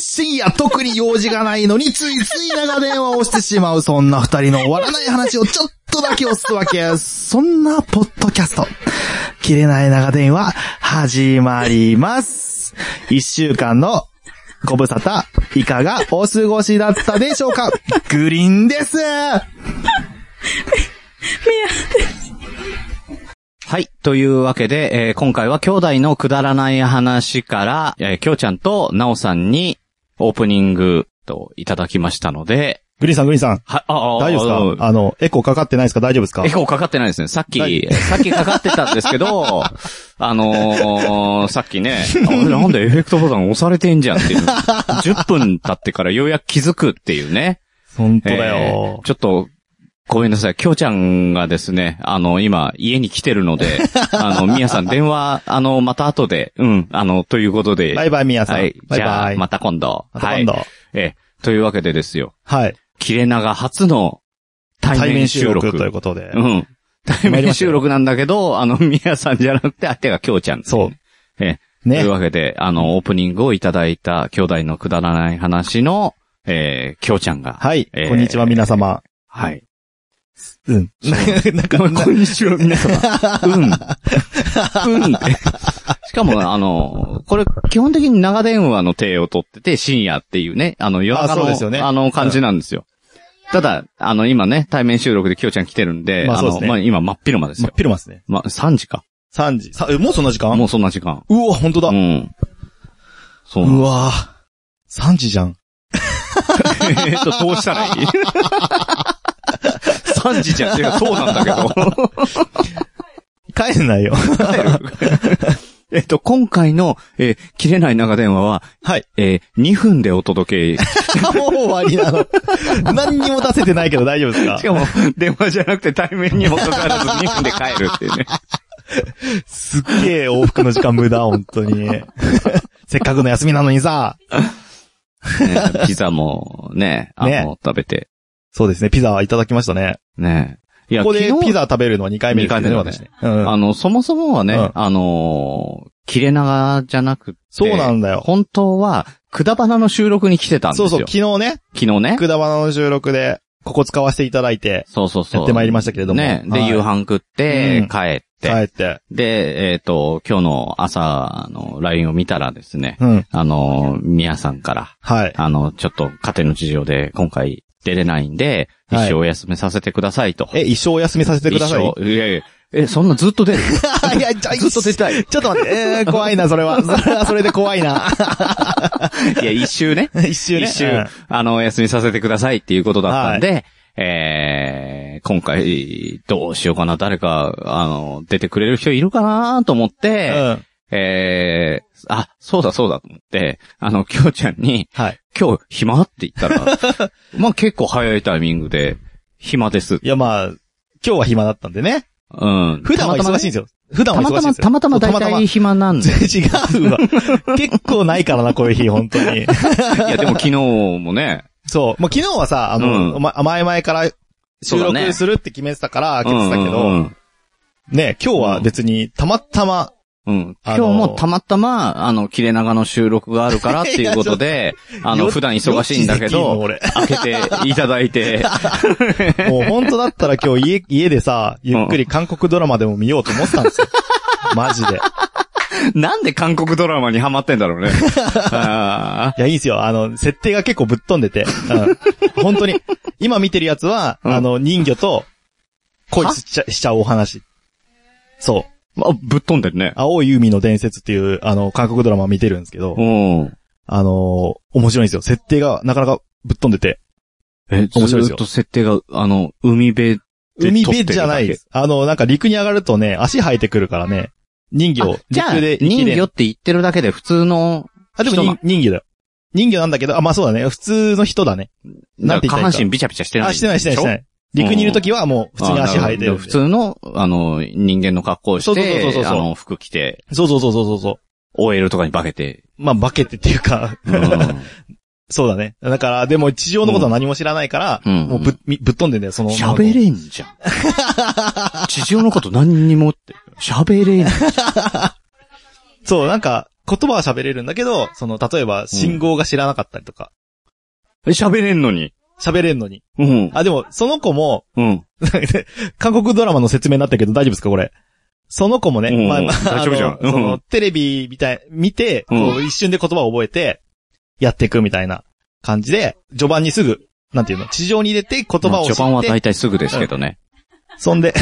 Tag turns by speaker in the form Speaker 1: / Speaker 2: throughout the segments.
Speaker 1: 深夜特に用事がないのについつい長電話をしてしまう、そんな二人の終わらない話をちょっとだけおすわけ。そんなポッドキャスト。切れない長電話、始まります。一週間のご無沙汰、いかがお過ごしだったでしょうかグリーンです
Speaker 2: はい。というわけで、えー今回は兄弟のくだらない話から、えー、きょうちゃんとなおさんにオープニングといただきましたので、
Speaker 1: グリーンさん、グリーンさん。
Speaker 2: は、ああ
Speaker 1: 大丈夫ですかあの、エコーかかってないですか大丈夫ですか
Speaker 2: エコーかかってないですね。さっき、
Speaker 1: は
Speaker 2: さっきかかってたんですけ ど、あのーさっきね、 あ俺なんでエフェクトボタン押されてんじゃんって いう。10分経ってからようやく気づくっていうね。
Speaker 1: 本当
Speaker 2: えー。ちょっと、ごめんなさい。きょうちゃんがですね、あの、今、家に来てる ので、あの、みやさん、電話、あの、また後で、うん、あの、ということで。
Speaker 1: バイバイ、みやさん。
Speaker 2: はい。
Speaker 1: バイ
Speaker 2: じゃ
Speaker 1: バ
Speaker 2: あ、
Speaker 1: イ。
Speaker 2: また今度。
Speaker 1: また今度
Speaker 2: はい。えーというわけでですよ。
Speaker 1: はい。
Speaker 2: 切れ長初の対
Speaker 1: 対
Speaker 2: 面
Speaker 1: 面
Speaker 2: 収
Speaker 1: 収
Speaker 2: 録。
Speaker 1: 録ということで。
Speaker 2: うん。対面収録なんだけど、あの、みやさんじゃなくて、相手がきょうちゃん。
Speaker 1: そう。
Speaker 2: えー
Speaker 1: ね
Speaker 2: という。わけで、あの、オープニングをいただいた、兄弟のくだらない話の、えー、きょうちゃんが。
Speaker 1: はい。
Speaker 2: えー
Speaker 1: こんにちは、皆様。
Speaker 2: はい。
Speaker 1: うん。 なんか、こんな
Speaker 2: こんにちは、皆様。うん。うんって。しかも、あの、これ、基本的に長電話の手を取ってて、深夜っていうね、あの、夜中
Speaker 1: あそう
Speaker 2: の、
Speaker 1: ですよね
Speaker 2: あの、感じなんですよ。ただ、あの、今ね、対面収録できょうちゃん来てるんで、
Speaker 1: まあそうで
Speaker 2: の、
Speaker 1: すね
Speaker 2: まあ、今、真っ昼間です
Speaker 1: 真っ
Speaker 2: よ。
Speaker 1: 昼間ですね。
Speaker 2: まあ、3時か。
Speaker 1: 3時。さえ、もうそんな時間
Speaker 2: もうそんな時間。
Speaker 1: うわ、本当だ
Speaker 2: う。ん。そうなん
Speaker 1: う
Speaker 2: で
Speaker 1: わ3時じゃん。
Speaker 2: す。えっと、どうしたらいい ?3 時じゃん。てかそうなんだ けど。
Speaker 1: 帰んないよ。
Speaker 2: えっと、今回の、えー切れない長電話は、
Speaker 1: はい。
Speaker 2: えー2分でお届け。し
Speaker 1: もう終わりな の。何にも出せてないけど大丈夫ですか
Speaker 2: かも、電話じゃなくて対面にもかかわらず2分で帰るっていうね。
Speaker 1: すっげえ往復の時間無駄、本当 に。せっかくの休みなのにさ。
Speaker 2: ねピザもね、あの、
Speaker 1: ね
Speaker 2: 食べて。
Speaker 1: そうですね、ピザいただきましたね。
Speaker 2: ね。いや、
Speaker 1: ここで
Speaker 2: 昨日
Speaker 1: ピザ食べるのは2回目ですよね、
Speaker 2: 二回目だ
Speaker 1: 私
Speaker 2: ね
Speaker 1: ね。うん。
Speaker 2: あの、そもそもはね、
Speaker 1: うん
Speaker 2: あのー切れ長じゃなくて、
Speaker 1: そうなんだよ
Speaker 2: 本当は、くだばなの収録に来てたんです
Speaker 1: そ
Speaker 2: よ。
Speaker 1: うそう、昨日ね、
Speaker 2: 昨日ね。
Speaker 1: くだばなの収録で、ここ使わせていただいて、
Speaker 2: そうそうそう。
Speaker 1: やってまいりましたけれども。
Speaker 2: ね。
Speaker 1: は
Speaker 2: で、
Speaker 1: い
Speaker 2: 夕飯食って、
Speaker 1: うん
Speaker 2: 帰って。
Speaker 1: 帰って。
Speaker 2: で、えっ、と、今日の朝あの LINE を見たらですね、
Speaker 1: うん。
Speaker 2: あの、みやさんから、
Speaker 1: はい。
Speaker 2: あの、ちょっと家庭の事情で今回出れないんで、
Speaker 1: はい
Speaker 2: 一生お休みさせてくださいと。
Speaker 1: え、一生お休みさせてください。
Speaker 2: 一生いやいや、え、そんなずっと出る
Speaker 1: いや、じゃあ
Speaker 2: ずっと出た い。
Speaker 1: ちょっと待って、えー、怖いな、それは。そ れは それで怖いな。
Speaker 2: いや、一周ね。
Speaker 1: 一周ね。
Speaker 2: 一
Speaker 1: う
Speaker 2: 周、
Speaker 1: ん
Speaker 2: あの、お休みさせてくださいっていうことだったんで、えー、今回、どうしようかな、誰か、あの、出てくれる人いるかなと思って、
Speaker 1: うん。
Speaker 2: えー、あ、そうだそうだと思って、あの、きょうちゃんに、
Speaker 1: はい。
Speaker 2: 今日暇って言っ たら、まあ結構早いタイミングで、暇です。
Speaker 1: いや、まあ、今日は暇だったんでね。
Speaker 2: うん。
Speaker 1: 普段は忙しいんですよ。普段は
Speaker 2: たま
Speaker 1: 忙
Speaker 2: た
Speaker 1: しいん
Speaker 2: ま、
Speaker 1: ですよ。
Speaker 2: たまたま大体暇なんで。
Speaker 1: そう。たまたま違うわ。結構ないからな、こういう日、本当に。
Speaker 2: いや、でも昨日もね、
Speaker 1: そう。もう昨日はさ、あ
Speaker 2: うん
Speaker 1: の、お前前々から収
Speaker 2: そうだね
Speaker 1: 録するって決めてたから、決めてたけ
Speaker 2: うんうんう
Speaker 1: ど、
Speaker 2: ん
Speaker 1: ね、今日は別に、たまたま、
Speaker 2: うん。
Speaker 1: あ
Speaker 2: 今日
Speaker 1: の
Speaker 2: もたまたま、あの、切れ長の収録があるからって いうことで、あの、
Speaker 1: よ
Speaker 2: 普段忙しいんだけ
Speaker 1: よっち
Speaker 2: ど、
Speaker 1: でき
Speaker 2: 開けていただい て、
Speaker 1: んの俺もう本当だったら今 日家、家でさ、ゆっくり韓国ドラマでも見ようと思ってたん ですよ。マジで。
Speaker 2: なんで韓国ドラマにハマってんだろう ね。あ
Speaker 1: いや、いいんすよ。あの、設定が結構ぶっ飛んでて。うん。本当に。今見てるやつは、
Speaker 2: うん
Speaker 1: あの、人魚と恋しちゃしちゃうお話。そう。
Speaker 2: ーまあ、ぶっ飛んでるね。
Speaker 1: 青い海の伝説っていう、あの、韓国ドラマ見てるんですけど、
Speaker 2: うん。
Speaker 1: あのー面白いんですよ。設定がなかなかぶっ飛んでて。
Speaker 2: え、ず
Speaker 1: 面白いです
Speaker 2: ー
Speaker 1: よ
Speaker 2: っと設定が、あの、海辺で
Speaker 1: 海
Speaker 2: 撮って
Speaker 1: 辺
Speaker 2: るだけ
Speaker 1: じゃないです。あの、なんか陸に上がるとね、足生えてくるからね、人魚、
Speaker 2: じゃあ、
Speaker 1: 陸で生き
Speaker 2: 人
Speaker 1: れん
Speaker 2: 魚って言ってるだけで普通の、
Speaker 1: あ、でも
Speaker 2: 人
Speaker 1: 人
Speaker 2: な
Speaker 1: 人魚だよ。人魚なんだけど、あ、まあそうだね。普通の人だね。なんて言ったらいい
Speaker 2: 下
Speaker 1: か
Speaker 2: 半身ビチャビチャしてない。。
Speaker 1: あ、してないしてないしてないい。陸にいるときはもう普通に足生えて
Speaker 2: あなほど
Speaker 1: る。
Speaker 2: 普通の、あの、人間の格好をし
Speaker 1: そうそうそうそう
Speaker 2: て、
Speaker 1: そ
Speaker 2: あ
Speaker 1: う
Speaker 2: の、服着て、
Speaker 1: そうそうそうそうそうそう。
Speaker 2: OL とかに化けて。
Speaker 1: まあ、化けてっていうか、
Speaker 2: うん
Speaker 1: そうだね。だから、でも地上のことは何も知らないから、
Speaker 2: うん
Speaker 1: もうぶっ、みぶっ飛んでんだよ、その。
Speaker 2: 喋れんじゃ ん。地上のこと何にもって。喋れん。
Speaker 1: そう、なんか、言葉は喋れるんだけど、その、例えば、信号が知らなかったりとか、
Speaker 2: 喋れんのに。
Speaker 1: 喋れんのに。
Speaker 2: うん。
Speaker 1: あ、でも、その子も、
Speaker 2: うん。
Speaker 1: 韓国ドラマの説明になったけど大丈夫ですかこれ。その子もね、
Speaker 2: うん
Speaker 1: まあまあ、
Speaker 2: 大丈夫じゃん
Speaker 1: あのそ
Speaker 2: うん
Speaker 1: の、テレビみたい、見て、
Speaker 2: うん
Speaker 1: こう一瞬で言葉を覚えて、やっていくみたいな感じで、序盤にすぐ、なんていうの、地上に出て言葉を知
Speaker 2: 序盤は
Speaker 1: って、
Speaker 2: 大体すぐですけどね。
Speaker 1: そんで、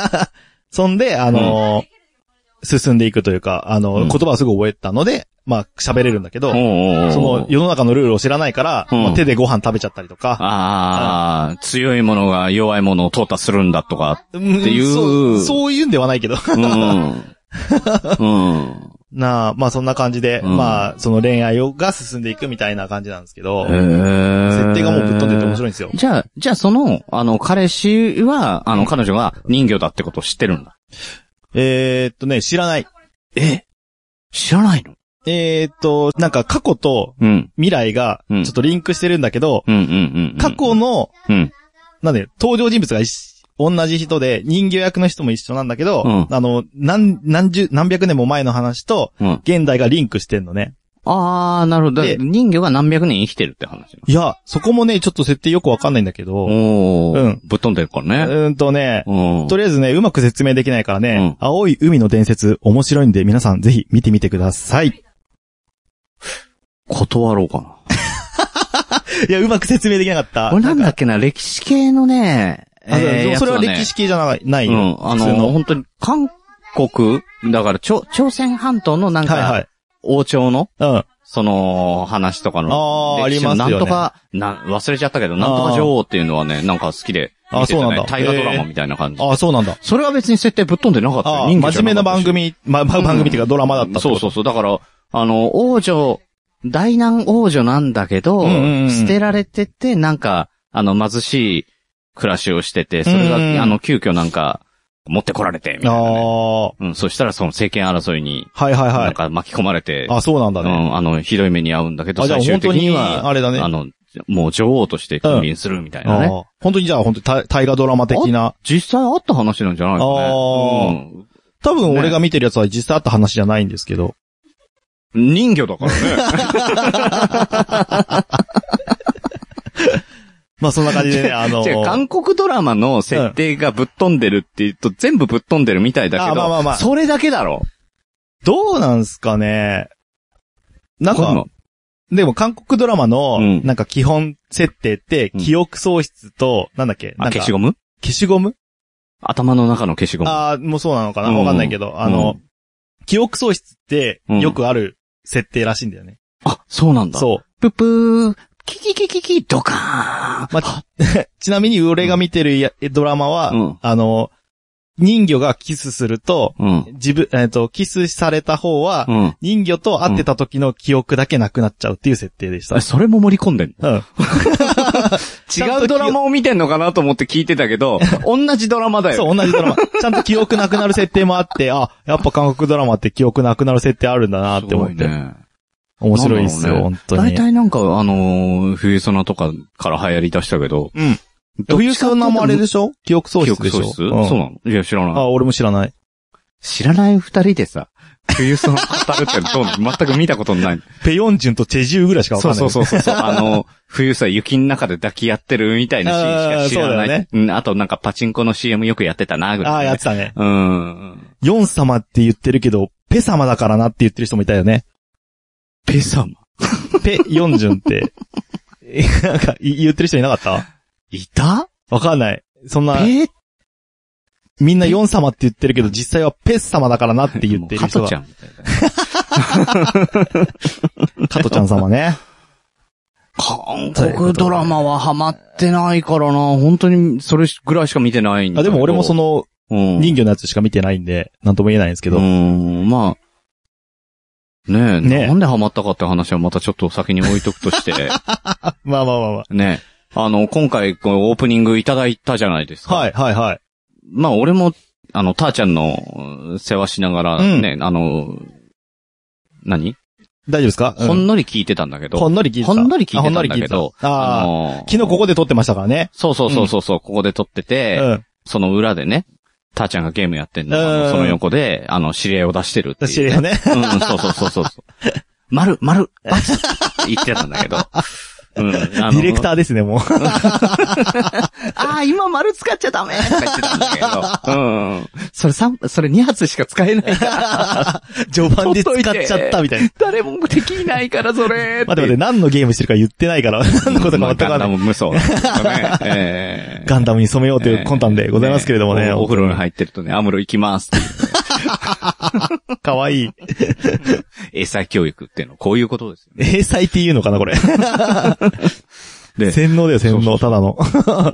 Speaker 1: そんで、あのー進んでいくというか、あのー、
Speaker 2: うん
Speaker 1: 言葉をすぐ覚えたので、まあ、喋れるんだけど、
Speaker 2: おうおうおう
Speaker 1: その、世の中のルールを知らないから、
Speaker 2: うん
Speaker 1: まあ手でご飯食べちゃったりとか、
Speaker 2: ああ、強いものが弱いものを淘汰するんだとか。
Speaker 1: って
Speaker 2: っていう
Speaker 1: そう、そういうんではないけど、
Speaker 2: うん。 うん。
Speaker 1: なあ、まあそんな感じで、
Speaker 2: うん
Speaker 1: まあ、その恋愛をが進んでいくみたいな感じなんですけど、設
Speaker 2: 設
Speaker 1: 定がもうぶっ飛んでて面白いんですよ。
Speaker 2: じゃあ、じゃあその、あの、彼氏は、あの、彼女が人魚だってことを知ってるんだ。
Speaker 1: えー、っとね、知らない。
Speaker 2: え知らないの
Speaker 1: えー、っと、なんか過去と
Speaker 2: うん。
Speaker 1: 未来が、ち
Speaker 2: う
Speaker 1: ょ
Speaker 2: ん
Speaker 1: っとリンクしてるんだけど、
Speaker 2: うんうんうんうん。
Speaker 1: 過去の、
Speaker 2: うん。
Speaker 1: なんで、登場人物が一同じ人で、人魚役の人も一緒なんだけど、
Speaker 2: うん
Speaker 1: あの、何、何十、何百年も前の話と、
Speaker 2: うん。
Speaker 1: 現代がリンクしてんのね。
Speaker 2: あー、なるほど。
Speaker 1: で
Speaker 2: 人魚が何百年生きてるって話。
Speaker 1: いや、そこもね、ちょっと設定よくわかんないんだけど、う
Speaker 2: おー。
Speaker 1: うん
Speaker 2: ぶっ飛んでるからね。
Speaker 1: ーんとね、
Speaker 2: うん。
Speaker 1: とりあえずね、うまく説明できないからね、
Speaker 2: うん
Speaker 1: 青い海の伝説、面白いんで皆さんぜひ見てみてください。
Speaker 2: 断ろうかな。
Speaker 1: いや、うまく説明できなかった。
Speaker 2: これなんだ
Speaker 1: か
Speaker 2: っけな、歴史系のね、
Speaker 1: あ
Speaker 2: えー
Speaker 1: でもそれは
Speaker 2: やつね
Speaker 1: 歴史系じゃない。ない
Speaker 2: うん。あ
Speaker 1: 普通
Speaker 2: の、
Speaker 1: の
Speaker 2: 本当に、韓国、だから、朝、朝鮮半島のなん
Speaker 1: はいは
Speaker 2: か、
Speaker 1: い。
Speaker 2: 王朝の、
Speaker 1: うん。
Speaker 2: その、話とかの、
Speaker 1: あー
Speaker 2: 歴史の
Speaker 1: ありますよね
Speaker 2: なんとか、な、忘れちゃったけど、なんとか女王っていうのはね、なんか好きで、
Speaker 1: あー
Speaker 2: 見てた
Speaker 1: そう
Speaker 2: ね
Speaker 1: なんだ
Speaker 2: 大河ドラマみたいな感じ。
Speaker 1: ああ、そうなんだ。
Speaker 2: それは別に設定ぶっ飛んでなかったよ
Speaker 1: ああ、真
Speaker 2: 人魚じゃ
Speaker 1: 面目
Speaker 2: か
Speaker 1: な
Speaker 2: ったし
Speaker 1: 番組、ま、ま番組っていうかドラマだったってこと
Speaker 2: そうそうそう。だから、あの、王女、大難王女なんだけど、
Speaker 1: うんうんうん
Speaker 2: 捨てられてて、なんか、あの、貧しい暮らしをしてて、それが、
Speaker 1: うんうん
Speaker 2: あの、急遽なんか、持ってこられて、みたいなね、
Speaker 1: あ
Speaker 2: うん、そしたらその政権争いに、
Speaker 1: あ、はいはい
Speaker 2: なん
Speaker 1: は
Speaker 2: か巻き込まれて
Speaker 1: い。、あそうなんだ
Speaker 2: う
Speaker 1: ね。
Speaker 2: ん、あの、ひどい目に遭うんだけど、
Speaker 1: あ、じゃあ
Speaker 2: 最終
Speaker 1: 本
Speaker 2: 的
Speaker 1: 当
Speaker 2: に
Speaker 1: に、
Speaker 2: は、
Speaker 1: あれだね。
Speaker 2: あの、もう女王として君臨するみたいなね。
Speaker 1: ああ本当にじゃあ本当に大大河ドラマ的な。
Speaker 2: 実際あった話なんじゃないかね。うん
Speaker 1: 多分俺が見てるやつは実際あった話じゃないんですけど。
Speaker 2: 人魚だからね。
Speaker 1: まあ そんな感じ でね、あのー
Speaker 2: 違う韓国ドラマの設定がぶっ飛んでるって言うと、全部ぶっ飛んでるみたいだけ
Speaker 1: あまあまあま
Speaker 2: ど、
Speaker 1: あ
Speaker 2: それだけだろ。
Speaker 1: どうなんすかね。なん
Speaker 2: こん
Speaker 1: か
Speaker 2: な、
Speaker 1: でも韓国ドラマの
Speaker 2: う、ん
Speaker 1: なんか基本設定って、
Speaker 2: うん
Speaker 1: 記憶喪失と、なんだっけ
Speaker 2: あ
Speaker 1: なんか
Speaker 2: 消しゴム
Speaker 1: 消しゴム
Speaker 2: 頭の中の消しゴム。
Speaker 1: ああ、もうそうなのかな
Speaker 2: うん
Speaker 1: わかんないけど、あの、記憶喪失って、
Speaker 2: うん
Speaker 1: よくある設定らしいんだよね。
Speaker 2: あ、そうなんだ。
Speaker 1: そう。
Speaker 2: ぷぷー、キキキキキ、ドカーン。
Speaker 1: まあ、ちなみに俺が見てるやドラマは、
Speaker 2: うん
Speaker 1: あの、人魚がキスすると、
Speaker 2: うん。
Speaker 1: 自分、えっ、と、キスされた方は、
Speaker 2: うん。
Speaker 1: 人魚と会ってた時の記憶だけなくなっちゃうっていう設定でした
Speaker 2: え。それも盛り込んでんの
Speaker 1: うん。ちゃん
Speaker 2: 違う
Speaker 1: と記
Speaker 2: ドラマを見てんのかなと思って聞いてた けど、同じドラマだよ。
Speaker 1: そう、同じドラマ。ちゃんと記憶なくなる設定もあって、あ、やっぱ韓国ドラマって記憶なくなる設定あるんだなって思っ
Speaker 2: すご
Speaker 1: て。
Speaker 2: いね。
Speaker 1: 面白いっすよ、
Speaker 2: なん
Speaker 1: 本当
Speaker 2: 大
Speaker 1: に。
Speaker 2: 体なんか、あのー、冬ソナとかから流行り出したけど。
Speaker 1: うん。
Speaker 2: どっ
Speaker 1: 冬
Speaker 2: ちかっていうと
Speaker 1: ソナもあれでしょ記憶喪
Speaker 2: 記
Speaker 1: 失
Speaker 2: 憶
Speaker 1: でしょ
Speaker 2: 喪失、
Speaker 1: ん
Speaker 2: そうなのいや、知らない。
Speaker 1: あ、俺も知らない。
Speaker 2: 知らない二人でさ、冬ソナ語るってどうなの全く見たことない。
Speaker 1: ペヨンジュンとチェジュウぐらいしかわかん
Speaker 2: そう
Speaker 1: ない。
Speaker 2: そうそうそう。あの、冬さ、雪の中で抱き合ってるみたいなシーンしか知らな
Speaker 1: あーそう
Speaker 2: い。
Speaker 1: だよね
Speaker 2: うん、あとなんかパチンコの CM よくやってたな、ぐらい、
Speaker 1: ああ、やってたね。
Speaker 2: うん。
Speaker 1: ヨン様って言ってるけど、ペ様だからなって言ってる人もいたよね。
Speaker 2: ペサマ。
Speaker 1: ペ、ヨンジュンって。 えなんか、い言ってる人いなかった
Speaker 2: いた
Speaker 1: わかんない。そんな、
Speaker 2: ペ
Speaker 1: みんなヨン様って言ってるけど、実際はペス様だからなって言って
Speaker 2: 加
Speaker 1: る人
Speaker 2: ト
Speaker 1: が
Speaker 2: ち。ゃんみたいな。
Speaker 1: 加トちゃん様ね。
Speaker 2: 韓国ドラマはハマってないからな、本当にそれぐらいしか見てないんだ
Speaker 1: あ、
Speaker 2: け
Speaker 1: で
Speaker 2: ど。
Speaker 1: も俺もその、
Speaker 2: うん、
Speaker 1: 人魚のやつしか見てないんで、なんとも言えないんですけど。
Speaker 2: うん、まあ。ねえ、
Speaker 1: ねえ
Speaker 2: なんでハマったかって話はまたちょっと先に置いとく として、
Speaker 1: まあまあまあま
Speaker 2: ねえ、あの、今回こうオープニングいただいたじゃないです
Speaker 1: あ。
Speaker 2: か。
Speaker 1: はい、はい、はい。
Speaker 2: まあ俺も、あの、たーちゃんのうん世話しながら
Speaker 1: うん
Speaker 2: ね、あの、何、
Speaker 1: 大丈夫ですか
Speaker 2: ほ
Speaker 1: うん
Speaker 2: んのり聞いてたんだけど、
Speaker 1: ほんのり聞いてた。
Speaker 2: ほんのり聞いてたんだけど
Speaker 1: あほんのり聞いてた。
Speaker 2: あ
Speaker 1: ああ。
Speaker 2: の
Speaker 1: 昨日ここで撮ってましたからね。
Speaker 2: そうそうそうそうそう、ここで撮ってて、
Speaker 1: うん。
Speaker 2: その裏でね、たーちゃんがゲームやってんの。あ
Speaker 1: う
Speaker 2: の
Speaker 1: ん
Speaker 2: その横で、あの、指令を出してるっていう。
Speaker 1: 知りよね。
Speaker 2: うん、そうそうそうそう そう。丸、丸、バツって言ってたんだけど。うん、デ
Speaker 1: ディレクターですね、 もう。
Speaker 2: ああ、今丸使っちゃダメとか言ってたんだけど。うん。それ三、それ二発しか使え ないから。
Speaker 1: 序盤で使っちゃったみたいな。
Speaker 2: 誰もできないから、それ
Speaker 1: 待って待って、何のゲームしてるか言ってないから、何のことか
Speaker 2: まあ
Speaker 1: 全くわ
Speaker 2: ガ
Speaker 1: か
Speaker 2: ン
Speaker 1: んな
Speaker 2: ダ
Speaker 1: い。
Speaker 2: ム無双なんですよね。 ええ
Speaker 1: ガンダムに染めようという魂胆でございますけれどもね。
Speaker 2: ええおお風呂に入ってるとね、アムロ行きますっていう。
Speaker 1: かわいい。
Speaker 2: 英才教育っていうのはこういうことですよね。
Speaker 1: 英才っていうのか な、これ。
Speaker 2: で
Speaker 1: 洗脳だよ、洗脳、ただの。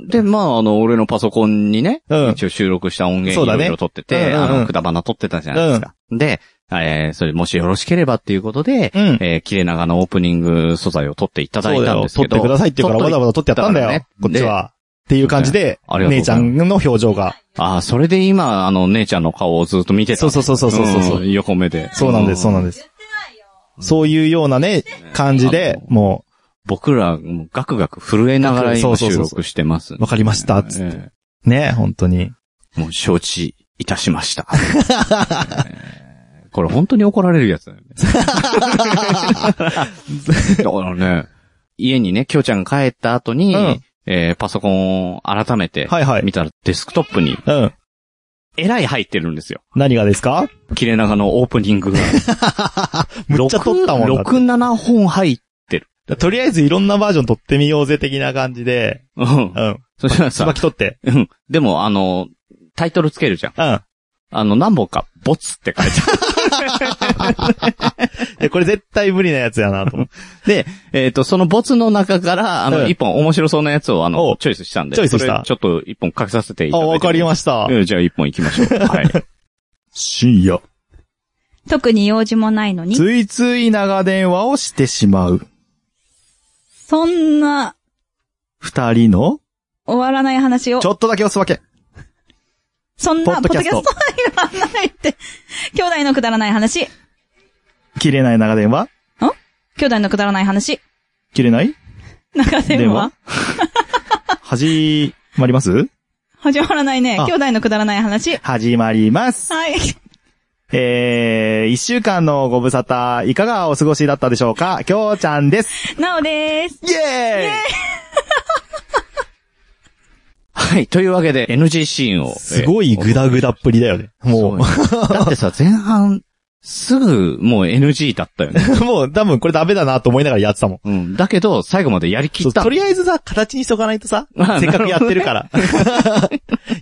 Speaker 2: で、まあ、あの、俺のパソコンにね、
Speaker 1: うん
Speaker 2: 一応収録した音源
Speaker 1: そう
Speaker 2: い
Speaker 1: だ
Speaker 2: ろ
Speaker 1: ね
Speaker 2: いろ撮って
Speaker 1: うんうん
Speaker 2: て、
Speaker 1: うん
Speaker 2: あの、くだばな撮ってたじゃないですか。で、えーそれもしよろしければっていうことで、
Speaker 1: うん
Speaker 2: えー切れ長のオープニング素材を撮っていただ
Speaker 1: そ
Speaker 2: いう
Speaker 1: だ
Speaker 2: たん
Speaker 1: よ
Speaker 2: で、す
Speaker 1: 撮っ
Speaker 2: けど。
Speaker 1: てくださいって言うからわざわざ撮ってやったんだ
Speaker 2: だから
Speaker 1: よ
Speaker 2: ね、
Speaker 1: こっちは。っていう感じで
Speaker 2: あり、がとう
Speaker 1: 姉
Speaker 2: ご
Speaker 1: ち
Speaker 2: ざ
Speaker 1: ゃ
Speaker 2: います
Speaker 1: んの表情が。
Speaker 2: ああ、それで今、あの、姉ちゃんの顔をずっと見てた。
Speaker 1: そうそうそうそうそうそう。
Speaker 2: ん横目で。
Speaker 1: そうなんです、そうなんです。そういうようなね、感じで、も
Speaker 2: 僕ら、もうガクガク震えながら
Speaker 1: そう
Speaker 2: 今
Speaker 1: そう
Speaker 2: 収
Speaker 1: そうそう
Speaker 2: 録してますん
Speaker 1: う、
Speaker 2: で。
Speaker 1: わかりました、つって。
Speaker 2: え
Speaker 1: ね、本当に。
Speaker 2: えもう承知いたしました。ええ これ本当に怒られるやつだよね。 だからね、家にね、きょうちゃんが帰った後に、
Speaker 1: うん
Speaker 2: えーパソコンを改めて、
Speaker 1: はいはい
Speaker 2: 見。たらデスクトップに、
Speaker 1: うん。
Speaker 2: えらい入ってるんですよ。
Speaker 1: 何がですか
Speaker 2: 切れ長のオープニング が。
Speaker 1: むっちゃ撮ったもんだって
Speaker 2: 6、7本入っ
Speaker 1: とりあえずいろんなバージョン撮ってみようぜ的な感じで、
Speaker 2: うん
Speaker 1: う。ん。
Speaker 2: そしたら
Speaker 1: つ
Speaker 2: さ
Speaker 1: ば、き撮って。
Speaker 2: うん。でも、あの、タイトルつけるじゃん。
Speaker 1: うん。
Speaker 2: あの、何本か、ボツって書いてある。
Speaker 1: え、これ絶対無理なやつやなと思 って。
Speaker 2: で、えっ、と、そのボツの中から、あ
Speaker 1: う
Speaker 2: の、
Speaker 1: ん
Speaker 2: 一本面白そうなやつを、あ
Speaker 1: お
Speaker 2: の
Speaker 1: う、
Speaker 2: チョイスしたんで。
Speaker 1: チョイスした
Speaker 2: それちょっと一本書きさせていた
Speaker 1: あ、
Speaker 2: だいて。
Speaker 1: わかりました。
Speaker 2: うんじゃあ一本行きま しょう。はい。
Speaker 3: 深夜。
Speaker 4: 特に用事もないのに。
Speaker 3: ついつい長電話をしてしまう。
Speaker 4: そんな
Speaker 3: 二人の、
Speaker 4: 終わらない話を
Speaker 3: ち。ょっとだけ押すわけ。
Speaker 4: そんな
Speaker 3: ポッ
Speaker 4: ポッ
Speaker 3: ド
Speaker 4: ド
Speaker 3: キ
Speaker 4: キ
Speaker 3: ャ
Speaker 4: ャ
Speaker 3: スト
Speaker 4: ストは 言わないって。兄弟のくだらない 話。
Speaker 3: 切れない長電話
Speaker 4: 兄弟のくだらない話。
Speaker 3: 切れない
Speaker 4: 中電
Speaker 3: 電
Speaker 4: 話
Speaker 3: 話始まります
Speaker 4: 始まらないね。
Speaker 3: あ
Speaker 4: 兄弟のくだらない話。
Speaker 3: 始まります。
Speaker 4: はい。
Speaker 3: えー、一週間のご無沙汰、いかがお過ごしだったでしょうかきょうちゃんです。
Speaker 4: なおでーす。
Speaker 3: イエ
Speaker 2: はい。というわけで、NG シーンを。
Speaker 1: すごいグダグダっぷりだよね。もう、
Speaker 2: う。だってさ、前半、すぐ、もう NG だったよね。
Speaker 1: もう多分これダメだなと思いながらやってたもん。
Speaker 2: うん。だけど、最後までやりき
Speaker 1: そう
Speaker 2: った。
Speaker 1: とりあえずさ、形にしとかないとさ、
Speaker 2: あ
Speaker 1: せっかくやってるから。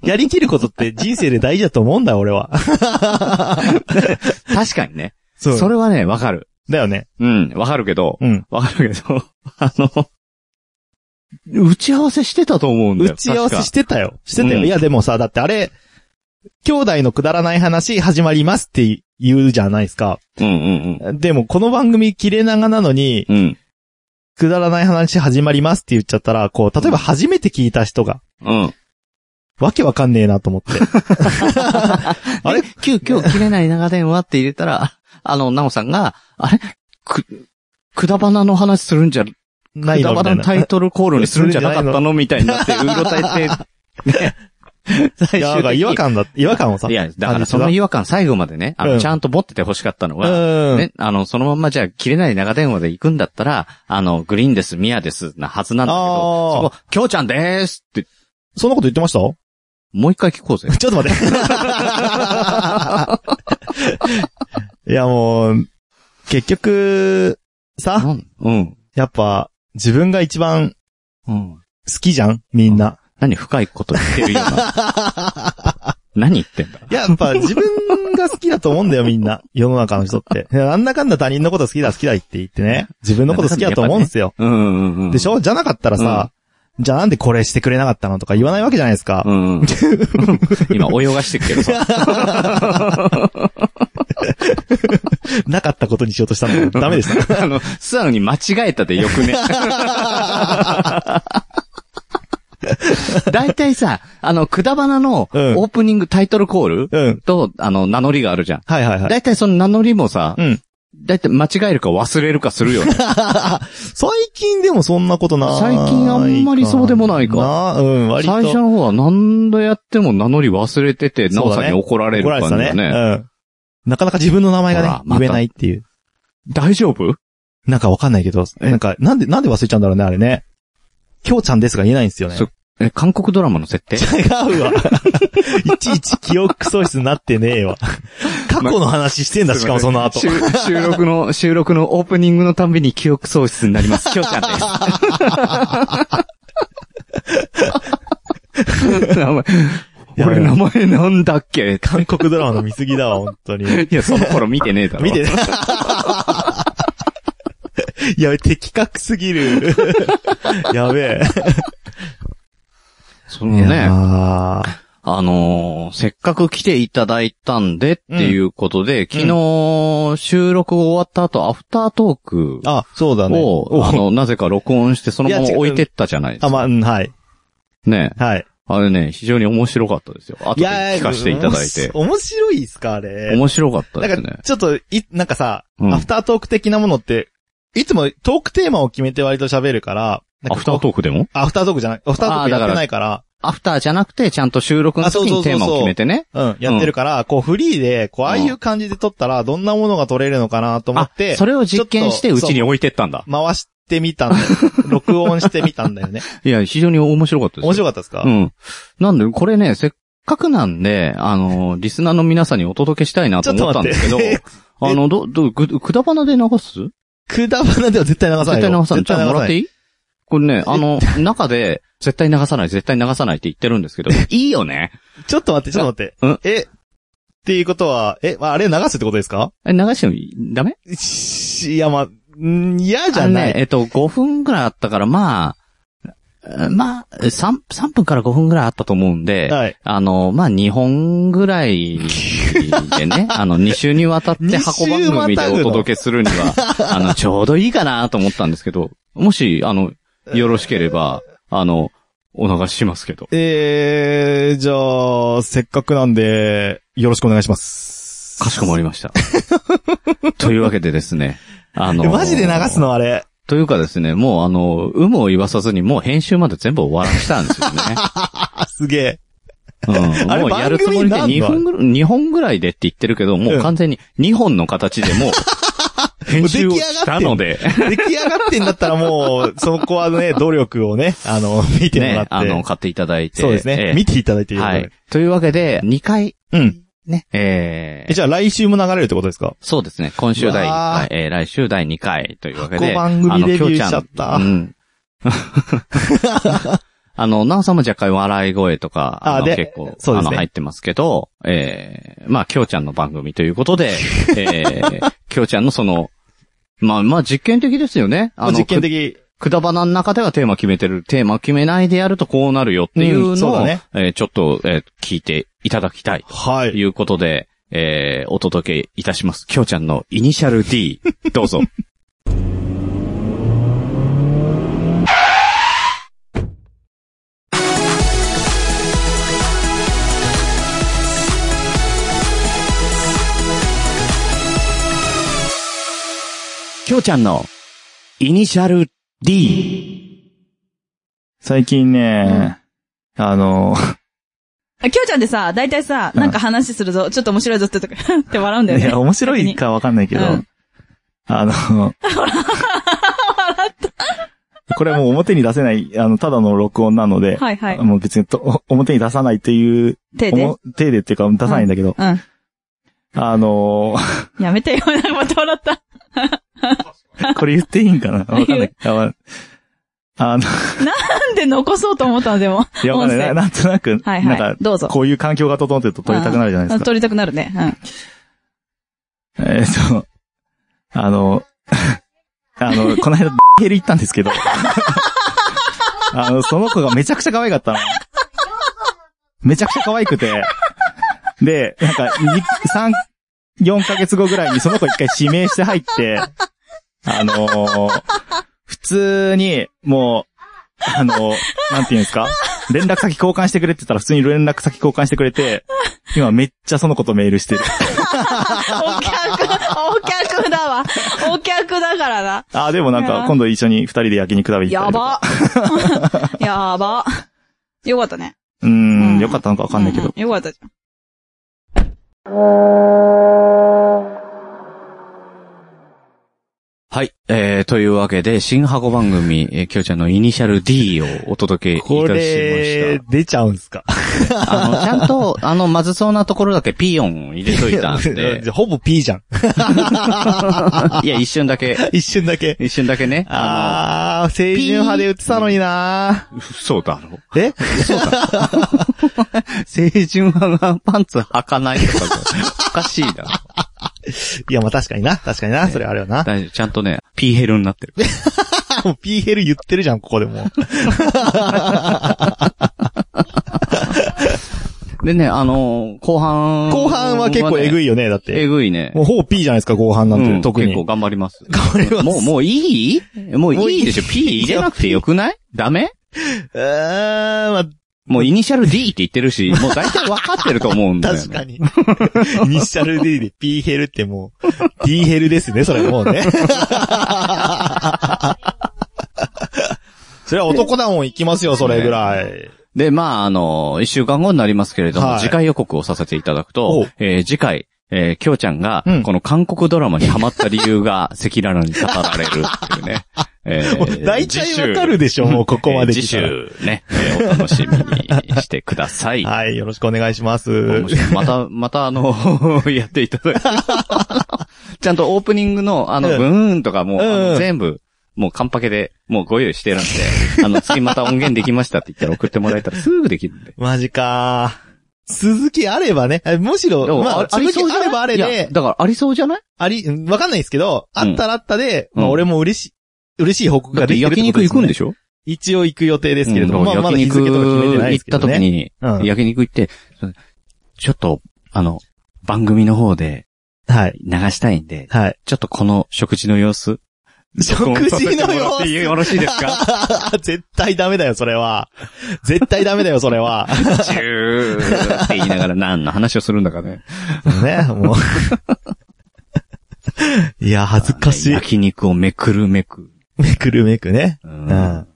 Speaker 1: やりきることって人生で大事だと思うんだよ、俺は。
Speaker 2: 確かにね。
Speaker 1: そう。
Speaker 2: それはね、わかる。
Speaker 1: だよね。
Speaker 2: うん。わかるけど、
Speaker 1: うん。
Speaker 2: わかるけど、 あの、打ち合わせしてたと思うんだよ。
Speaker 1: 打ち合わせしてたよ。してたよ。
Speaker 2: うん
Speaker 1: いや、でもさ、だってあれ、兄弟のくだらない話始まりますって言うじゃないですか。
Speaker 2: て。うんうん
Speaker 1: でも、この番組切れ長なのに、
Speaker 2: うん。うん。
Speaker 1: くだらない話始まりますって言っちゃったら、こう、例えば初めて聞いた人が、
Speaker 2: うん。
Speaker 1: わけわかんねえなと思って。あれ
Speaker 2: 急遽切れない長電話って入れたら、あの、なおさんが、あれく、くだばなの話するんじゃ、く
Speaker 1: ない
Speaker 2: だ
Speaker 1: の
Speaker 2: ば
Speaker 1: みた
Speaker 2: ないの
Speaker 1: な。
Speaker 2: タイトルコールにするんじゃなかったのみたいになって、うろたえて、ね。
Speaker 1: い
Speaker 2: 最
Speaker 1: や、なん
Speaker 2: 終
Speaker 1: か
Speaker 2: 的に
Speaker 1: 違和感だ、違和感をさ。
Speaker 2: いや、だからその違和感最後までね、あ
Speaker 1: うん
Speaker 2: の、ちゃんと持ってて欲しかったの
Speaker 1: う
Speaker 2: は、
Speaker 1: ん。
Speaker 2: ね、あの、そのまんまじゃあ切れない長電話で行くんだったら、あの、グリーンです、ミヤです、なはずなんだけど、そ
Speaker 1: ああ
Speaker 2: こ、きょうちゃんでーすって、
Speaker 1: そんなこと言ってましたち
Speaker 2: もう一回聞こうぜ。
Speaker 1: ょっと待 って。いや、もう、結局、さ、
Speaker 2: うん。うん。
Speaker 1: やっぱ、自分が一番
Speaker 2: うん。
Speaker 1: 好きじゃんみんな。
Speaker 2: 何深いこと言ってるような。 何言ってんだ
Speaker 1: い や、やっぱ自分が好きだと思うんだよ、みん な。世の中の人って。いやなんだかんだ他人のこと好きだ、好きだ言って言ってね。自分のこと好きだと思うんですよ。
Speaker 2: うんうんうん。
Speaker 1: でしょじゃなかったらさ、じゃあなんでこれしてくれなかったのとか言わないわけじゃないですか。
Speaker 2: うんうん。今、泳がしてるけどさ。
Speaker 1: なかったことにしようとした の。 ダメでした。
Speaker 2: あの、素直に間違えたでよ くね。大体さ、あの、くだばなのオ
Speaker 1: うん
Speaker 2: ープニングタイトルコール
Speaker 1: うん。
Speaker 2: と、あの、名乗りがあるじゃん。
Speaker 1: はいはいはい。
Speaker 2: 大体その名乗りもさ、
Speaker 1: うん。
Speaker 2: だいたい間違えるか忘れるかするよね。
Speaker 1: 最近でもそんなことない。
Speaker 2: 最近あんまりそうでもないか
Speaker 1: なうん、割と。
Speaker 2: 最初の方は何度やっても名乗り忘れてて、なおさんに怒られる
Speaker 1: 怒ら
Speaker 2: 感
Speaker 1: れ
Speaker 2: じ
Speaker 1: てた
Speaker 2: だね。
Speaker 1: ね。うん。なかなか自分の名前
Speaker 2: ほ
Speaker 1: が
Speaker 2: ら
Speaker 1: ね、
Speaker 2: また
Speaker 1: 言えないっていう。
Speaker 2: 大丈夫
Speaker 1: なんかわかんないけど、
Speaker 2: え
Speaker 1: なんか、なんで、なんで忘れちゃうんだろうね、あれね。きょうちゃんですが言えないんですよね。
Speaker 2: そえ、韓国ドラマ の設定
Speaker 1: 違うわ。 いちいち記憶喪失になってねえ わ。過去の話してんだ、しかもその後
Speaker 2: 収。収録の、収録のオープニングのたんびに記憶喪失になります。きょうちゃん です。名前、
Speaker 1: や
Speaker 2: 俺名前なんだっけ
Speaker 1: 韓国ドラマの見過ぎだわ、本当に。
Speaker 2: い や、その頃見てねえだろ。
Speaker 1: 見てね。 いや、的確すぎる。 やべえ。
Speaker 2: そのね、
Speaker 1: あー
Speaker 2: あのーせっかく来ていただいたんでっていうことで、昨日、収録終わった後、アフタートーク
Speaker 1: あ、そうだね。
Speaker 2: を、あの、なぜか録音してそのま
Speaker 1: い
Speaker 2: ま
Speaker 1: や違う
Speaker 2: 置いてったじゃないです
Speaker 1: あ、
Speaker 2: か。
Speaker 1: まあ、うん、はい。
Speaker 2: ね。
Speaker 1: はい。
Speaker 2: あれね、非常に面白かったですよ。後で
Speaker 1: ー
Speaker 2: 聞かせていただいて。
Speaker 1: 面白いっすか、あれ。
Speaker 2: 面白かったで
Speaker 1: な
Speaker 2: す
Speaker 1: ん
Speaker 2: ね
Speaker 1: か、。ちょっと、い、なんかさ、
Speaker 2: うん
Speaker 1: アフタートーク的なものって、いつもトークテーマを決めて割と喋るから、
Speaker 2: アフター
Speaker 1: ーク
Speaker 2: トークでも
Speaker 1: アフタートークじゃない。アフタートークやってないから、
Speaker 2: アフターじゃなくて、ちゃんと収録の時にテーマを決めてね。
Speaker 1: うん、やってるから、こうフリーで、こうああいう感じで撮ったら、どんなものが撮れるのかなと思っ
Speaker 2: あ
Speaker 1: て、
Speaker 2: それを実験して、
Speaker 1: ちょっ
Speaker 2: う
Speaker 1: と
Speaker 2: ちに置いてったんだ。
Speaker 1: 回してみたんだ よ。録音してみたんだよね。
Speaker 2: いや、非常に面白かったですよ。
Speaker 1: 面白かったですか、
Speaker 2: うん。なんで、これね、せっかくなんで、あの、リスナーの皆さんにお届けしたいなと思ったんですけど
Speaker 1: ちょっと待っ、
Speaker 2: あの、ど、ど、ぐ、くだばなで流す
Speaker 1: くだばなでは絶対流さな
Speaker 2: 絶
Speaker 1: いよ。
Speaker 2: 対流さない。じゃあもらって
Speaker 1: い
Speaker 2: いいこれね、あ の、中で、絶対流さない、絶対流さないって言ってるんですけど、いいよね
Speaker 1: ちょっと待って、ちょっと
Speaker 2: う
Speaker 1: 待
Speaker 2: ん
Speaker 1: って。え、っていうことは、え、まああれ流すってことですか
Speaker 2: え、流してもいいダメ
Speaker 1: しいや、まあ、ん嫌じゃ
Speaker 2: あの
Speaker 1: な
Speaker 2: ね
Speaker 1: い。、
Speaker 2: えっと、5分ぐらいあったから、まあ、まあ、3、3分から5分ぐらいあったと思うんで、
Speaker 1: はい
Speaker 2: あの、まあ、2本ぐらい でね、あの、2週にわたって
Speaker 1: 二
Speaker 2: 箱
Speaker 1: 週
Speaker 2: 番組で
Speaker 1: またぐ
Speaker 2: お
Speaker 1: の
Speaker 2: 届けするには、あの、ちょうどいいかなと思ったんですけど、もし、あの、よろしければ、あの、お流ししますけど。
Speaker 1: えー、じゃあ、せっかくなんで、よろしくお願いします。
Speaker 2: かしこまり ました。というわけでですね、あの
Speaker 1: え、マジで流すのあれ。
Speaker 2: というかですね、もうあの、有無を言わさずに、もう編集まで全部終わらせたんですよ ね。
Speaker 1: あ、すげえ。
Speaker 2: うん
Speaker 1: あれ
Speaker 2: もうやるつもりで
Speaker 1: 番組何
Speaker 2: 2分ぐらい、2本ぐらいでって言ってるけど、もう完全に2本の形でもう、 編集をしたので、
Speaker 1: 出来上がってんだったらもう、そこは ね、努力をね、あの、見てもらっ
Speaker 2: ね
Speaker 1: て。、
Speaker 2: あの、買っていただいて。
Speaker 1: そうですね、見
Speaker 2: て
Speaker 1: ていただいていい
Speaker 2: はい。というわけで、2回、
Speaker 1: うん。
Speaker 2: ね、え
Speaker 1: え、
Speaker 2: ー、
Speaker 1: じゃあ来週も流れるってことですか
Speaker 2: そうですね、今週第
Speaker 1: う
Speaker 2: 1
Speaker 1: わ
Speaker 2: 回、えー、来週第2回というわけで、
Speaker 1: 箱番組
Speaker 2: あの
Speaker 1: レビュー
Speaker 2: きょうん
Speaker 1: しちゃった
Speaker 2: うん。 あの、なおさんも若干笑い声とか、
Speaker 1: あ
Speaker 2: あの
Speaker 1: で
Speaker 2: 結構、
Speaker 1: そう
Speaker 2: あ
Speaker 1: ですね
Speaker 2: の、入ってますけど、えー、まあ、きょうちゃんの番組というこ とで、えー、きょうちゃんのその、まあ、まあ、実験的ですよね。あの、
Speaker 1: 実験的。
Speaker 2: くだばなの中ではテーマ決めてる。テーマ決めないでやるとこうなるよっていううんの
Speaker 1: そう
Speaker 2: を、
Speaker 1: だね
Speaker 2: えーちょっと、えー聞いていただきたい
Speaker 1: は
Speaker 2: と
Speaker 1: い。
Speaker 2: いうことで、えーお届けいたします。きょうちゃんのイニシャ ル D、どうぞ。きょうちゃんのイニシャル D。
Speaker 1: 最近ね、あの、
Speaker 4: あきょうちゃんでさ、だいたいさ、なんか話するぞ、ちょっと面白いぞってとか、 って笑うんだよ
Speaker 5: い
Speaker 4: ね。
Speaker 5: や、面白いかわかんないけど、
Speaker 4: うん
Speaker 5: あの、これはもう表に出せない、あの、ただの録音なので、
Speaker 4: はいはい。
Speaker 5: もう別にと表に出さないっていう、
Speaker 4: 手
Speaker 5: お
Speaker 4: で。
Speaker 5: も手でっていうか出さないんだけど、
Speaker 4: うん。
Speaker 5: あ の、
Speaker 4: やめてよ、なんかまた笑った。
Speaker 5: これ言っていいんかなわ かんない。あまあの、
Speaker 4: なんで残そうと思ったのでも。
Speaker 5: いや、わかんない。ななんとなく、
Speaker 4: はいはい
Speaker 5: なん
Speaker 4: どうぞ
Speaker 5: か、こういう環境が整ってると撮りたくなるじゃないですか。
Speaker 4: 撮りたくなるね。うん。
Speaker 5: えーっと、あの、 あの、この間、ヘル行ったんですけど、 あの、その子がめちゃくちゃ可愛かったの。めちゃくちゃ可愛くて、で、なんか、3、4ヶ月後ぐらいにその子一回指名して入って、あのー普通に、もう、
Speaker 6: あの、なんていうんですか連絡先交換してくれって言ったら普通に連絡先交換してくれて、今めっちゃその子とメールしてる。
Speaker 4: お客、お客だわ。お客だからな。
Speaker 6: ああ、でもなん
Speaker 4: いや
Speaker 6: か
Speaker 4: ー
Speaker 6: 今度一緒に二人で焼肉食べに行った
Speaker 4: や
Speaker 6: りとか。
Speaker 4: ば。 やば。よかったね。
Speaker 6: うーん、よかったのかわかんないけ
Speaker 4: う
Speaker 6: ど。
Speaker 4: うよかったじゃん。
Speaker 2: はい。えー、というわけで、新箱番 組、えー、きょうちゃんのイニシャル D をお届けいたし
Speaker 7: こ
Speaker 2: ま
Speaker 7: れ
Speaker 2: し、
Speaker 7: 出ちゃうんすか
Speaker 2: た。あの、ちゃんと、あの、まずそうなところだけピーヨン入れといたんで
Speaker 7: じ、ゃあほぼ P じゃん。
Speaker 2: いや、一瞬だけ、
Speaker 7: 一瞬だけ。
Speaker 2: 一瞬だけね。あ
Speaker 7: あー、青春派で売ってたのにな
Speaker 2: の、そうだろ。
Speaker 7: え
Speaker 2: 青春派がパンツ履かないとかが、おかしいだろ。
Speaker 7: いや、まあ確かにな。確かにな。それあれよな。
Speaker 2: 大丈夫。ちゃんとね、ピーヘルにな ってる。
Speaker 7: あ、もう P ヘル言ってるじゃん、ここでもう。
Speaker 2: でね、あのー後半、
Speaker 7: 後半は結構えぐ
Speaker 2: い。
Speaker 7: いよね、だっ
Speaker 2: え
Speaker 7: て。
Speaker 2: ぐいね。
Speaker 7: もうほぼ P じゃないですか、後半なん
Speaker 2: う
Speaker 7: て。
Speaker 2: ん
Speaker 7: 特
Speaker 2: 結構
Speaker 7: に。
Speaker 2: 頑張ります。
Speaker 7: 頑張ります
Speaker 2: もう、もういいもういいでしょ。P 入れなくてよくないダ メ
Speaker 7: うーん、まあ
Speaker 2: もうイニシャル D って言ってるし、もう大体わかってると思うんだよ、 ね。
Speaker 7: 確かに。イニシャル D で P ヘルってもう、D ヘルですね、それはもう ね。それは男だもん行きますよ、それぐらい。
Speaker 2: で、まあ、あの、一週間後になりますけれども、
Speaker 7: はい
Speaker 2: 次回予告をさせていただく
Speaker 7: お
Speaker 2: と
Speaker 7: う、
Speaker 2: えー次回、えー、きょうちゃんが
Speaker 7: うん、
Speaker 2: この韓国ドラマにハマった理由が赤裸々に語られるっていう ね。え
Speaker 7: もう大体わかるでしょ、もうここまで
Speaker 2: 次
Speaker 7: 来たら
Speaker 2: 週ね、えーお楽しみにしてくださ い。
Speaker 7: はい、よろしくお願いします。
Speaker 2: 面白いまた、またあの、 やっていた だいて。ちゃんとオープニングの、あの、
Speaker 7: うん
Speaker 2: ブーンとかもう、あ
Speaker 7: うんう
Speaker 2: の
Speaker 7: ん
Speaker 2: 全部、もうカンパケで、もうご用意してるんで、あの、次また音源できましたって言ったら送ってもらえたらすぐできるんで。
Speaker 7: マジか続きあればね、えむしろ、
Speaker 2: でも
Speaker 7: まあ、続きあればあれ
Speaker 2: いや
Speaker 7: で、
Speaker 2: だからありそうじゃない
Speaker 7: あり、うんわかんないですけど、あったらあったで、
Speaker 2: うん
Speaker 7: まあ俺も嬉しい、嬉しい報告
Speaker 2: だ
Speaker 7: が
Speaker 2: っ
Speaker 7: で
Speaker 2: て
Speaker 7: きてるっ
Speaker 2: 焼
Speaker 7: てこ
Speaker 2: 肉
Speaker 7: とで
Speaker 2: 行
Speaker 7: す、ね。
Speaker 2: くんでしょ
Speaker 7: 一応行く予定で
Speaker 2: です
Speaker 7: けれども、まあまだ日付とか決めてないですけどね。
Speaker 2: 行った時に、
Speaker 7: うん。
Speaker 2: 焼肉行って、ちょっと、あの、番組の方で
Speaker 7: はい。
Speaker 2: 流したいんで、
Speaker 7: はい。
Speaker 2: ちょっとこの食事の様子。
Speaker 7: 食事の
Speaker 2: 録音
Speaker 7: 様
Speaker 2: させてもらって
Speaker 7: 子
Speaker 2: よろしいですか
Speaker 7: 絶対ダメだよ、それは。絶対ダメだよ、それは。
Speaker 2: ジューって言いながら何の話をするんだかね。
Speaker 7: ね、 もう。いや、恥ずかしい。
Speaker 2: 焼肉をめくるめく。
Speaker 7: めくるめくね。
Speaker 2: う
Speaker 7: う。ん。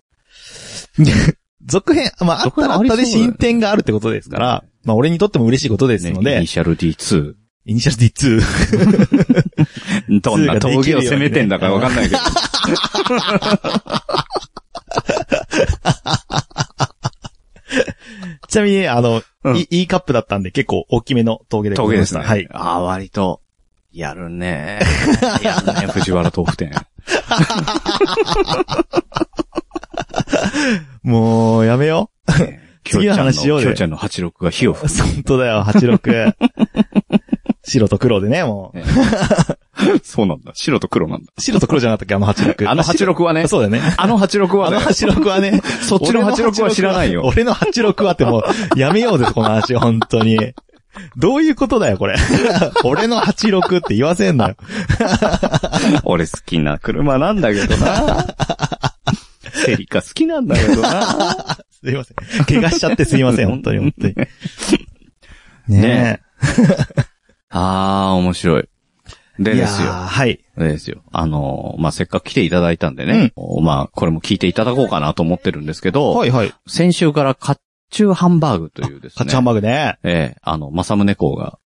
Speaker 7: 続編、まあ、あったらあったで進展があるってことですから、まあ、俺にとっても嬉しいことですの
Speaker 2: ねイ
Speaker 7: で
Speaker 2: ニ、シャル D2。
Speaker 7: イニシャル D2。
Speaker 2: どんな峠を攻めてんだかわかんないけど。
Speaker 7: ちなみに、あの、
Speaker 2: うん
Speaker 7: い E カップだったんで結構大きめの峠でござ
Speaker 2: 峠
Speaker 7: い
Speaker 2: で
Speaker 7: ますした
Speaker 2: ね。
Speaker 7: はい。
Speaker 2: ああ、割と、やるね。 やるね、藤原豆腐店。
Speaker 7: もう、やめよ
Speaker 2: きょうちゃんの、
Speaker 7: 次の話しよう
Speaker 2: き
Speaker 7: ぜ
Speaker 2: ょうちゃんの86が火を
Speaker 7: う。
Speaker 2: 吹く。
Speaker 7: 本当だよ、86。白と黒でね、もう。
Speaker 2: そうなんだ。白と黒なんだ。
Speaker 7: 白と黒じゃなかったっけ、あの86。
Speaker 2: あの86はね、
Speaker 7: そうだよね。
Speaker 2: あの86は
Speaker 7: あ
Speaker 2: ね
Speaker 7: の、86はね。
Speaker 2: そっちの
Speaker 7: 俺
Speaker 2: 86は知らないよ
Speaker 7: 俺の86はってもう、やめようぜ、この話、本当に。どういうことだ よ、これ。俺の86って言わせんなよ。
Speaker 2: 俺好きな車なんだけどな。セリカ好きなんだけどな。
Speaker 7: すいません。怪我しちゃってすいません、本当に、本当に。
Speaker 2: ね
Speaker 7: ね
Speaker 2: ああ、面白い。
Speaker 7: え。
Speaker 2: で
Speaker 7: いや
Speaker 2: で
Speaker 7: ー
Speaker 2: すよ。
Speaker 7: はい。
Speaker 2: でですよ。あのー、まあ、せっかく来ていただいたんでね。まあ、これも聞いていただこうかなと思ってるんですけど、
Speaker 7: いはい。
Speaker 2: 先週からカッチューハンバーグというですね。
Speaker 7: カッチハンバーグね。
Speaker 2: ええあの、まさむね公が。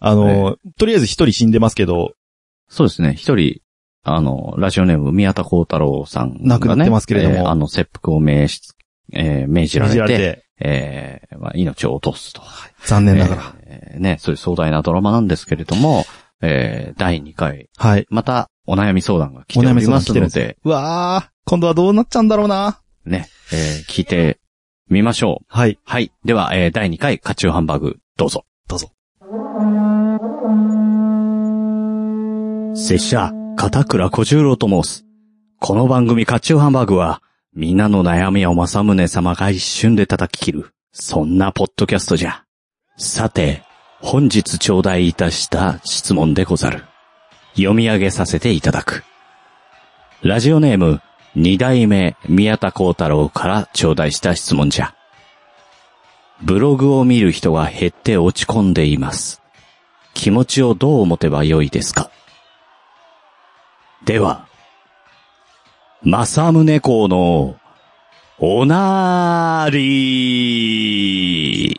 Speaker 7: あのー、とりあえず一人死んでますけど、
Speaker 2: そうですね、一人、あの、ラジオネーム宮田幸太郎さんが、ね。
Speaker 7: 亡くなってますけれども
Speaker 2: ええあの、切腹を命し、ええ命じら
Speaker 7: い
Speaker 2: れ
Speaker 7: じ
Speaker 2: て、
Speaker 7: られて、
Speaker 2: ええまあ、命を落とすと。
Speaker 7: 残念ながら。
Speaker 2: ええね、そういう壮大なドラマなんですけれども、ええ第2回、
Speaker 7: はい。
Speaker 2: またお悩み相談が来ております
Speaker 7: お悩
Speaker 2: の
Speaker 7: み相談来て
Speaker 2: で、
Speaker 7: うわー、今度はどうなっちゃうんだろうな。
Speaker 2: ね、ええ聞いてみましょう。
Speaker 7: はい。
Speaker 2: はい。では、えー第2回、カチューハンバーグ、どうぞ。
Speaker 7: どうぞ。
Speaker 2: 拙者、片倉小十郎と申す。この番組、カチューハンバーグは、みんなの悩みを正宗様が一瞬で叩き切る、そんなポッドキャストじゃ。さて、本日頂戴いたした質問でござる。読み上げさせていただく。ラジオネーム、二代目宮田幸太郎から頂戴した質問じゃ。ブログを見る人が減って落ち込んでいます。気持ちをどう持てばよいですかでは、正宗公のおなーりー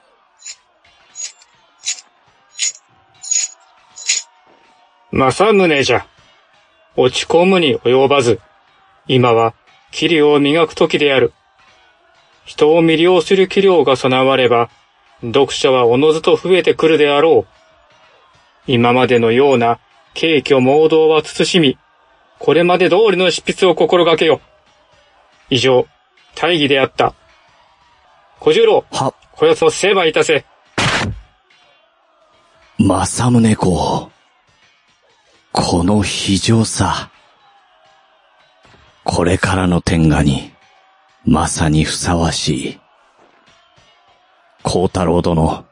Speaker 8: 正宗じゃ。落ち込むに及ばず、今は、器量を磨く時である。人を魅了する器量が備われば、読者はおのずと増えてくるであろう。今までのような、軽挙盲導は慎み、これまで通りの執筆を心がけよ。以上、大義であった。小十郎、
Speaker 2: は、
Speaker 8: こやつを成敗いたせ。
Speaker 2: 正宗公。この非常さ。これからの天下に、まさにふさわしい。孝太郎殿、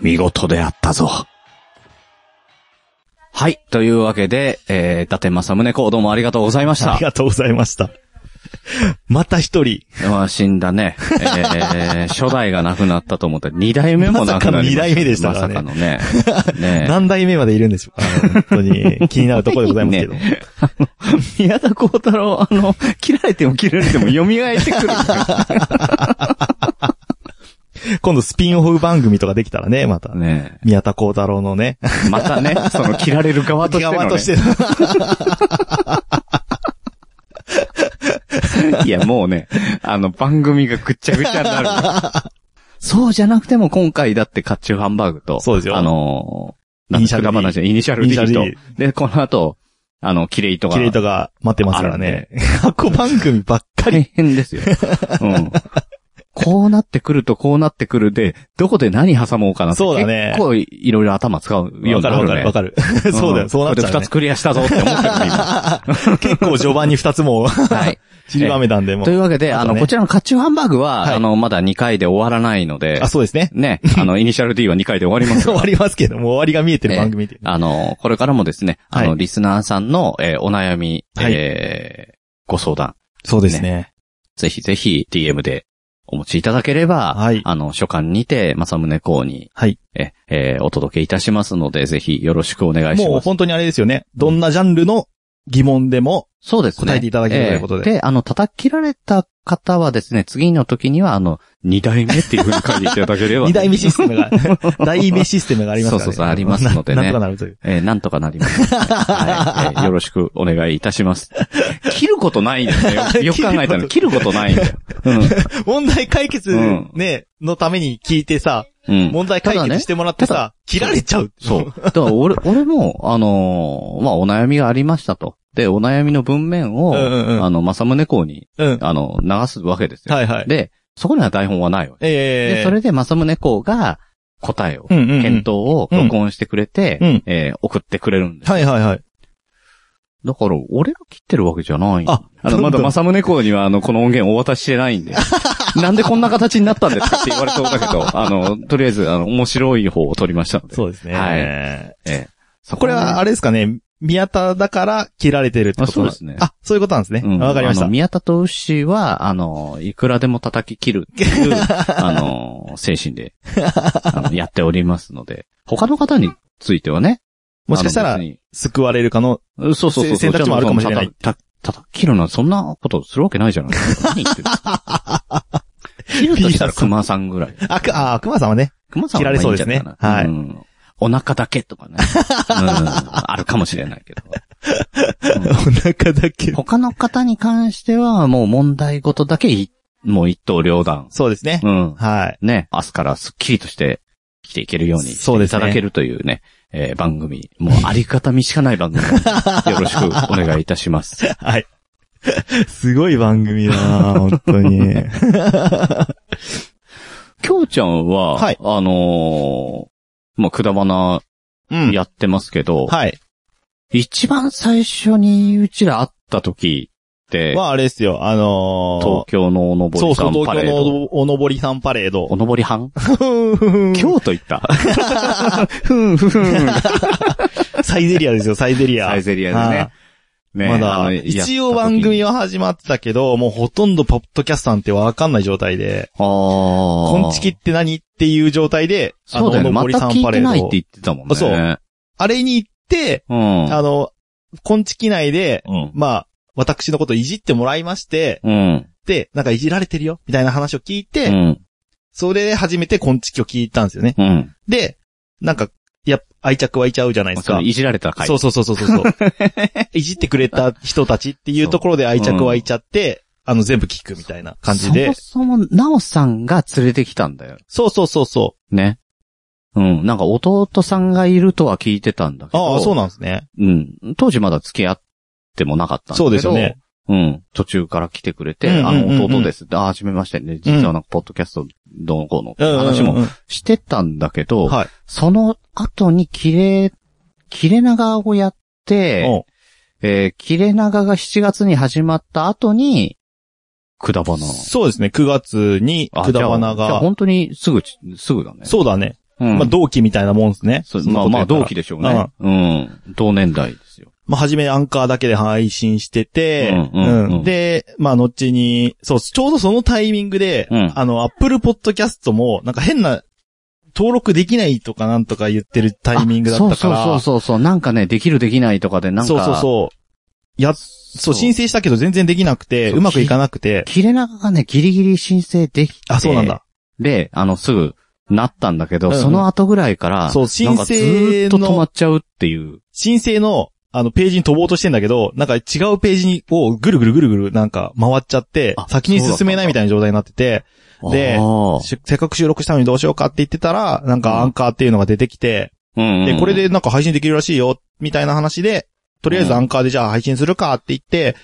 Speaker 2: 見事であったぞ。はい。というわけで、えー、伊達正宗公どうもありがとうございまし
Speaker 7: あ
Speaker 2: た
Speaker 7: り。がとうございました。また一人。
Speaker 2: まあ、死んだね。えー、初代が亡くなったと思ったら二代目も亡くなりました。
Speaker 7: まさかの二代目でしたからね
Speaker 2: まさかのね。ねえ
Speaker 7: 何代目までいるんでしょうか本当に気になるところでございますけど。
Speaker 2: 宮田幸太郎、あの、切られても切られても蘇ってくる。
Speaker 7: 今度スピンオフ番組とかできたらね、また。
Speaker 2: ね
Speaker 7: 宮田幸太郎のね。
Speaker 2: えまたね、その切られる側としての、ね。
Speaker 7: 側としての
Speaker 2: いや、もうね、あの、番組がぐっちゃぐちゃになる。そうじゃなくても今回だってカッチューハンバーグと、
Speaker 7: そうですよ
Speaker 2: あのー、
Speaker 7: イニシャル D
Speaker 2: なんですか話イニシャル D
Speaker 7: イニシャ
Speaker 2: と
Speaker 7: ル D。
Speaker 2: で、この後、あの、キレイトが。
Speaker 7: キレイトが待ってますからね。過去番組ばっか
Speaker 2: 大
Speaker 7: り。
Speaker 2: 変です よ。うん。こうなってくるとこうなってくるで、どこで何挟もうかなって
Speaker 7: そうだね
Speaker 2: 結構いろいろ頭使うように
Speaker 7: わか
Speaker 2: な
Speaker 7: るわ
Speaker 2: る
Speaker 7: か
Speaker 2: ね
Speaker 7: る。わ。かる。そうだよ、
Speaker 2: ん
Speaker 7: そうなっちゃ
Speaker 2: これ
Speaker 7: う
Speaker 2: で二
Speaker 7: ね
Speaker 2: つ。クリアしたぞって思ってるね 今
Speaker 7: 結構序盤に二つ も
Speaker 2: はい。
Speaker 7: 散りばめたんで、も
Speaker 2: という
Speaker 7: う。
Speaker 2: わけで、あ
Speaker 7: あと
Speaker 2: の、
Speaker 7: ね
Speaker 2: こちらのカチューハンバーグ
Speaker 7: はい
Speaker 2: は、あの、まだ2回で終わらないので
Speaker 7: あ、、そうですね。
Speaker 2: ね、あ の、イニシャル D は2回で終わります
Speaker 7: 終
Speaker 2: が
Speaker 7: わりますけど、もう終わりが見えてる番組っていうね。
Speaker 2: あの、これからもですね、あ
Speaker 7: は
Speaker 2: の、
Speaker 7: い
Speaker 2: リスナーさんの、えーお悩み、
Speaker 7: はい
Speaker 2: えーご相談、
Speaker 7: そうですね。
Speaker 2: ぜひぜひ DM でお持ちいただければ、
Speaker 7: はい
Speaker 2: あの、書簡にて、正宗公に、
Speaker 7: はい
Speaker 2: え、えーお届けいたしますので、ぜひよろしくお願いし
Speaker 7: もう
Speaker 2: ます。
Speaker 7: 本当にあれですよね。どんなジャンルの疑問でも、
Speaker 2: そうですね。
Speaker 7: 答えていただけるということで
Speaker 2: えーで、あの、叩き切られた方はですね、次の時には、あの、二代目っていうふうに書いていただければ。
Speaker 7: 二代目システムが、代目システムがありますからね
Speaker 2: そうそうそうありますのでね
Speaker 7: ななんとかなるという。
Speaker 2: えーなんとかなります、はいえーよろしくお願いいたします。切ることないんだよ ね。よく考えたら切ることないんだよ。
Speaker 7: 問題解決
Speaker 2: うん
Speaker 7: ね、のために聞いてさ、
Speaker 2: うん。うん。
Speaker 7: 問題解決してもらって
Speaker 2: ただ
Speaker 7: さ、切られちゃう。
Speaker 2: そう。だから俺、俺も、あのーまあ、お悩みがありましたと。で、お悩みの文面を、
Speaker 7: うんうんうん
Speaker 2: あの、正宗公に、
Speaker 7: うん。
Speaker 2: あの、流すわけですよ。
Speaker 7: はいはい。
Speaker 2: で、そこには台本はないわけ。
Speaker 7: ええ
Speaker 2: で、それで正宗公が答えを、
Speaker 7: うんうんうん
Speaker 2: 検討を録音してくれて、
Speaker 7: うん
Speaker 2: えー送ってくれるんです。
Speaker 7: はいはいはい。
Speaker 2: だから、俺が切ってるわけじゃない。
Speaker 7: あ
Speaker 2: あの、
Speaker 7: どん
Speaker 2: ま
Speaker 7: ど
Speaker 2: だ
Speaker 7: ん
Speaker 2: 正宗公には、あの、この音源お渡ししてないんで。 なんでこんな形になったんですかって言われそうだけど、あの、とりあえず、あの、面白い方を取りましたので。
Speaker 7: そうですね。
Speaker 2: はそ
Speaker 7: これ
Speaker 2: ね
Speaker 7: は、あれですかね、宮田だから切られてるってこと
Speaker 2: あそう
Speaker 7: なん
Speaker 2: ですね
Speaker 7: あ、そういうことなんです ね。
Speaker 2: うん
Speaker 7: わかりまし
Speaker 2: あ
Speaker 7: た
Speaker 2: の。宮田と牛は、あの、いくらでも叩き切るって いう、あの、精神で、あの、やっておりますので、他の方についてはね。
Speaker 7: もしかした
Speaker 2: あ
Speaker 7: ら
Speaker 2: の、別に
Speaker 7: 救われるかの、
Speaker 2: うんそうそうそう。
Speaker 7: 選択肢もあるかもしれない
Speaker 2: じゃあ。たた叩き切るなんてそんなことするわけないじゃないですか。何言ってる 切るとしたら熊さんぐらい。
Speaker 7: あ、く、あ、熊さんはね。
Speaker 2: 熊さん
Speaker 7: 切られそうですね
Speaker 2: まあいいんじゃないかなうんお腹だけとかね。うんあるかもしれないけ ど。うん
Speaker 7: お腹だけ。
Speaker 2: 他の方に関しては、もう問題ごとだけい、もう一刀両断。
Speaker 7: そうですね。
Speaker 2: うん。
Speaker 7: はい。
Speaker 2: ね、明日からスッキリとして生きていけるようにし
Speaker 7: そう
Speaker 2: て
Speaker 7: で
Speaker 2: い
Speaker 7: すね
Speaker 2: ただけるというね、えー番組。もうありがたみしかない番 組なので。よろしくお願いいたします。
Speaker 7: はい。すごい番組だな本当 に。
Speaker 2: きょうちゃんは、
Speaker 7: はい
Speaker 2: あのー、まあ、くだばな
Speaker 7: うん。
Speaker 2: やってますけど、
Speaker 7: はい。
Speaker 2: 一番最初にうちら会った時って、
Speaker 7: まあ、あれですよ、あのー、
Speaker 2: 東京のおのぼ
Speaker 7: そう
Speaker 2: り
Speaker 7: そ
Speaker 2: さ
Speaker 7: う、
Speaker 2: ん
Speaker 7: 東
Speaker 2: パ
Speaker 7: 京
Speaker 2: レー
Speaker 7: の
Speaker 2: ド。
Speaker 7: おおのぼりさんパレード
Speaker 2: お。のぼり班
Speaker 7: 今
Speaker 2: 京都行った。
Speaker 7: 日、サイゼリアですよ、サイゼリア。
Speaker 2: サイゼリアで
Speaker 7: は
Speaker 2: ね
Speaker 7: い。
Speaker 2: ね
Speaker 7: ま
Speaker 2: あ
Speaker 7: だ、
Speaker 2: の
Speaker 7: 一応番。組は始まってたけど、もうほとんどポッドキャストなんてわかんない状態で、
Speaker 2: ああ。
Speaker 7: コンチキって何っていう状態で、あ
Speaker 2: そうだよね。
Speaker 7: の
Speaker 2: ま
Speaker 7: おり
Speaker 2: た
Speaker 7: さん
Speaker 2: 聞いてないって
Speaker 7: を
Speaker 2: 言ってたもんね。
Speaker 7: そう
Speaker 2: うん。
Speaker 7: あれに行って、あの、コンチキ内で、
Speaker 2: うん。
Speaker 7: まあ、私のこといじってもらいまして、
Speaker 2: うん。
Speaker 7: で、なんかいじられてるよ、みたいな話を聞いて、
Speaker 2: うん。
Speaker 7: それで初めてコンチキを聞いたんですよね。
Speaker 2: うん。
Speaker 7: で、なんか、いや、愛着湧いちゃうじゃないです
Speaker 2: そ
Speaker 7: か
Speaker 2: う、。いじられた回。
Speaker 7: そうそうそうそうそう。 いじってくれた人たちっていうところで愛着湧いちゃって、あの、全部聞くみたいな感じで。
Speaker 2: そもそも、なおさんが連れてきたんだよ。
Speaker 7: そうそうそうそ
Speaker 2: ね。うん。なんか弟さんがいるとは聞いてたんだけ
Speaker 7: う。
Speaker 2: ど。
Speaker 7: ああ、そうなんですね。
Speaker 2: うん。当時まだ付き合ってもなかったんだけど。
Speaker 7: そうですよね。
Speaker 2: うん。途中から来てくれて、
Speaker 7: うんうんうんうん
Speaker 2: あの、弟です。ああ、初めましてね。実はなんか、ポッドキャストどうのこうのって話
Speaker 7: うんう
Speaker 2: も
Speaker 7: んうんうん
Speaker 2: してたんだけど、
Speaker 7: はい
Speaker 2: その後に切れ、切れ長をやって、えー、切れ長が7月に始まった後に、くだば
Speaker 7: うん
Speaker 2: な。
Speaker 7: そうですね。9月に、
Speaker 2: あ
Speaker 7: くだばな
Speaker 2: じゃあじゃあ
Speaker 7: が。
Speaker 2: 本当にすぐ、すぐだね。
Speaker 7: そうだね。
Speaker 2: うん。
Speaker 7: まあ、同期みたいなもんですね。
Speaker 2: そう
Speaker 7: そんな
Speaker 2: まあまあ、
Speaker 7: こと言ったら
Speaker 2: 同期でしょうね。うん。同年代ですよ。
Speaker 7: まあ、初めアンカーだけで配信してて、
Speaker 2: うんうんうん
Speaker 7: うんで、まあ、後に、そう、ちょうどそのタイミングで、
Speaker 2: うん
Speaker 7: あの、アップルポッドキャストも、なんか変な、登録できないとかなんとか言ってるタイミングだったから、
Speaker 2: あそうそうそうそうそう。なんかね、できるできないとかで、なんか。
Speaker 7: そうそうそう。や、そう、申請したけど全然できなくて、
Speaker 2: そう
Speaker 7: うまくいかなくて、
Speaker 2: 切れ長がね、ギリギリ申請できて。
Speaker 7: あ、そうなんだ。。
Speaker 2: で、あの、すぐ、なったんだけど、
Speaker 7: うんうん
Speaker 2: その後ぐらいから、
Speaker 7: そう申
Speaker 2: な
Speaker 7: 請の
Speaker 2: んかずーっと止まっちゃうっていう。
Speaker 7: 申請の、あの、ページに飛ぼうとしてんだけど、なんか違うページに、をぐるぐるぐるぐるなんか回っちゃって
Speaker 2: あ、
Speaker 7: 先に進めないみたいな状態になってて、で
Speaker 2: あー
Speaker 7: しせっかく収録したのにどうしようかって言ってたら、なんかアンカーっていうのが出てきて、
Speaker 2: うんうん
Speaker 7: で、これ、でなんか配信できるらしいよ、みたいな話で、とりあえずアンカーでじゃあ配信するかって言って、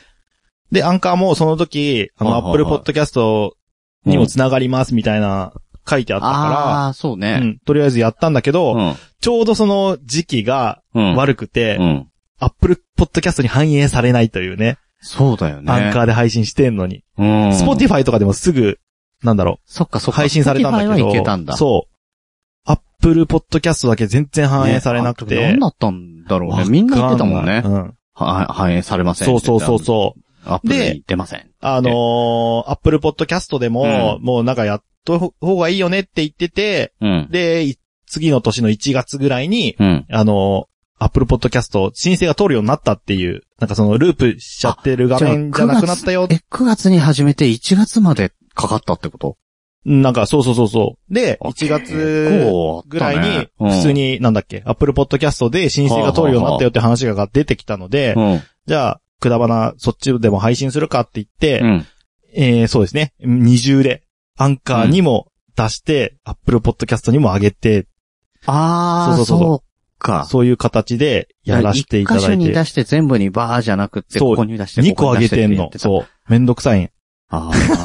Speaker 7: で、アンカーもその時、あの、
Speaker 2: はい
Speaker 7: ア
Speaker 2: は
Speaker 7: ッ
Speaker 2: い
Speaker 7: プ
Speaker 2: はい
Speaker 7: ルポッドキャストにも繋がりますみたいな書いてあったか
Speaker 2: ああー、そう
Speaker 7: ら、う
Speaker 2: ね。
Speaker 7: ん、とりあえずやったんだけど、
Speaker 2: うん。
Speaker 7: ちょうどその時期が
Speaker 2: うん。
Speaker 7: 悪くて、
Speaker 2: うん。
Speaker 7: アップルポッドキャストに反映されないというね、
Speaker 2: そうだよね。
Speaker 7: アンカーで配信してんのに。
Speaker 2: うん。
Speaker 7: スポティファイとかでもすぐ、なんだろ
Speaker 2: そっか
Speaker 7: う、
Speaker 2: そっか。
Speaker 7: 配信されたんだけ
Speaker 2: Spotify
Speaker 7: ど。
Speaker 2: はいけたんだ。
Speaker 7: そう。アップルポッドキャストだけ全然反映されなく
Speaker 2: ね
Speaker 7: て。
Speaker 2: 何だったんだろう
Speaker 7: わ
Speaker 2: ね。
Speaker 7: かない
Speaker 2: みんな言ってたもんね
Speaker 7: う。ん。
Speaker 2: は、反映されません。
Speaker 7: そうそうそうそう。
Speaker 2: う。アップで出ません。
Speaker 7: あのー、アップルポッドキャストでも、もうなんかやっとほ方がいいよねって言ってて、
Speaker 2: うん。
Speaker 7: で、い次の年の1月ぐらいに、
Speaker 2: うん。
Speaker 7: あのー、アップルポッドキャスト申請が通るようになったっていう、なんかそのループしちゃってる画面じゃなくなったよ。
Speaker 2: え、9月に始めて1月までかかったってこと
Speaker 7: なんかそうそうそうそう。で、1
Speaker 2: 結構あったね
Speaker 7: 月ぐらいに、普通、になんだっけ、アップルポッドキャストで申請が通るようになったよって話が出てきたので
Speaker 2: う、ん。
Speaker 7: じゃあ、くだばな、そっちでも配信するかって言って、
Speaker 2: うん。
Speaker 7: えー、そうですね。二重で、アンカーにも出して、アップルポッドキャストにも上げて、
Speaker 2: あー、
Speaker 7: そ
Speaker 2: そう
Speaker 7: そうそうそう
Speaker 2: か。
Speaker 7: そういう形でやらせていた
Speaker 2: 一箇
Speaker 7: だ
Speaker 2: 所
Speaker 7: い
Speaker 2: に
Speaker 7: て
Speaker 2: 出、して全部にバーじゃなくて、
Speaker 7: そう
Speaker 2: ここに出して、
Speaker 7: 2個上げてんの。
Speaker 2: う。
Speaker 7: そう。めんどくさいん。
Speaker 2: あー、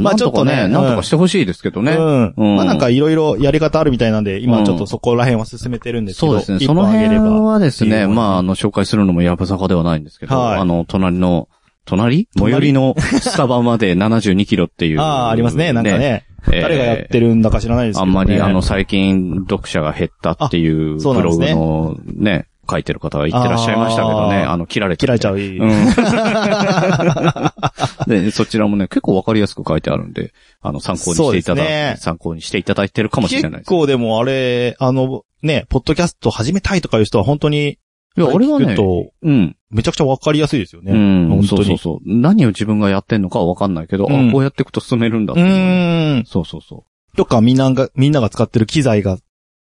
Speaker 7: ま
Speaker 2: ま
Speaker 7: あ
Speaker 2: あ
Speaker 7: ち
Speaker 2: ち
Speaker 7: ょ
Speaker 2: ょ
Speaker 7: っ
Speaker 2: っ
Speaker 7: と
Speaker 2: と
Speaker 7: ね
Speaker 2: ね、なんとかしてほしいですけどね。
Speaker 7: うん。
Speaker 2: うん
Speaker 7: まあなんかいろいろやり方あるみたいなんで、今ちょっとそこら辺は進めてるんですけど、
Speaker 2: そうですね。
Speaker 7: 一
Speaker 2: そ
Speaker 7: 本
Speaker 2: の
Speaker 7: 上げ
Speaker 2: 辺
Speaker 7: れば。
Speaker 2: はです
Speaker 7: ってい
Speaker 2: ね、
Speaker 7: う
Speaker 2: まあ、あの、紹介するのもやぶさかではないんですけど、
Speaker 7: はい
Speaker 2: あの、隣の、隣最寄りのスタバまで72キロっていう。
Speaker 7: ああ、ありますね。なんかね、
Speaker 2: えー
Speaker 7: 誰がやってるんだか知らないですけ
Speaker 2: あ
Speaker 7: ど、ね。
Speaker 2: んまりあの、最近読者が減ったっていう
Speaker 7: あ
Speaker 2: ブ
Speaker 7: そうなんで
Speaker 2: ロ
Speaker 7: す
Speaker 2: グ
Speaker 7: ね
Speaker 2: のね、書いてる方が言ってらっしゃいましたけどね、
Speaker 7: あー
Speaker 2: あの、切られて
Speaker 7: 切られちゃ
Speaker 2: う。
Speaker 7: う。
Speaker 2: うん で、そちらもね、結構わかりやすく書いてあるんで、あの、参考にしていた
Speaker 7: そう
Speaker 2: だ、
Speaker 7: ですね
Speaker 2: 参考にしていただいてるかもしれないで
Speaker 7: 結
Speaker 2: す。
Speaker 7: 構でもあれ、あの、ね、ポッドキャスト始めたいとかいう人は本当に、
Speaker 2: いや、俺は
Speaker 7: 聞
Speaker 2: ね
Speaker 7: く、と
Speaker 2: うん、
Speaker 7: めちゃくちゃわかりやすいですよね。
Speaker 2: うん、
Speaker 7: 本
Speaker 2: そう
Speaker 7: 当に
Speaker 2: そうそう。何を自分がやってんのかはわかんないけど、
Speaker 7: うん
Speaker 2: あ、こうやっていくと進めるんだっ
Speaker 7: う
Speaker 2: ていう。
Speaker 7: ーん。
Speaker 2: そうそうそ
Speaker 7: とか、みんなが、みんなが使ってる機材が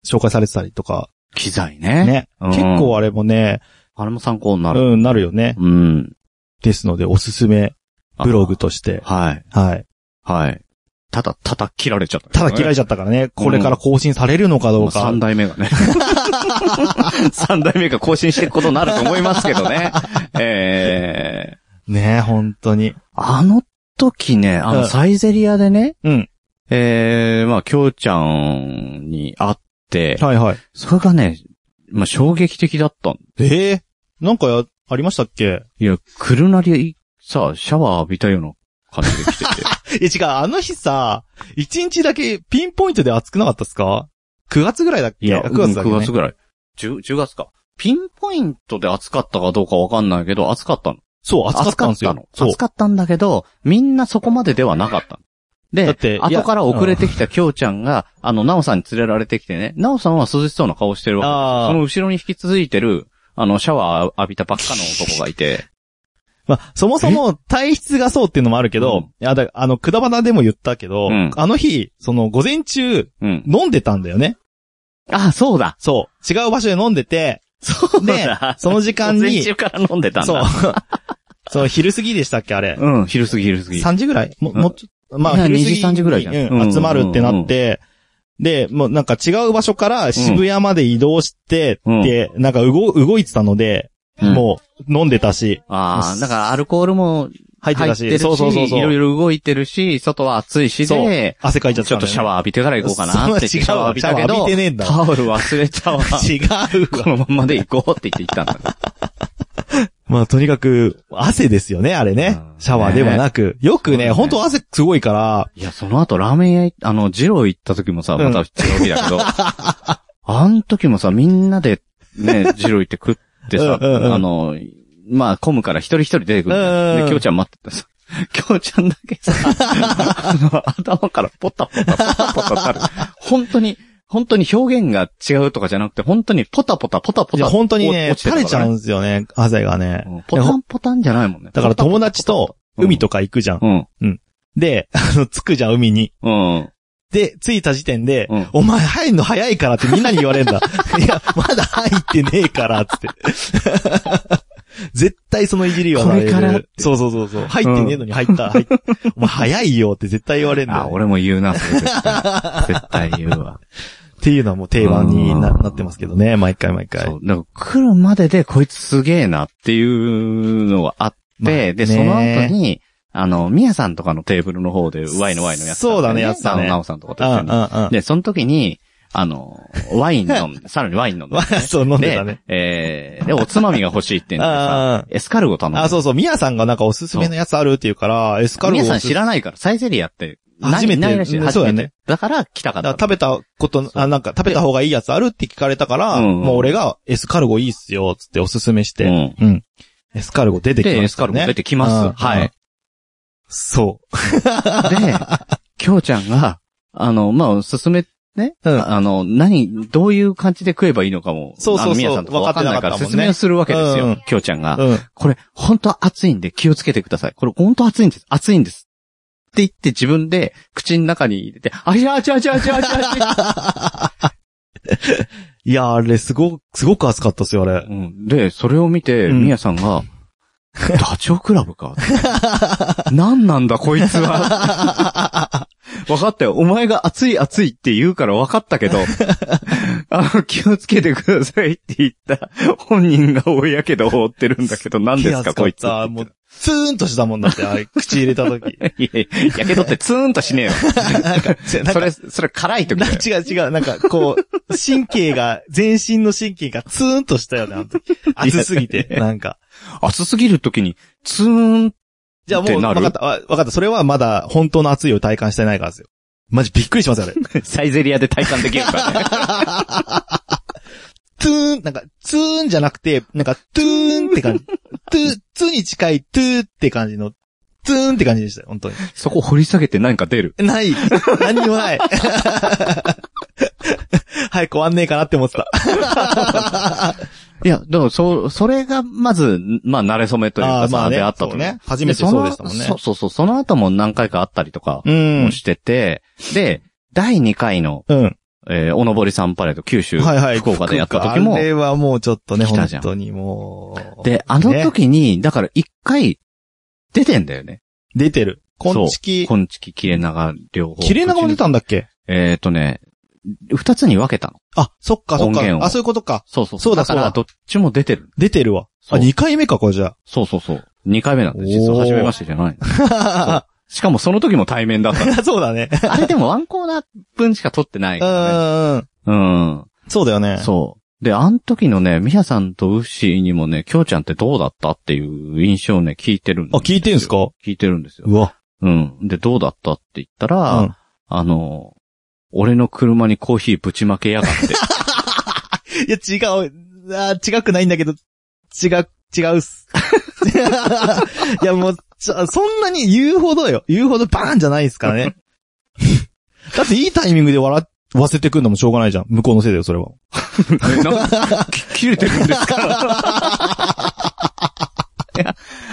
Speaker 7: 紹介されてたりとか、
Speaker 2: う。機材ね。
Speaker 7: ね。
Speaker 2: うん
Speaker 7: 結構あれもね、
Speaker 2: あれも参考になる。
Speaker 7: うん、なるよね。
Speaker 2: うん。
Speaker 7: ですので、おすすめブログとして。
Speaker 2: はい。
Speaker 7: はい。
Speaker 2: はい。ただ、叩き切られちゃった。
Speaker 7: ただ嫌い
Speaker 2: れ
Speaker 7: じゃったからね、これから更新されるのかどうか
Speaker 2: 三。代目がね。 三代目が更新していくことになると思いますけど ね。ええ
Speaker 7: ね、本当に。
Speaker 2: あの時ね、あ
Speaker 7: う
Speaker 2: の
Speaker 7: ん
Speaker 2: サイゼリアでね、
Speaker 7: うん
Speaker 2: ええまあ、きょうちゃんに会って、
Speaker 7: はいはい。
Speaker 2: それがね、まあ、衝撃的だったん。
Speaker 7: ええなんかや、ありましたっけ
Speaker 2: いや、くるなり、さ、シャワー浴びたような感じで来てて。
Speaker 7: え、違う、あの日さ、一日だけピンポイントで暑くなかったっすか ?9 月ぐらいだっ け
Speaker 2: いや、
Speaker 7: 9月だっけ、
Speaker 2: う
Speaker 7: ね
Speaker 2: ん9月ぐらい。10、10月か。ピンポイントで暑かったかどうかわかんないけど、暑かったの。
Speaker 7: そう、暑かったんですよ。
Speaker 2: 暑かったの。暑かったんだけど、みんなそこまでではなかったの。
Speaker 7: だっ
Speaker 2: で、
Speaker 7: ていや
Speaker 2: 後から遅れてきた京ちゃんが、あの、なおさんに連れられてきてね、なおさんは涼しそうな顔してるわけ。
Speaker 7: ああ
Speaker 2: その後ろに引き続いてる、あの、シャワー浴びたばっかの男がいて、
Speaker 7: まあ、そもそも体質がそうっていうのもあるけど、
Speaker 2: うん
Speaker 7: いや、だあの、くだばなでも言ったけど、
Speaker 2: うん
Speaker 7: あの日、その午前中、
Speaker 2: うん。
Speaker 7: 飲んでたんだよね。
Speaker 2: あ、そうだ。
Speaker 7: そう。違う場所で飲んでて、
Speaker 2: そう
Speaker 7: で
Speaker 2: だ、。
Speaker 7: その時間に、
Speaker 2: 午前中から飲んでたんだ。
Speaker 7: そう。 そう、昼過ぎでしたっけ、あれ。
Speaker 2: うん、昼過ぎ昼過ぎ。
Speaker 7: 3時ぐらいも、
Speaker 2: うん
Speaker 7: もうちょまあ、
Speaker 2: いや
Speaker 7: 昼過ぎに。
Speaker 2: 2時3時ぐらいじゃん
Speaker 7: う
Speaker 2: うん
Speaker 7: ん、集まるってなって、で、もうなんか違う場所から渋谷まで移動して、
Speaker 2: うん
Speaker 7: で、なんか動、動いてたので、
Speaker 2: うん
Speaker 7: もう飲んでたし、
Speaker 2: ああ、だからアルコールも
Speaker 7: 入って
Speaker 2: 入
Speaker 7: た
Speaker 2: って
Speaker 7: し、
Speaker 2: るし、
Speaker 7: そうそうそうそう。
Speaker 2: いろいろ動いてるし、外は暑いし
Speaker 7: そう
Speaker 2: で、
Speaker 7: 汗かいちゃった
Speaker 2: ちょ
Speaker 7: ん
Speaker 2: っ
Speaker 7: だよね、
Speaker 2: とシャワー浴びてから行こうかなって言って
Speaker 7: そ
Speaker 2: シ
Speaker 7: う違う
Speaker 2: ャワー浴びたけど、
Speaker 7: シャワー浴びてねえんだ
Speaker 2: タオル忘れたわ。
Speaker 7: 違うわ。
Speaker 2: このままで行こうって言って行ったんだね。
Speaker 7: まあ、とにかく、汗ですよね、あれね
Speaker 2: うん。
Speaker 7: シャワーではなく。よく
Speaker 2: ね
Speaker 7: ね、本当汗すごいから、
Speaker 2: いや、その後ラーメン屋行っ、あの、ジロー行った時もさ、
Speaker 7: う
Speaker 2: ま
Speaker 7: ん
Speaker 2: た違う日だけど、あの時もさ、みんなでね、ジロー行って食ってさ、
Speaker 7: うんうんうん
Speaker 2: あの、まあ、混むから一人一人出てくるじゃん。
Speaker 7: うんうんうん
Speaker 2: で、きょうちゃん待ってたさ。きょうちゃんだけさ、あの、頭からポタポタポタポタなる。本当に、本当に表現が違うとかじゃなくて、本当にポタポタポタポ
Speaker 7: いや
Speaker 2: タ。
Speaker 7: 本当にね、
Speaker 2: 落ちて
Speaker 7: 垂
Speaker 2: たから
Speaker 7: れちゃうんですよね、汗がね
Speaker 2: うん。ポタンポタンじゃないもんね。
Speaker 7: だから友達と海とか行くじゃん。
Speaker 2: うん。
Speaker 7: で、あの、着くじゃん、海に。
Speaker 2: うん。
Speaker 7: で、着いた時点で、
Speaker 2: うん
Speaker 7: お前入んの早いからってみんなに言われるん だ。いや、まだ入ってねえから、つって。 絶対そのいじりはされる
Speaker 2: これからって
Speaker 7: そうそうそうそう。入ってねえのに 入った。入っお前早いよって絶対言われるんだよ
Speaker 2: あ、
Speaker 7: ね、
Speaker 2: 俺も言うな、それ絶対絶対言うわ。
Speaker 7: っていうのはもう定番にな
Speaker 2: うん
Speaker 7: なってますけどね、毎回毎回。
Speaker 2: そう。だから来るまででこいつすげえなっていうのがあって、
Speaker 7: まあね
Speaker 2: で、その後に、あの、ミヤさんとかのテーブルの方で、ワイのワイのやつ、
Speaker 7: そうだねやってたね
Speaker 2: なおさんとかと
Speaker 7: うん
Speaker 2: 一
Speaker 7: う
Speaker 2: 緒
Speaker 7: ん
Speaker 2: に。
Speaker 7: うん。
Speaker 2: で、その時に、あの、ワイン飲ん で、さらにワイン飲んで
Speaker 7: ま。あ、そう、飲んでたね。
Speaker 2: えー、で、おつまみが欲しいって言うんで
Speaker 7: あ
Speaker 2: さ
Speaker 7: あ、
Speaker 2: エスカルゴ頼んだ。
Speaker 7: あ、そうそう、ミヤさんがなんかおすすめのやつあるっていうから、エスカルゴ
Speaker 2: ミ
Speaker 7: を
Speaker 2: ヤさん知
Speaker 7: ん
Speaker 2: らないから、サイゼリアって、ない
Speaker 7: 初めて
Speaker 2: ないらしい。
Speaker 7: うん
Speaker 2: 初
Speaker 7: そうだ
Speaker 2: め
Speaker 7: よ
Speaker 2: て
Speaker 7: ね。
Speaker 2: だから来たかったの。
Speaker 7: 食べたこと、あ、なんか食べた方がいいやつあるって聞かれたから、
Speaker 2: うん
Speaker 7: もう俺がエスカルゴいいっすよ、つっておすすめして、
Speaker 2: うん
Speaker 7: うん。エスカルゴ出てきます、ね。
Speaker 2: で、エスカルゴ出てきます。はい。
Speaker 7: そう。
Speaker 2: で、きょうちゃんが、あの、まあ、進め、ね、
Speaker 7: うん
Speaker 2: あの、何、どういう感じで食えばいいのかも、
Speaker 7: そうそ
Speaker 2: あの、
Speaker 7: うそう
Speaker 2: 宮さんとかわかんないから
Speaker 7: わかってなかったもん
Speaker 2: 説
Speaker 7: ね
Speaker 2: 明をするわけです
Speaker 7: う
Speaker 2: よ
Speaker 7: ん。
Speaker 2: きょうちゃんが。
Speaker 7: うん。
Speaker 2: これ、本当は熱いんで気をつけてください。これ、本当は熱いんです。熱いんです。って言って自分で口の中に入れて、あちゃあちゃあちゃあちゃあちゃあちゃ。
Speaker 7: いや、あれ、すご、すごく熱かったっすよ、あれ。
Speaker 2: うんで、それを見て、
Speaker 7: うん
Speaker 2: 宮さん が、ダチョウ倶楽部か。何なんだこいつは。 分かったよ。お前が熱い熱いって言うから分かった けど、あの、気をつけてくださいって言った本人が大やけどを負ってるんだけど、何ですかこいつ。
Speaker 7: いや熱かったもう、ツーンとしたもんだって、あれ、口入れ た時。
Speaker 2: いやいや、やけどってツーンとしねえよ。
Speaker 7: なんか、なん
Speaker 2: そ
Speaker 7: か
Speaker 2: れ、それ辛い時
Speaker 7: な
Speaker 2: だよ。
Speaker 7: 違う違う、なんか、こう、神経が、全身の神経がツーンとしたよね、あの時。熱すぎて、なんか。
Speaker 2: 熱すぎる時に、ツーン、
Speaker 7: じゃあも
Speaker 2: って
Speaker 7: う、
Speaker 2: な
Speaker 7: わ
Speaker 2: る
Speaker 7: かった、わわかった。それはまだ、本当の熱いを体感してないからですよ。マジびっくりしますよ、あれ。
Speaker 2: サイゼリアで体感できるからね。
Speaker 7: トゥーン、なんか、ツーンじゃなくて、なんか、トゥーンって感じ。トゥー、ツーに近い、トゥーって感じの、ツーンって感じでしたよ、本当に。
Speaker 2: そこ掘り下げて何か出る。
Speaker 7: ない。何にもない。 はい、終わんねえかなって思ってた。
Speaker 2: いや、でも、そう、それが、まず、まあ、慣れ初めという
Speaker 7: あ
Speaker 2: か
Speaker 7: ー
Speaker 2: さ、
Speaker 7: まあね
Speaker 2: であったと
Speaker 7: そうね初めてそうでしたもんね
Speaker 2: そのそうそうそう、その後も何回かあったりとか、
Speaker 7: うん
Speaker 2: も。してて、で、第2回の、
Speaker 7: うん。
Speaker 2: えーおのぼりさんパレード、九州、
Speaker 7: はいはい。
Speaker 2: 福岡でやった時も
Speaker 7: あ、れはもうちょっとね、
Speaker 2: 来
Speaker 7: 本
Speaker 2: たじゃん
Speaker 7: 当にもう。
Speaker 2: で、あの
Speaker 7: ね
Speaker 2: 時に、だから1回、出てんだよね。
Speaker 7: 出てる。こんちき。
Speaker 2: こんちき、切れ長、両方。
Speaker 7: 切れ長も出たんだっけ
Speaker 2: えっ、とね、二つに分けたの。
Speaker 7: あ、そっかそっ
Speaker 2: 音源を
Speaker 7: か。あ、そういうことか。
Speaker 2: そうそう
Speaker 7: そうだ
Speaker 2: だから、
Speaker 7: そ
Speaker 2: どっちも出てる。
Speaker 7: 出てるわ。
Speaker 2: そ
Speaker 7: あ、
Speaker 2: う
Speaker 7: 2回目か、これじゃ
Speaker 2: そうそうそう。2回目なんで、実は初めましてじゃない。
Speaker 7: あ。
Speaker 2: しかもその時も対面だったの
Speaker 7: そうだね。
Speaker 2: あれでもワンコーナー分しか撮ってない、
Speaker 7: う
Speaker 2: ね。
Speaker 7: んうん。
Speaker 2: うん。
Speaker 7: そうだよね。
Speaker 2: そう。で、あの時のね、ミヤさんとウッシーにもね、キョウちゃんってどうだったっていう印象をね、聞いてるん
Speaker 7: あ、
Speaker 2: です
Speaker 7: 聞いてんすか
Speaker 2: 聞いてるんですよ。
Speaker 7: うわ。
Speaker 2: うん。で、どうだったって言ったら、
Speaker 7: うん
Speaker 2: あの、俺の車にコーヒーぶちまけやがって。
Speaker 7: いや、違う。あー違くないんだけど、違う、違うっす。 いや、もう、ちょそんなに言うほどよ。言うほどバーンじゃないですから ね。だっていいタイミングで笑わせてくんのもしょうがないじゃん。向こうのせいだよ、それは。
Speaker 2: 切れてるんですか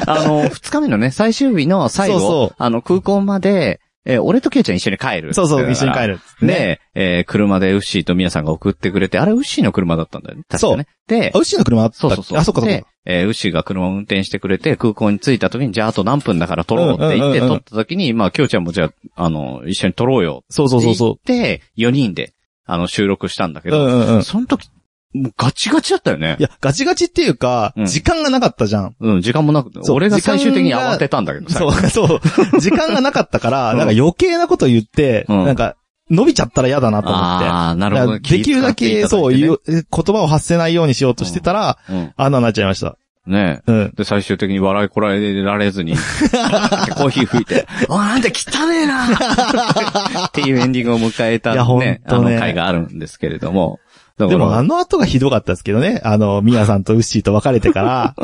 Speaker 2: あの、二日目のね、最終日の最後、
Speaker 7: そうそう
Speaker 2: あの、空港まで、えー俺とケイちゃん一緒に帰る。
Speaker 7: そうそう、一緒に帰る。ね。
Speaker 2: で、えー車でウッシーとミヤさんが送ってくれて、あれウッシーの車だったんだよね。確かね。で
Speaker 7: あ、、牛の車あった
Speaker 2: そ
Speaker 7: っ
Speaker 2: うそ
Speaker 7: け
Speaker 2: うそう。
Speaker 7: あ、そっかそっ
Speaker 2: で
Speaker 7: か。、
Speaker 2: えーウッシーが車を運転してくれて、空港に着いた時に、じゃああと何分だから撮ろうって言って、
Speaker 7: うんうんうんうん
Speaker 2: 撮った時に、まあ、きょうちゃんもじゃあ、あの、一緒に撮ろうよ
Speaker 7: そうそ
Speaker 2: って
Speaker 7: うそ
Speaker 2: 言
Speaker 7: うそ
Speaker 2: って、4人で、あの、収録したんだけ
Speaker 7: う。う
Speaker 2: ど、
Speaker 7: んうんうん。
Speaker 2: その時、もうガチガチだったよね
Speaker 7: い。や、ガチガチっていうか、
Speaker 2: うん
Speaker 7: 時間がなかったじゃん。
Speaker 2: うん、時間もなく、
Speaker 7: そう
Speaker 2: 俺が
Speaker 7: 時間
Speaker 2: 最
Speaker 7: が
Speaker 2: 終的に慌てたんだけどさ。
Speaker 7: そう、 そう。時間がなかったから、
Speaker 2: うん
Speaker 7: なんか余計なこと言って、
Speaker 2: うん
Speaker 7: なんか、伸びちゃったら嫌だなと思って。
Speaker 2: ああ、なる
Speaker 7: だ
Speaker 2: ほ
Speaker 7: か
Speaker 2: ど
Speaker 7: ら
Speaker 2: ね。
Speaker 7: できるだ
Speaker 2: 気遣っていた
Speaker 7: け、
Speaker 2: だ
Speaker 7: そう、
Speaker 2: いて
Speaker 7: 言
Speaker 2: ね
Speaker 7: う、え言葉を発せないようにしようとしてたら、
Speaker 2: うん。
Speaker 7: あんなになっちゃいました。
Speaker 2: ね
Speaker 7: うん。
Speaker 2: え。で、最終的に笑いこらえられずに、コ ーヒー吹い て、わあんた汚ねえな っていうエンディングを迎えた、
Speaker 7: いやほんとね
Speaker 2: ね、あの回があるんですけれども。だか
Speaker 7: で
Speaker 2: ら
Speaker 7: も、あの後がひどかったですけどね。あの、ミヤさんとウッシーと別れて から、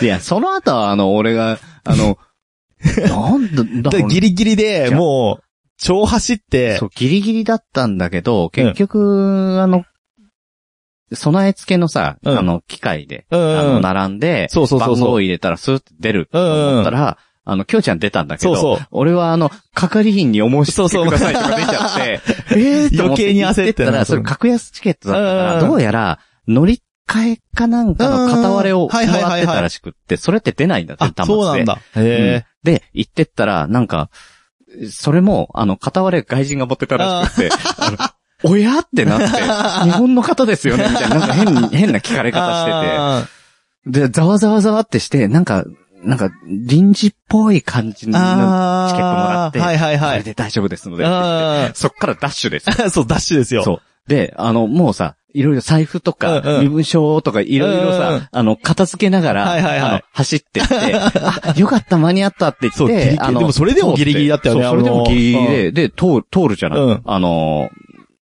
Speaker 2: いや、その後は、あの、俺が、あの、 なんだ、だ
Speaker 7: でギリギリで、
Speaker 2: じゃあ
Speaker 7: もう、超走って
Speaker 2: そ、う、ギリギリだったんだけど、結局、あの、備え付けのさ、
Speaker 7: うん
Speaker 2: あの、機械で、
Speaker 7: うんうん
Speaker 2: あの、並んで、
Speaker 7: そうそうそうそう
Speaker 2: 番号を入れたらスーって出ると思ったら、あの、きょうちゃん出たんだけど、
Speaker 7: そうそう
Speaker 2: 俺はあの、係員にお申し付けくださいとか出ちゃって、え ーと思
Speaker 7: 余計に焦って
Speaker 2: 行
Speaker 7: な
Speaker 2: たら、それ格安チケットだったから、どうやら、乗り換えかなんかの片割れ
Speaker 7: う
Speaker 2: をも
Speaker 7: ん
Speaker 2: ら
Speaker 7: は
Speaker 2: っ
Speaker 7: い
Speaker 2: て
Speaker 7: はいはいはい
Speaker 2: たらしくって、それって出ないんだって、
Speaker 7: あ、
Speaker 2: 端末
Speaker 7: そう
Speaker 2: で
Speaker 7: なんだ。
Speaker 2: う
Speaker 7: へ
Speaker 2: んで、行ってったら、なんか、それも、あの、片割れ外人が持ってたらしくて、あの、おやってなって、 日本の方ですよねみたいな、なんか変に、変な聞かれ
Speaker 7: え。
Speaker 2: 方
Speaker 7: あー
Speaker 2: してて、で、ざわざわざわってして、なんか、なんか、臨時っぽい感じのチケットも
Speaker 7: あー
Speaker 2: らって、
Speaker 7: はいはいはい
Speaker 2: これで大丈夫ですので、って言っ
Speaker 7: あ
Speaker 2: てそっからダッシュです。
Speaker 7: ー そう、ダッシュですよ。
Speaker 2: そう。で、あの、もうさ、いろいろ財布とか
Speaker 7: うんう、ん
Speaker 2: 身分証とかいろいろ
Speaker 7: うんう
Speaker 2: さ
Speaker 7: ん、
Speaker 2: あの、片付けなが
Speaker 7: はいはいは
Speaker 2: ら、
Speaker 7: い
Speaker 2: あの、走ってって、あ、よかった、間に合ったって
Speaker 7: そ
Speaker 2: 言
Speaker 7: う
Speaker 2: っ
Speaker 7: ギリギ
Speaker 2: て、
Speaker 7: リ
Speaker 2: あの、
Speaker 7: でもそれでもギリギリだったよね
Speaker 2: そうそれでもギリギリで、で、通る、通るじゃな
Speaker 7: う
Speaker 2: い
Speaker 7: ん
Speaker 2: あの、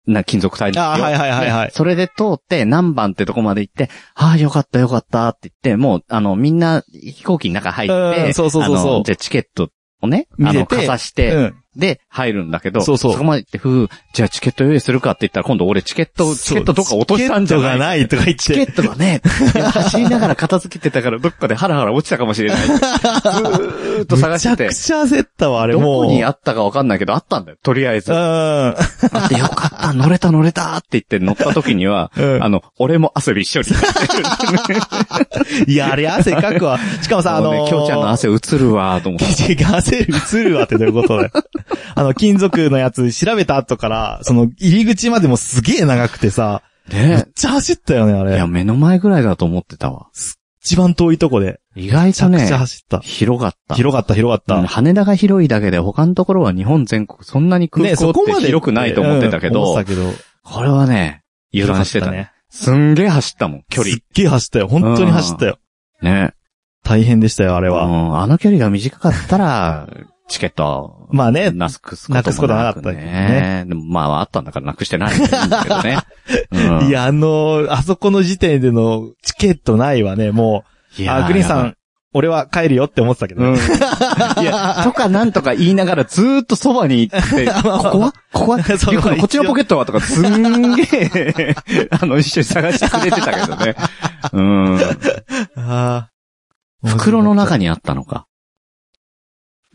Speaker 2: な、金属体ですよ
Speaker 7: あーはいはいはいはい
Speaker 2: でそれで通って、何番ってとこまで行って、ああ、よかったよかったって言って、もう、あの、みんな飛行機の中入っ
Speaker 7: うん
Speaker 2: て、
Speaker 7: そうそうそうそう
Speaker 2: あのじゃあチケットをね、あ
Speaker 7: 見
Speaker 2: の、
Speaker 7: せて
Speaker 2: かざして、
Speaker 7: うん。
Speaker 2: で、入るんだけど、
Speaker 7: そうそう
Speaker 2: そこまで行って、ふう、じゃあチケット用意するかって言ったら、今度俺チケット、チケットどっか落としたんじゃない
Speaker 7: チケットがないと
Speaker 2: チケ
Speaker 7: か言って。
Speaker 2: ットがね、いや走りながら片付けてたから、どっかでハラハラ落ちたかもしれ ない。ずーっと探してて
Speaker 7: めちゃく、ちゃ焦ったわ、あれ
Speaker 2: ど
Speaker 7: もう。
Speaker 2: こにあったかわかんないけど、あったんだよ、とりあえず。
Speaker 7: う
Speaker 2: あってよかった、乗れた乗れたって言って乗った時には、
Speaker 7: うん
Speaker 2: あの、俺も汗びっしょり。
Speaker 7: ん。いや、あれ汗かくわ。しかも さ、あの
Speaker 2: もう
Speaker 7: ー、
Speaker 2: ねきょうちゃんの汗映るわ、と思って。
Speaker 7: 生地が汗映るわってどういうこと だよ。あの、金属のやつ調べた後から、その入り口までもすげえ長くてさ、めっ
Speaker 2: ね
Speaker 7: ちゃ走ったよね、あ
Speaker 2: いや、
Speaker 7: れ。
Speaker 2: 目の前ぐらいだと思ってたわ。
Speaker 7: 一番遠いとこで。
Speaker 2: 意外
Speaker 7: めち
Speaker 2: と
Speaker 7: ゃく
Speaker 2: ね
Speaker 7: ちゃ、走った。
Speaker 2: 広かった。
Speaker 7: 広かった、広か
Speaker 2: うん
Speaker 7: っ
Speaker 2: 羽田が広いだけで他のところは日本全国そんなに
Speaker 7: た。
Speaker 2: 空港って広くないと思ってたけ
Speaker 7: うん
Speaker 2: ど、
Speaker 7: 思ってたけど
Speaker 2: これはね、油断してたね。。すんげえ走ったもん、距離
Speaker 7: すっ。げえ走ったよ。本当に走ったよ。
Speaker 2: ね。
Speaker 7: 大変でしたよ、あれ
Speaker 2: う
Speaker 7: は。
Speaker 2: ん、あの距離が短かったら、チケット、
Speaker 7: まあね、
Speaker 2: なくすこともなく
Speaker 7: なくすことはなかったけど
Speaker 2: ね
Speaker 7: ね。
Speaker 2: でもまあ、あったんだからなくしてないんだけどね。うん
Speaker 7: い、や、あのーあそこの時点でのチケットないわね、も。
Speaker 2: いうや
Speaker 7: あ、グリーンさん、俺は帰るよって思ってたけどね。
Speaker 2: いや、とかなんとか言いながらずーっとそばに行 って、ここはここは
Speaker 7: そば
Speaker 2: リュックの
Speaker 7: 一応
Speaker 2: こっちのポケットはとかすんげえ、あの、一緒に探してくれてたけどね。うん。
Speaker 7: あ あ。
Speaker 2: 袋の中にあったのか。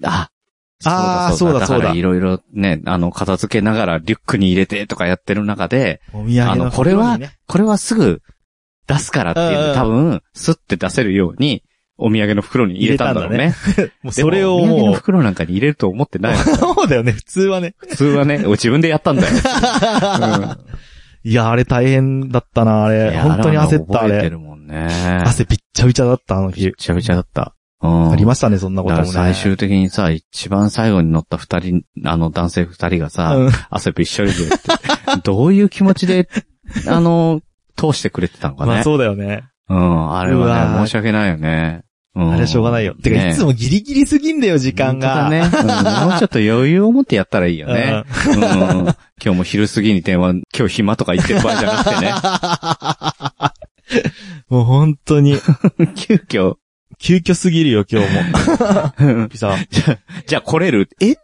Speaker 2: あ、
Speaker 7: あーそうだそうだ
Speaker 2: いろいろね、あの、片付けながらリュックに入れてとかやってる中で、
Speaker 7: お土産
Speaker 2: あ
Speaker 7: の
Speaker 2: の、これは
Speaker 7: 袋にね、
Speaker 2: これはすぐ出すからっていう
Speaker 7: うん
Speaker 2: の
Speaker 7: うん
Speaker 2: 多分、スッて出せるように、お土産の袋に入れたんだろうね。
Speaker 7: もう
Speaker 2: でも
Speaker 7: それを
Speaker 2: お土産の
Speaker 7: もう、
Speaker 2: 袋なんかに入れると思ってない わ。
Speaker 7: そうだよね、普通はね。
Speaker 2: 普通はね、お自分でやったん だよ。
Speaker 7: いや、あれ大変だったな、あ
Speaker 2: うんい
Speaker 7: れ。
Speaker 2: や
Speaker 7: 本当に焦った、あ
Speaker 2: 覚えて
Speaker 7: れ。
Speaker 2: るもんね。
Speaker 7: 汗びっちゃびちゃだった、あの
Speaker 2: びっ
Speaker 7: 日。
Speaker 2: ちゃびちゃだった。うん。
Speaker 7: ありましたね、そんな
Speaker 2: だ
Speaker 7: こ
Speaker 2: か
Speaker 7: とも
Speaker 2: ら
Speaker 7: ね。
Speaker 2: 最終的にさ、一番最後に乗った二人、あの男性二人がさ、
Speaker 7: うん
Speaker 2: 汗びっしょりでって、 どういう気持ちで、あの、通してくれてたのかね。
Speaker 7: まあそうだよね。
Speaker 2: うん、あれ
Speaker 7: う
Speaker 2: は
Speaker 7: わ
Speaker 2: ね、
Speaker 7: ー
Speaker 2: 申し訳ないよね。うん、
Speaker 7: あれはしょうがないよ。てか、
Speaker 2: ね
Speaker 7: いつもギリギリすぎんだよ、時間が。
Speaker 2: 本当だね、うんもうちょっと余裕を持ってやったらいいよね。うん、 今日も昼過ぎに電話、今日暇とか言ってる場合じゃなくてね。
Speaker 7: もう本当に、
Speaker 2: 急遽。
Speaker 7: 急遽すぎるよ、今日 も。ピさん、
Speaker 2: じゃあ来れるえ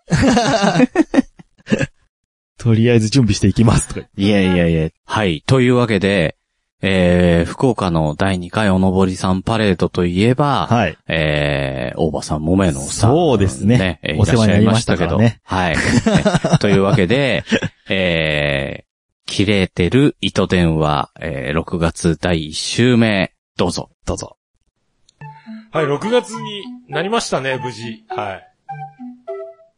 Speaker 7: とりあえず準備していきます。とか言っ
Speaker 2: い
Speaker 7: て
Speaker 2: やいやいや。はい。というわけで、えー、福岡の第2回おのぼりさんパレードといえば、
Speaker 7: はい。
Speaker 2: えー、大場さん、もめのさん、
Speaker 7: そうですね
Speaker 2: えー
Speaker 7: お世話になりましたからね
Speaker 2: いらっしゃいましたけどはい。え というわけで、えー、切れてる糸電話、えー、6月第1週目、どうぞ。
Speaker 7: どうぞ。
Speaker 9: はい、6月になりましたね、無事。はい。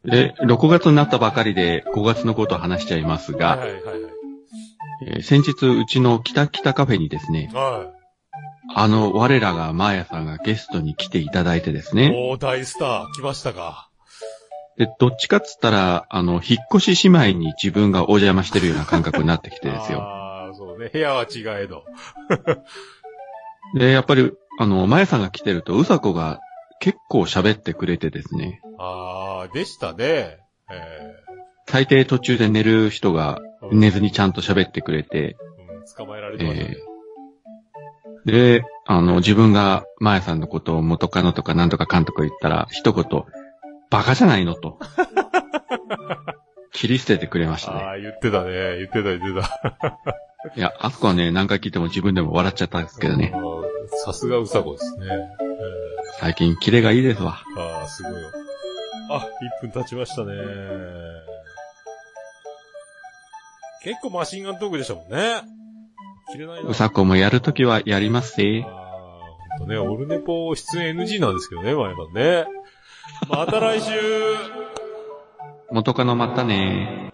Speaker 10: で、6月になったばかりで5月のことを話しちゃいます
Speaker 9: はい
Speaker 10: が、
Speaker 9: はいはいはい。
Speaker 10: えー先日うちの北北カフェにですね、
Speaker 9: は
Speaker 10: あの我らがマーヤさんがゲストに来ていただいてです
Speaker 9: い。
Speaker 10: ね、
Speaker 9: おー、大スター、来ましたか。
Speaker 10: で、どっちかっつったら、あの、引っ越し姉妹に自分がお邪魔してるような感覚になってきてですよ。
Speaker 9: ああ、そうね。部屋は違えど。
Speaker 10: で、やっぱり、あの、マヤさんが来てると、うさこが結構喋ってくれてですね、
Speaker 9: ああ、でしたね。え
Speaker 10: 大抵途中で寝る人が
Speaker 9: ー、
Speaker 10: 寝ずにちゃんと喋ってくれて、
Speaker 9: うん、捕まえられてましたね。
Speaker 10: で、あの、自分が、まやさんのことを元カノとかなんとかかんとか言ったら、一言、バカじゃないのと。切り捨ててくれました
Speaker 9: あ
Speaker 10: ね。
Speaker 9: あ、言ってたね。言ってた言ってた。
Speaker 10: いや、あそこはね、何回聞いても自分でも笑っちゃったんですけどね
Speaker 9: あ。ー。さすがうさこですね。
Speaker 10: 最近、キレがいいですわ。
Speaker 9: えーああ、すごいよ。あ、1分経ちましたね。結構マシンガントークでしたもんね。切れないな。
Speaker 10: うさこもやるときはやりますせ。
Speaker 9: あーほんとね、オルネポ出演 NG なんですけどね、前さんね。また来週
Speaker 10: 元カノまったね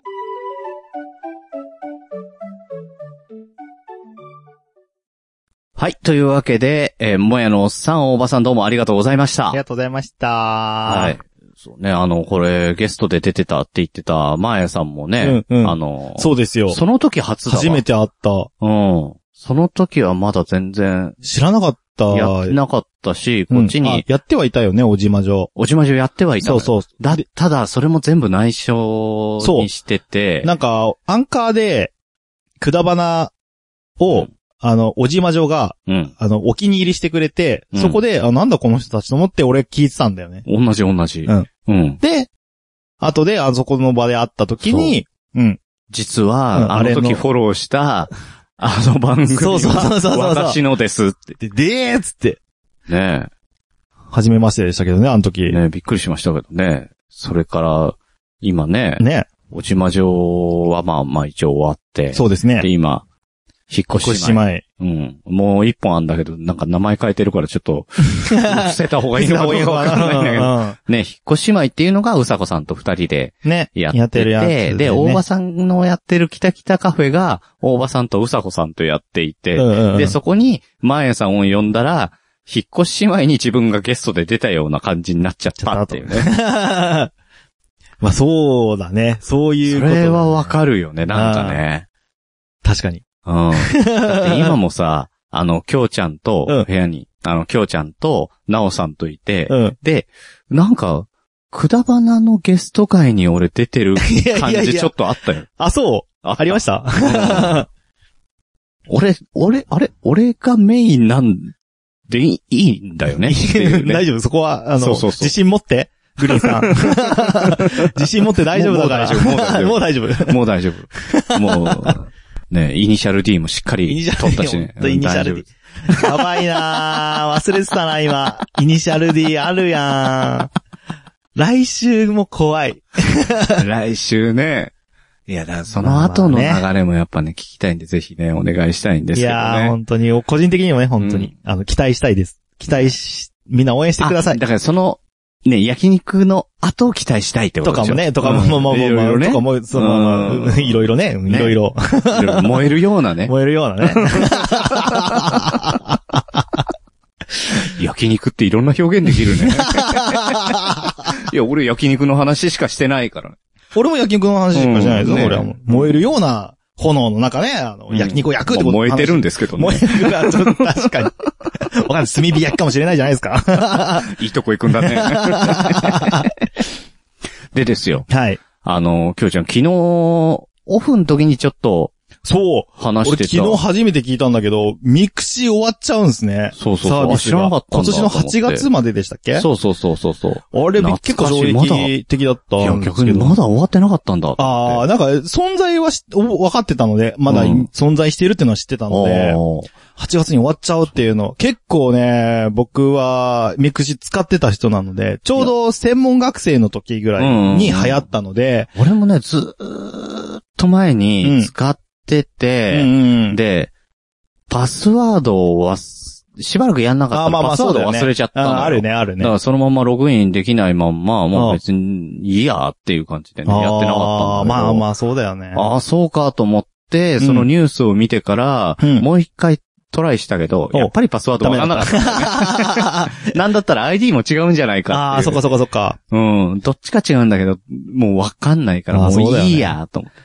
Speaker 2: はい。というわけで、えー、もやのおっさん、おばさんどうもありがとうございました。
Speaker 7: ありがとうございました。は
Speaker 2: はい。。そうね、あの、これ、ゲストで出てたって言ってた、まーやさんもね、
Speaker 7: うんうん
Speaker 2: あの、
Speaker 7: そうですよ。
Speaker 2: その時初だわ。
Speaker 7: 初めて会った。
Speaker 2: うん。その時はまだ全然、
Speaker 7: 知らなかった。
Speaker 2: やってなかったし、こっち
Speaker 7: うんあ
Speaker 2: に、
Speaker 7: やってはいたよね、おじまじょ。
Speaker 2: おじまじをやってはいたの
Speaker 7: そ
Speaker 2: よ
Speaker 7: うそう。
Speaker 2: だ、ただ、それも全部内緒にしてて、
Speaker 7: なんか、アンカーで、くだばなを、あの、おじまじょが、
Speaker 2: うん。
Speaker 7: あの、お気に入りしてくれて、
Speaker 2: うん
Speaker 7: そこで、あ、なんだこの人たちと思って俺聞いてたんだよね。
Speaker 2: 同じ同じ。
Speaker 7: うん。
Speaker 2: うん。
Speaker 7: で、後で、あそこの場で会った時に、うん。
Speaker 2: 実
Speaker 7: うん
Speaker 2: は、あ
Speaker 7: あれ
Speaker 2: の
Speaker 7: の
Speaker 2: 時フォローした、あの番組
Speaker 7: そうそうそうそう
Speaker 2: は、私のですって。
Speaker 7: で、でーっつって、
Speaker 2: ね
Speaker 7: 初めましてでしたけどね、あの時。
Speaker 2: え。
Speaker 7: ね。
Speaker 2: ねえ、びっくりしましたけどね。それから、今ね、おじまじょはまあまあ一応終わって、
Speaker 7: そうですね
Speaker 2: で、。今、引っ
Speaker 7: 少
Speaker 2: 越し前。
Speaker 7: し前。
Speaker 2: うん。もう一本あんだけど、なんか名前変えてるからちょっ と、伏せた方がいいのかどうかわかんないんだけど。ね、引っ越し前っていうのがうさこさんと二人で
Speaker 7: うんね。
Speaker 2: やってて、
Speaker 7: るやつだよね。
Speaker 2: で、大場さんのやってるキタキタカフェが、大場さんとうさこさんとやっていて、
Speaker 7: うんうんうん
Speaker 2: で、そこに、まえさんを呼んだら、引っ越し前に自分がゲストで出たような感じになっちゃったっていうね。
Speaker 7: まあそうだね。そういう
Speaker 2: そ
Speaker 7: こと。
Speaker 2: れはわかるよね、なんかね。
Speaker 7: 確かに。
Speaker 2: うん。だって今もさ、 あの、きょうちゃん
Speaker 7: うん
Speaker 2: と、部屋に、あの、きょうちゃんと、なおさんといて、
Speaker 7: うん。
Speaker 2: で、なんか、くだばなのゲスト会に俺出てる
Speaker 7: いや
Speaker 2: 感
Speaker 7: いやい
Speaker 2: じ
Speaker 7: や
Speaker 2: ちょっとあったよ。
Speaker 7: あ、そう。
Speaker 2: あった
Speaker 7: ありました
Speaker 2: 俺、俺、あれ、俺がメインなんでいいいいんだよねっていうね
Speaker 7: 大丈夫、そこは、あの、
Speaker 2: そうそうそう
Speaker 7: 自信持って、グリーンさん。 自信持って大丈夫だから。
Speaker 2: もうもう大丈夫
Speaker 7: もう大丈夫。
Speaker 2: もう大丈夫。もう、ね、イニシャル D もしっか
Speaker 7: イニ
Speaker 2: り
Speaker 7: シャル
Speaker 2: 取っ
Speaker 7: D
Speaker 2: たしね。
Speaker 7: ほんとイニシャル D やばいなぁ忘れてたな、今。イニシャル D あるやん。来週も怖い。
Speaker 2: 大丈夫 来週ね。いや、だからその後の流
Speaker 7: まあま
Speaker 2: れもやっぱね、聞きたいんで、ぜひね、お願いしたいんです
Speaker 7: い
Speaker 2: けど
Speaker 7: やー、
Speaker 2: ね。
Speaker 7: 本当に、個人的にもね、本当に。あの、期待したいです。期待し、みんな応援してくださ
Speaker 2: あ
Speaker 7: い。
Speaker 2: だからその、ね、焼肉の後を期待したいってこととで
Speaker 7: か
Speaker 2: し
Speaker 7: も
Speaker 2: ょ
Speaker 7: ね、とかも、
Speaker 2: うん
Speaker 7: もうもうも
Speaker 2: いうろい
Speaker 7: も
Speaker 2: ろ
Speaker 7: う、
Speaker 2: ね
Speaker 7: とかもう、そのまあまあ
Speaker 2: うん
Speaker 7: いろいろね、うんい
Speaker 2: ね
Speaker 7: ろいろ、
Speaker 2: いろいろ燃えるよう なね。
Speaker 7: 燃えるようなね。
Speaker 2: 焼肉っていろんな表現できるね。 いや、俺焼肉の話しかしてないからね。
Speaker 7: 俺も焼肉の話しかしないぞ、
Speaker 2: うんね
Speaker 7: 俺はもう。燃えるような炎の中ね、あの、焼肉を焼くってこと。
Speaker 2: まあ燃えてるん
Speaker 7: で。
Speaker 2: ですけど
Speaker 7: 燃
Speaker 2: ね。
Speaker 7: えるが、ちょっと確かに。わかんない。炭火焼きかもしれないじゃないですか。
Speaker 2: いいとこ行くんだね。 でですよ。
Speaker 7: はい。
Speaker 2: あの、きょうちゃん、昨日、オフの時にちょっと、
Speaker 7: そう。
Speaker 2: 話し
Speaker 7: 俺
Speaker 2: て
Speaker 7: 昨
Speaker 2: た。
Speaker 7: 日初めて聞いたんだけど、ミクシー終わっちゃうんですね。
Speaker 2: そうそうそう
Speaker 7: サービ
Speaker 2: あ
Speaker 7: ス
Speaker 2: 知ら
Speaker 7: が
Speaker 2: なかったん
Speaker 7: 今
Speaker 2: だ
Speaker 7: 年の8月まででしたっけ
Speaker 2: そうそうそうそうそう。
Speaker 7: あれ、結構衝
Speaker 2: 懐かしいまだ
Speaker 7: 撃的だった
Speaker 2: いや、
Speaker 7: んです
Speaker 2: 逆
Speaker 7: け
Speaker 2: に
Speaker 7: ど。
Speaker 2: まだ終わってなかったんだ。
Speaker 7: ああ、なんか、存在はし、お分かってたので、まだい、
Speaker 2: うん
Speaker 7: 存在しているっていうのは知ってたので、
Speaker 2: おー
Speaker 7: 8月に終わっちゃうっていうの。結構ね、僕は、ミクシィ使ってた人なので、ちょうど専門学生の時ぐらいに流行ったので、
Speaker 2: 俺もね、ずーっと前に使って
Speaker 7: う
Speaker 2: て、
Speaker 7: んうん
Speaker 2: で、パスワードをわすしばらくやんなかっ
Speaker 7: あ
Speaker 2: た
Speaker 7: まあ
Speaker 2: の。
Speaker 7: ま
Speaker 2: パ
Speaker 7: あ
Speaker 2: スワード
Speaker 7: そうだよね
Speaker 2: 忘れちゃったのよ
Speaker 7: ああるね、あるね。
Speaker 2: だからそのままログインできないまんま、もう別にいいやっていう感じでね、やってなかったんだけど。
Speaker 7: まあまあ、そうだよね。
Speaker 2: ああ、そうかと思って、
Speaker 7: ん
Speaker 2: そのニュースを見てから、
Speaker 7: うん
Speaker 2: もう一回トライしたけど、
Speaker 7: お
Speaker 2: やっぱりパスワードわかんなかったんだよ ね。なんだったら ID も違うんじゃないか
Speaker 7: あ
Speaker 2: っていう。
Speaker 7: あ、そっかそっかそっか。
Speaker 2: うん。どっちか違うんだけど、もうわかんないから、
Speaker 7: あ
Speaker 2: も
Speaker 7: ーそう
Speaker 2: う
Speaker 7: だよね
Speaker 2: いいやと思って。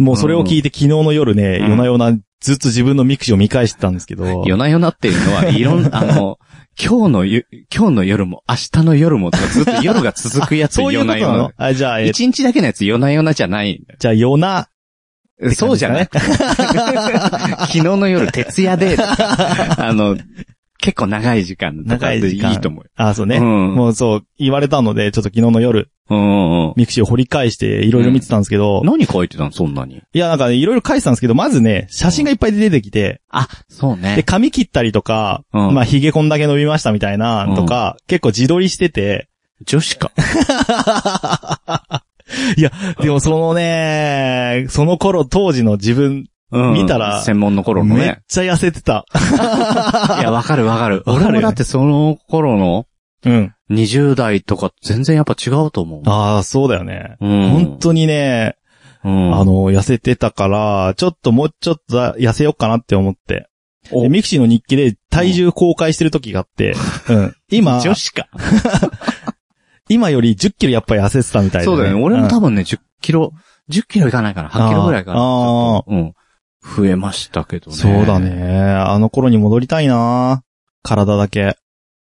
Speaker 7: もうそれを聞いて昨日の夜ね、
Speaker 2: うん
Speaker 7: 夜な夜なずっと自分のミクシィを見返してたんですけど、
Speaker 2: 夜な夜なっていうのは、い ろん、あの、今日のゆ、今日の夜も、明日の夜も、ずっと夜が続くやつ、
Speaker 7: そういう
Speaker 2: 夜
Speaker 7: こ
Speaker 2: な
Speaker 7: とな
Speaker 2: 夜な
Speaker 7: の。あじゃあ、え
Speaker 2: 一日だけのやつ、夜な夜なじゃないんだよ。
Speaker 7: じゃあ夜な、
Speaker 2: そうじゃ ない昨日の夜、徹夜 で、あの、結構長い時間とかでいいと思うよ。
Speaker 7: あそうね。
Speaker 2: うん
Speaker 7: もうそう、言われたので、ちょっと昨日の夜、
Speaker 2: うんうんうん。
Speaker 7: ミクシィを掘り返していろいろ見てたんですけど、
Speaker 2: 何書いてたのそんなに。
Speaker 7: いやなんかね、いろいろ返してたんですけど、まずね、写真がいっぱい出てきて、
Speaker 2: あ、そう
Speaker 7: で、
Speaker 2: ね。
Speaker 7: 髪切ったりとか、
Speaker 2: うん
Speaker 7: まあ、髭こんだけ伸びましたみたいな、とか、結構自撮りしてて、
Speaker 2: 女子か。
Speaker 7: いや、でもそのね、その頃当時の自分、
Speaker 2: うん
Speaker 7: 見たら
Speaker 2: 専門の頃の
Speaker 7: めっ
Speaker 2: ね。
Speaker 7: ちゃ痩せてた。
Speaker 2: いや、わかるわかる。
Speaker 7: わかるよね
Speaker 2: 俺もだってその頃の
Speaker 7: うん。
Speaker 2: 20代とか全然やっぱ違うと思う。
Speaker 7: ああ、そうだよね。
Speaker 2: うん
Speaker 7: 本当にね、
Speaker 2: うん
Speaker 7: あの、痩せてたから、ちょっともうちょっとだ痩せようかなって思って。
Speaker 2: お
Speaker 7: でミクシーの日記で体重公開してる時があ って、うん。今、
Speaker 2: 女子か。
Speaker 7: 今より10キロやっぱり痩せてたみたい
Speaker 2: そうだよね。俺も
Speaker 7: 分
Speaker 2: 多分ね、10キロ、10キロいかないから、8キロぐらいかな。
Speaker 7: あー
Speaker 2: ちょっとうん。増えましたけどね。
Speaker 7: そうだ。ね。あの頃に戻りたいな体だけ。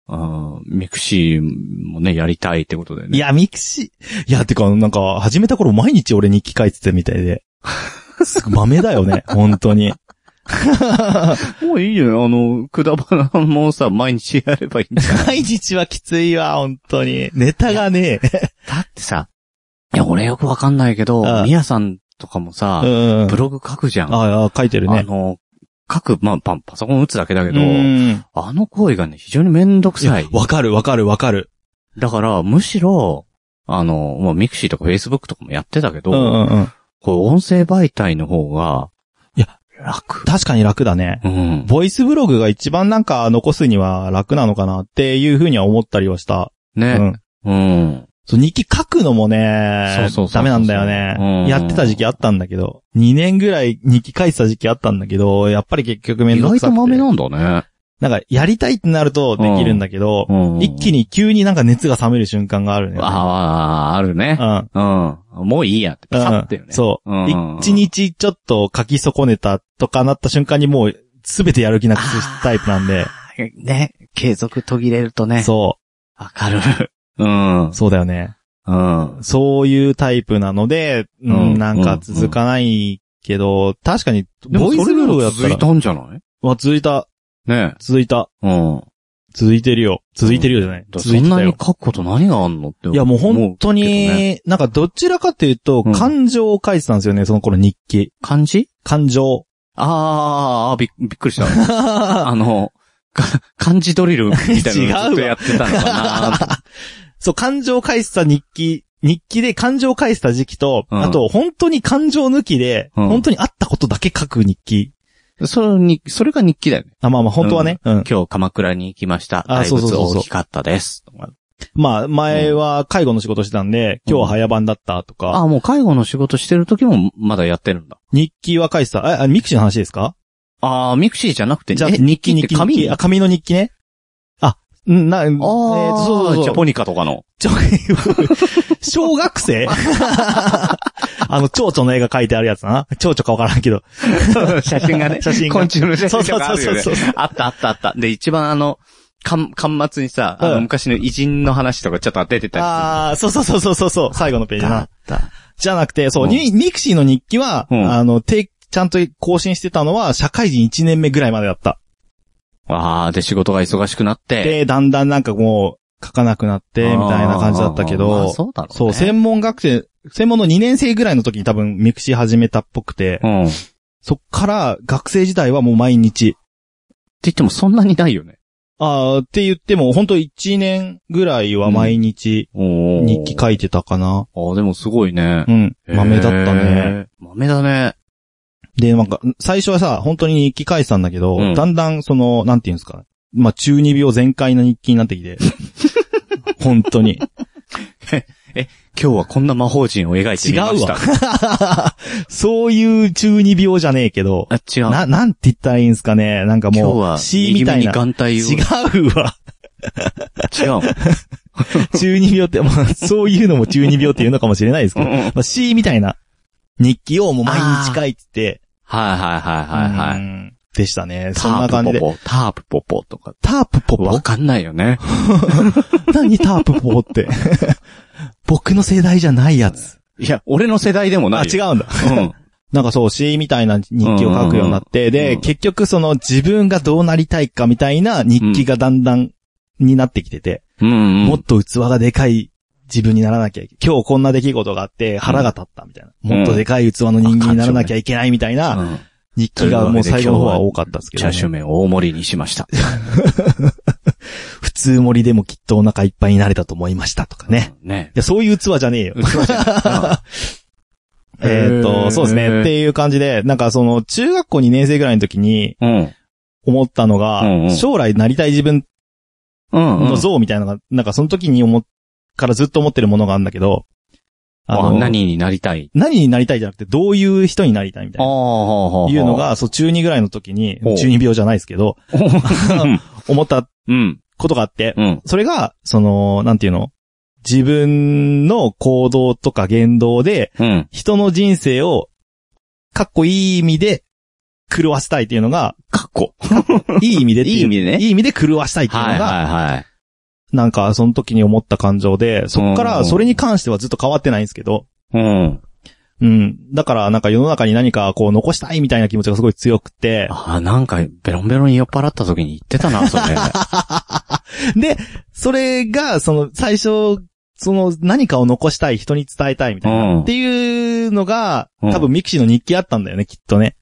Speaker 2: あーミクシーもね、やりたいってことだよね。
Speaker 7: いや、ミクシー。いや、てか、なんか、始めた頃毎日俺日記書いてたみたいで。すごい豆だよね、 本当に。
Speaker 2: もういいよね。あの、くだばなもさ、毎日やればいいんじゃない
Speaker 7: 毎日はきついわ、本当に。ネタがねえ。
Speaker 2: だってさ、いや、俺よくわかんないけ
Speaker 7: う
Speaker 2: ど、
Speaker 7: ん
Speaker 2: みやさんとかもさ、
Speaker 7: うん。
Speaker 2: ブログ書くじゃん。あ,、
Speaker 7: ああ、書いてるね。
Speaker 2: の、書く、まあ、パンパソコン打つだけだけど、
Speaker 7: うん
Speaker 2: あの行為がね、非常にめんどくさい。
Speaker 7: わかるわかるわかる。
Speaker 2: だから、むしろ、あの、まあ、ミクシーとかフェイスブックとかもやってたけど、
Speaker 7: うんうんうん。
Speaker 2: こう、音声媒体の方が、
Speaker 7: いや、
Speaker 2: 楽。
Speaker 7: 確かに楽だね。
Speaker 2: うん。
Speaker 7: ボイスブログが一番なんか残すには楽なのかなっていうふうには思ったりはした。う
Speaker 2: ね。
Speaker 7: ん。
Speaker 2: うん。
Speaker 7: そう、日記書くのもね、
Speaker 2: そうそうそうそう
Speaker 7: ダメなんだよ
Speaker 2: うん
Speaker 7: ね。やってた時期あったんだけど、2年ぐらい日記書いてた時期あったんだけど、やっぱり結局めん
Speaker 2: 意
Speaker 7: どく
Speaker 2: 外
Speaker 7: さく
Speaker 2: と
Speaker 7: て。
Speaker 2: マメなんだね。
Speaker 7: なんか、やりたいってなるとできるんだけど、
Speaker 2: うん。
Speaker 7: 一気に急になんか熱が冷める瞬間があるね。
Speaker 2: ああ、あるね。
Speaker 7: うん。
Speaker 2: うん。もういいやって、
Speaker 7: う
Speaker 2: パ
Speaker 7: ん
Speaker 2: サってよね。
Speaker 7: そう
Speaker 2: うん。
Speaker 7: 一日ちょっと書き損ねたとかなった瞬間にもう、すべてやる気なくすタイプなんで。
Speaker 2: ね、継続途切れるとね。
Speaker 7: そ
Speaker 2: わかる。うん。うん
Speaker 7: う。。そうだよね。
Speaker 2: うん。
Speaker 7: そういうタイプなので、うん
Speaker 2: うん
Speaker 7: なんか続かないけど、確かに、ボイスブログだった
Speaker 2: 続い
Speaker 7: ら。
Speaker 2: たんじゃない
Speaker 7: わ、続いた、
Speaker 2: ね
Speaker 7: 続いた、
Speaker 2: うん。
Speaker 7: 続いてるよ。続いてるよじゃない。
Speaker 2: だ
Speaker 7: 続い
Speaker 2: そ
Speaker 7: て
Speaker 2: ん
Speaker 7: た
Speaker 2: なに
Speaker 7: よ。
Speaker 2: 書くこと何があんのって。
Speaker 7: いや、もう本当
Speaker 2: 思うけどね。
Speaker 7: に、なんかどちらかというと、
Speaker 2: うん
Speaker 7: 感情を書いてたんですよね、その頃日記。
Speaker 2: 漢字
Speaker 7: 感情。
Speaker 2: あーあー、びっびっくりした。 あの、か漢字ドリルみたいなのずっとや ってたのかな
Speaker 7: そう、感情を返した日記、日記で感情を返した時期と、
Speaker 2: うん
Speaker 7: あと、本当に感情抜きで、
Speaker 2: うん
Speaker 7: 本当にあったことだけ書く日記。
Speaker 2: それに、それが日記だよね。
Speaker 7: あ、まあまあ、本当はね。うん。
Speaker 2: 今日鎌倉に行きました。
Speaker 7: あ
Speaker 2: 大
Speaker 7: そうそう
Speaker 2: 仏
Speaker 7: そうそう
Speaker 2: 大きかったです。
Speaker 7: まあ、前は介護の仕事してたんで、今日は早番だったと
Speaker 2: あ
Speaker 7: か、
Speaker 2: あ、もう介護の仕事してる時もまだやってるんだ。
Speaker 7: 日記は書いてた。ああ、ミクシーの話ですか
Speaker 2: ああ、ミクシーじゃなくて、
Speaker 7: じゃあ、
Speaker 2: え日記っ
Speaker 7: 日
Speaker 2: て
Speaker 7: 記、
Speaker 2: 紙
Speaker 7: 日記あ、紙の日記ね。あ、うんな、えー
Speaker 2: ああ、
Speaker 7: そうそうそう。
Speaker 2: ジャポニカとかの。
Speaker 7: ちょ、小学生あの、蝶々の絵が描いてあるやつな。蝶々かわからんけど。
Speaker 2: 写真がね。
Speaker 7: 写真が
Speaker 2: 昆虫の写
Speaker 7: そう
Speaker 2: 真と
Speaker 7: そう
Speaker 2: か
Speaker 7: そ
Speaker 2: あ
Speaker 7: う
Speaker 2: るよ
Speaker 7: そう
Speaker 2: ね。
Speaker 7: そう。
Speaker 2: あったあったあった。で、一番あの、かん、巻末にさ、あ
Speaker 7: う
Speaker 2: の、
Speaker 7: ん
Speaker 2: 昔の偉人の話とかちょっと出てたりする。
Speaker 7: ああ、そうそうそうそうそうそう、最後のページな。
Speaker 2: た。
Speaker 7: じゃなくて、そうう、
Speaker 2: ん
Speaker 7: にミクシーの日記は、
Speaker 2: うん
Speaker 7: あの、定ちゃんと更新してたのは、社会人1年目ぐらいまでだった。
Speaker 2: ああ、で仕事が忙しくなって。
Speaker 7: で、だんだんなんかもう、書かなくなって、みたいな感じだったけ
Speaker 2: あーまあ
Speaker 7: ど、
Speaker 2: そうだろう、ね。
Speaker 7: そう、専門学生、専門の2年生ぐらいの時に多分ミクシー始めたっぽくて、
Speaker 2: うん。って
Speaker 7: そっから学生時代はもう毎日、
Speaker 2: 言ってもそんなにないよね。
Speaker 7: あーって言っても、本当1年ぐらいは毎日
Speaker 2: おー
Speaker 7: 日記書いてたかな。
Speaker 2: ああ、でもすごいね
Speaker 7: う。ん、豆だったね。
Speaker 2: へー。豆だね。
Speaker 7: で、なんか、最初はさ、本当に日記書いてたんだけど、
Speaker 2: うん
Speaker 7: だんだんその、なんていうんですか、まあ中二病全開な日記になって きて、本当に。
Speaker 2: 今日はこんな魔法陣を描いてみました。
Speaker 7: 違 そういう中二病じゃねえけど、
Speaker 2: あ、違う。
Speaker 7: な、なんて言ったらいいんですかね。なんか
Speaker 2: 今日
Speaker 7: も
Speaker 2: は
Speaker 7: う、C みた
Speaker 2: 右
Speaker 7: い
Speaker 2: 目に
Speaker 7: な。
Speaker 2: 眼帯を。
Speaker 7: 違うわ。
Speaker 2: 違う。
Speaker 7: 中二病って、ま あ、そういうのも中二病っていうのかもしれないですけど、まあ、C みたいな日記をもう毎日書いてて、
Speaker 2: はいはいはいはいは
Speaker 7: う
Speaker 2: い。
Speaker 7: んでしたね。
Speaker 2: タ
Speaker 7: そんな感じ
Speaker 2: ープ
Speaker 7: で。
Speaker 2: ポポ、タープポポとか。
Speaker 7: タープポポ
Speaker 2: わかんないよね。
Speaker 7: 何タープポ ポって。僕の世代じゃないやつ。
Speaker 2: いや、俺の世代でもな
Speaker 7: あ、
Speaker 2: い
Speaker 7: 違
Speaker 2: よ。
Speaker 7: うんだ。
Speaker 2: うん。
Speaker 7: なんかそう、詩みたいな日記を書くようになって、
Speaker 2: うんうんう
Speaker 7: で、
Speaker 2: ん
Speaker 7: 結局その自分がどうなりたいかみたいな日記がだんだんになってきてて、
Speaker 2: うんうん。
Speaker 7: もっと器がでかい自分にならなきゃいけ今日こんな出来事があって腹が立ったみたいな。
Speaker 2: ん
Speaker 7: もっとでかい器の人間にならなきゃいけないみたいな
Speaker 2: うん
Speaker 7: 日記がもう最後の方は多かったですけ
Speaker 2: チ
Speaker 7: ど、
Speaker 2: ャ
Speaker 7: ね
Speaker 2: ー。シュー麺を大盛りにしました。
Speaker 7: 普通盛りでもきっとお腹いっぱいになれたと思いましたとかね。
Speaker 2: ね。
Speaker 7: いや、そういう器じゃねえよ。
Speaker 2: うん
Speaker 7: えーっと、そうですね。っていう感じで、なんかその中学校2年生ぐらいの時に、
Speaker 2: うん。
Speaker 7: 思ったのが、
Speaker 2: うんうん
Speaker 7: 将来なりたい自分
Speaker 2: うんうん。
Speaker 7: の像みたいなのが、なんかその時に思っ、からずっと思ってるものがあるんだけど、
Speaker 2: あ何になりたい
Speaker 7: 何になりたいじゃなくて、どういう人になりたいみた
Speaker 2: あ
Speaker 7: い
Speaker 2: あ、
Speaker 7: な。
Speaker 2: ほうほうほう
Speaker 7: いうの、が、そう、中2ぐらいの時に
Speaker 2: ほう、
Speaker 7: 中二病じゃないですけど、思った
Speaker 2: うん、
Speaker 7: ことがあって、
Speaker 2: うん、
Speaker 7: それが、その、なんていうの自分の行動とか言動で、
Speaker 2: うん。
Speaker 7: 人の人生を、かっこいい意味で、狂わせたいっていうのが、
Speaker 2: かっこ。
Speaker 7: いい意味でって
Speaker 2: い
Speaker 7: う
Speaker 2: い意味でね。
Speaker 7: いい意味で狂わしたいっていうの
Speaker 2: はい
Speaker 7: が、
Speaker 2: はいはい。
Speaker 7: なんか、その時に思った感情で、そっか
Speaker 2: うん
Speaker 7: ら、それに関してはずっと変わってないんですけど、
Speaker 2: うん。
Speaker 7: うん。だから、なんか世の中に何かこう残したいみたいな気持ちがすごい強くて、
Speaker 2: ああ、なんか、ベロンベロンに酔っ払った時に言ってたな、 それ。
Speaker 7: で、それが、その、最初、その、何かを残したい、人に伝えたいみたい
Speaker 2: う
Speaker 7: な、
Speaker 2: ん
Speaker 7: っていうのが、
Speaker 2: うん
Speaker 7: 多分ミクシーの日記あったんだよね、きっとね。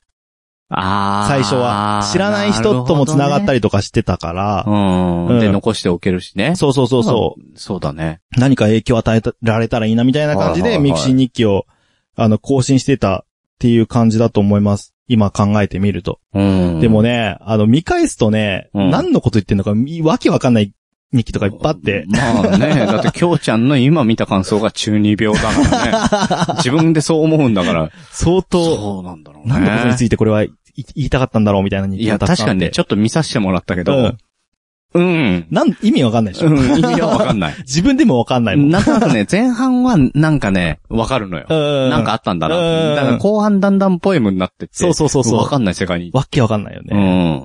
Speaker 2: ああ。
Speaker 7: 最初は。知らない人とも繋がった
Speaker 2: り。
Speaker 7: りとかしてたから、
Speaker 2: う。
Speaker 7: うんん
Speaker 2: で、残しておけるしね。
Speaker 7: そうそうそうそう。
Speaker 2: う。そうだね。
Speaker 7: 何か影響を与えたられたらいいなみたいな感じ
Speaker 2: はいは
Speaker 7: で、
Speaker 2: いはい
Speaker 7: ミクシー日記を、あの、更新してたっていう感じだと思います。今考えてみると。
Speaker 2: うん。
Speaker 7: でもね、あの、見返すとね、
Speaker 2: うん
Speaker 7: 何のこと言ってんのか、みわけわかんない日記とかいっぱいあって、
Speaker 2: まあ ね、だって、きょうちゃんの今見た感想が中二病だからね。自分でそう思うんだから。
Speaker 7: 相当、
Speaker 2: そうなんだろうね。
Speaker 7: 何のことについてこれはい言いたかったんだろうみたいな日
Speaker 2: い
Speaker 7: 記
Speaker 2: や、
Speaker 7: がたく
Speaker 2: 確
Speaker 7: さんあ
Speaker 2: か
Speaker 7: って
Speaker 2: にね、ちょっと見させてもらったけど、うん。
Speaker 7: なん、意味わかんないでし
Speaker 2: う
Speaker 7: ょ、
Speaker 2: ん、意味はわかんない。
Speaker 7: 自分でもわか んないもん。
Speaker 2: なんとなくね、前半はなんかね、わかるのよ。
Speaker 7: う
Speaker 2: なんかあ、ったんだな。
Speaker 7: うん
Speaker 2: だから後半だんだんポエムになってって。
Speaker 7: そうそうそうそう
Speaker 2: わかんない世界に。
Speaker 7: わけわかんないよね。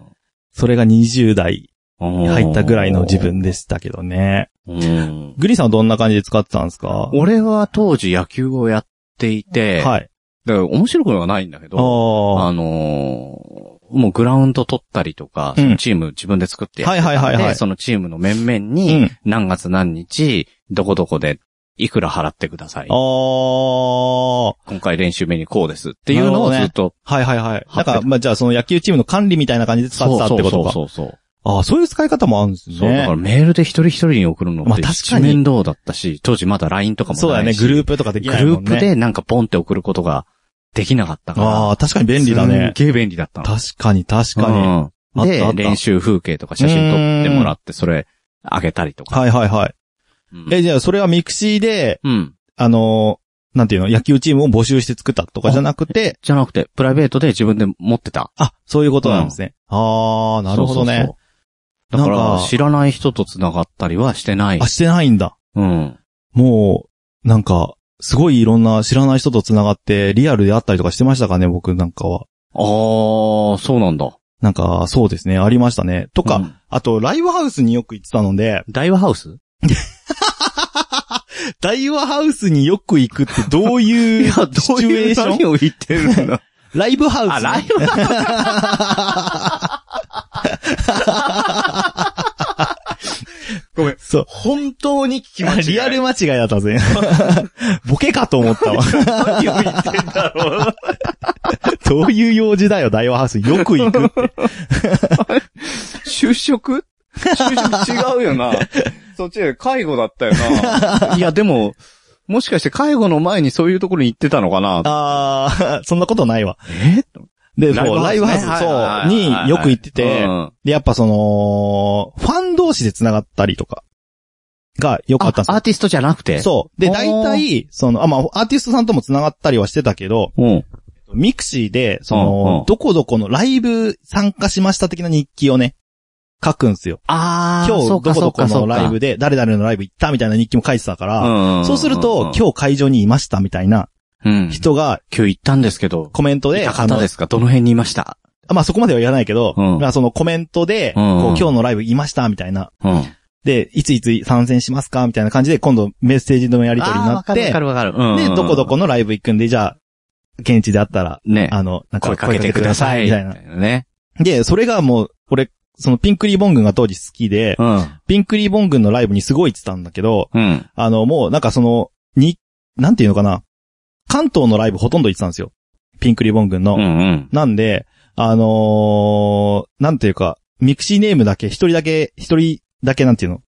Speaker 2: うん。
Speaker 7: それが20代に入
Speaker 2: 入
Speaker 7: ったぐらいの自。分でしたけどね。
Speaker 2: うん。
Speaker 7: グリさんはどんな感じで使ってたんですか
Speaker 2: 俺は当時野球をやっていて、
Speaker 7: はい。
Speaker 2: だから面白くはないんだけ
Speaker 7: あ
Speaker 2: ど、
Speaker 7: あ。
Speaker 2: あのー、もうグラウンド取ったりとか、
Speaker 7: うん
Speaker 2: そのチーム自分で作ってやっ
Speaker 7: はいはいはいは
Speaker 2: で、
Speaker 7: い。
Speaker 2: そのチームの面々
Speaker 7: う
Speaker 2: に
Speaker 7: ん、
Speaker 2: 何月何日、どこどこで、いくら払ってください。
Speaker 7: あ
Speaker 2: 今回練習目にこうです。っていうのを
Speaker 7: な
Speaker 2: ず
Speaker 7: る
Speaker 2: っと。
Speaker 7: あ。はいはいはい。
Speaker 2: 貼っ
Speaker 7: なん
Speaker 2: てた
Speaker 7: か、まあ、じゃあその野球チームの管理みたいな感じで使ってたってことか。
Speaker 2: そうそうそうそう。
Speaker 7: ああ、そういう使い方もあるんですね。
Speaker 2: そう、だからメールで一人一人に送るの
Speaker 7: ま
Speaker 2: って
Speaker 7: あ確
Speaker 2: 一
Speaker 7: かに
Speaker 2: 面倒だったし、当時まだ LINE とかもないし。
Speaker 7: そうだよね。グルー
Speaker 2: プ、
Speaker 7: プとかでき
Speaker 2: グ
Speaker 7: ない
Speaker 2: ル
Speaker 7: もん
Speaker 2: ー
Speaker 7: ね。
Speaker 2: プでなんかポンって送ることができなかったから。
Speaker 7: ああ、確かに便利だね。
Speaker 2: すんげえ便利だったの。
Speaker 7: 確かに確かに。
Speaker 2: うん
Speaker 7: あったあ
Speaker 2: で
Speaker 7: っ、た
Speaker 2: 練習風景とか写真撮ってもらって、それ、あげたりとか。
Speaker 7: はいはいはい。
Speaker 2: うん
Speaker 7: え、じゃあそれはミクシーで、
Speaker 2: うん。
Speaker 7: あのー、なんていうの、野球チームを募集して作ったとかじゃなくて、
Speaker 2: じゃなくて、プライベートで自分で持ってた。
Speaker 7: あ、そういうことなんですね。ああ、なるほ
Speaker 2: そ
Speaker 7: どね。
Speaker 2: うそうそう。だ
Speaker 7: な
Speaker 2: か
Speaker 7: ん
Speaker 2: ら、
Speaker 7: か
Speaker 2: 知らない人と繋がったりはしてない
Speaker 7: あ、。してないんだ。
Speaker 2: うん。
Speaker 7: もう、なんか、すごいいろんな知らない人と繋がって、リアルで会ったりとかしてましたかね、僕なんかは。
Speaker 2: ああ、そうなんだ。
Speaker 7: なんか、そうですね、ありましたね。とか、
Speaker 2: うん
Speaker 7: あと、ライブハウスによく行ってたの で、
Speaker 2: 大和ハウス
Speaker 7: ダイワハウスによく行くってどう
Speaker 2: い
Speaker 7: いうシチュエーション
Speaker 2: を言ってるんだ。
Speaker 7: ライブハウス、
Speaker 2: あ、ライ
Speaker 7: ブ
Speaker 2: ブ
Speaker 7: そう。
Speaker 2: 本当に聞きました。
Speaker 7: リアル間違いだったぜ。 ボケかと思ったわ。
Speaker 9: 何を言ってんだろう。
Speaker 7: どういう用事だよ、大和ハウス。よく行 くって。
Speaker 6: 就職就職違うよ な。そっちで介護だったよな。
Speaker 2: いや、でも、もしかして介護の前にそういうところに行ってたのかな
Speaker 7: あー、そんなことないわ。で、そう、ラ
Speaker 2: ラ
Speaker 7: イ
Speaker 2: イ
Speaker 7: ブ
Speaker 2: ブハ
Speaker 7: ハウ
Speaker 2: ウ
Speaker 7: ス、
Speaker 2: スね
Speaker 7: そう、
Speaker 2: はいはいはいはい
Speaker 7: によく行ってて、
Speaker 2: うん
Speaker 7: で、やっぱその、ファン同士で繋がったりとか、が良か
Speaker 2: あ
Speaker 7: ったんですよ
Speaker 2: アーティストじゃなくて。
Speaker 7: そう。で、
Speaker 2: おー
Speaker 7: 大体、その、あ、まあ、アーティストさんとも繋がったりはしてたけど、
Speaker 2: う。うん。
Speaker 7: ミクシーで、そ
Speaker 2: うんう
Speaker 7: の
Speaker 2: ん、
Speaker 7: どこどこのライブ参加しました的な日記をね、書くんですよ。
Speaker 2: ああ、
Speaker 7: 今日
Speaker 2: そ
Speaker 7: ど
Speaker 2: うか
Speaker 7: こどこ
Speaker 2: そ
Speaker 7: の
Speaker 2: うか
Speaker 7: ライブで、誰々のライブ行ったみたいな日記も書いてたから、
Speaker 2: んんん
Speaker 7: そうすると、今日会場にいましたみたいな
Speaker 2: うん
Speaker 7: 人が
Speaker 2: 今日行ったんですけど。
Speaker 7: コメント
Speaker 2: い
Speaker 7: で、
Speaker 2: た方ですかどの辺にいました
Speaker 7: あまあそこまでは言わないけど、
Speaker 2: うん
Speaker 7: まあそのコメントで、
Speaker 2: うんうん
Speaker 7: こう今日のライブいましたみたいな。
Speaker 2: うん。
Speaker 7: で、いついつ参戦しますかみたいな感じで、今度メッセージのやり取りにな
Speaker 2: あ
Speaker 7: っ
Speaker 2: ーわ
Speaker 7: て、
Speaker 2: かるわかるわかる。うんうん
Speaker 7: で、どこどこ。のライブ行くんで、じゃあ、現地で会ったら、
Speaker 2: ね。
Speaker 7: あの、なんか
Speaker 2: 声かけてください。
Speaker 7: みたいな。
Speaker 2: ね。
Speaker 7: で、それがもう、俺、そのピンクリボン軍が当時好きで、
Speaker 2: うん。
Speaker 7: ピンクリボン軍のライブにすごい行ってたんだけど、
Speaker 2: うん。
Speaker 7: あの、もうなんかその、に、なんていうのかな。関東のライブほとんど行ってたんですよ。ピンクリボン軍の。
Speaker 2: うんうん。
Speaker 7: なんで、あのー、なんていうか、ミクシーネームだけ、一人だけ、一人だけなんていうの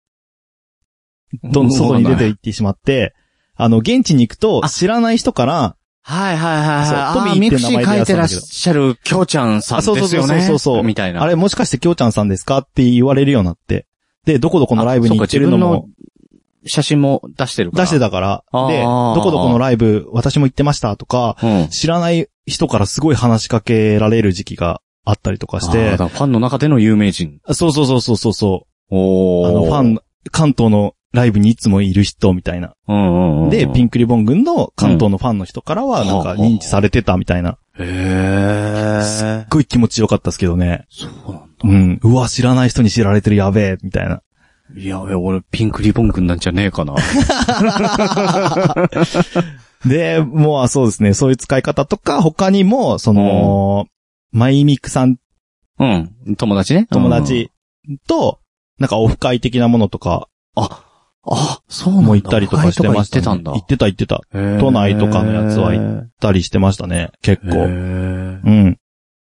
Speaker 7: どんどん外に出て行ってしまって、あの、現地に行くと、知らない人から、
Speaker 2: はいはいはい
Speaker 7: そう
Speaker 2: はい。
Speaker 7: トミー
Speaker 2: あミクシ
Speaker 7: って名
Speaker 2: ー書
Speaker 7: 前でや
Speaker 2: い
Speaker 7: って
Speaker 2: て
Speaker 7: たん
Speaker 2: ら
Speaker 7: だ
Speaker 2: っ
Speaker 7: けど
Speaker 2: しゃるきょうちゃんさん
Speaker 7: あ、そう
Speaker 2: で
Speaker 7: そう
Speaker 2: す
Speaker 7: そう
Speaker 2: よ
Speaker 7: そう
Speaker 2: ね。
Speaker 7: そうそう。
Speaker 2: みたいな。
Speaker 7: あれもしかしてきょうちゃんさんですかって言われるようになって。で、どこどこのライブに行ってるの
Speaker 2: あそ
Speaker 7: も
Speaker 2: 写真も出してるから。
Speaker 7: 出してたから。
Speaker 2: あー
Speaker 7: で、どこどこのライブ私も行ってましたとか、
Speaker 2: うん。
Speaker 7: 知らない人からすごい話しかけられる時期があったりとかし
Speaker 2: あーだ
Speaker 7: て
Speaker 2: か。らファンの中での有名人。
Speaker 7: そうそうそうそうそうそ
Speaker 2: お
Speaker 7: う。
Speaker 2: ー
Speaker 7: あの、ファ。ン、関東のライブにいつもいる人みたいな。
Speaker 2: うんうんうん。
Speaker 7: で、ピ
Speaker 2: ン。
Speaker 7: ンクリボン軍の関東のファンの人からは
Speaker 2: うん
Speaker 7: なんか認知されてたみたいな。
Speaker 2: へー。
Speaker 7: すっごい気持ちよかったですけどね。
Speaker 2: そうなんだ。
Speaker 7: うん。うわ、知らない人に知られてるやべえ、みたいな。
Speaker 2: いや、俺、ピンクリボン君なんじゃねえかな。
Speaker 7: で、もうそうですね、そういう使い方とか、他にも、その、マイミクさん
Speaker 2: うん。友達ね。
Speaker 7: 友達と、なんかオフ会的なものとか
Speaker 2: うん。あ、そうなんだ。
Speaker 7: も行ったりとかしてました、
Speaker 2: 都会とか行ってたんだ
Speaker 7: 行っ。てた行ってた。行っ
Speaker 2: 都
Speaker 7: 都内とかのやつは行
Speaker 2: 行
Speaker 7: たりしてましたね、結構。
Speaker 2: 構。
Speaker 7: うん。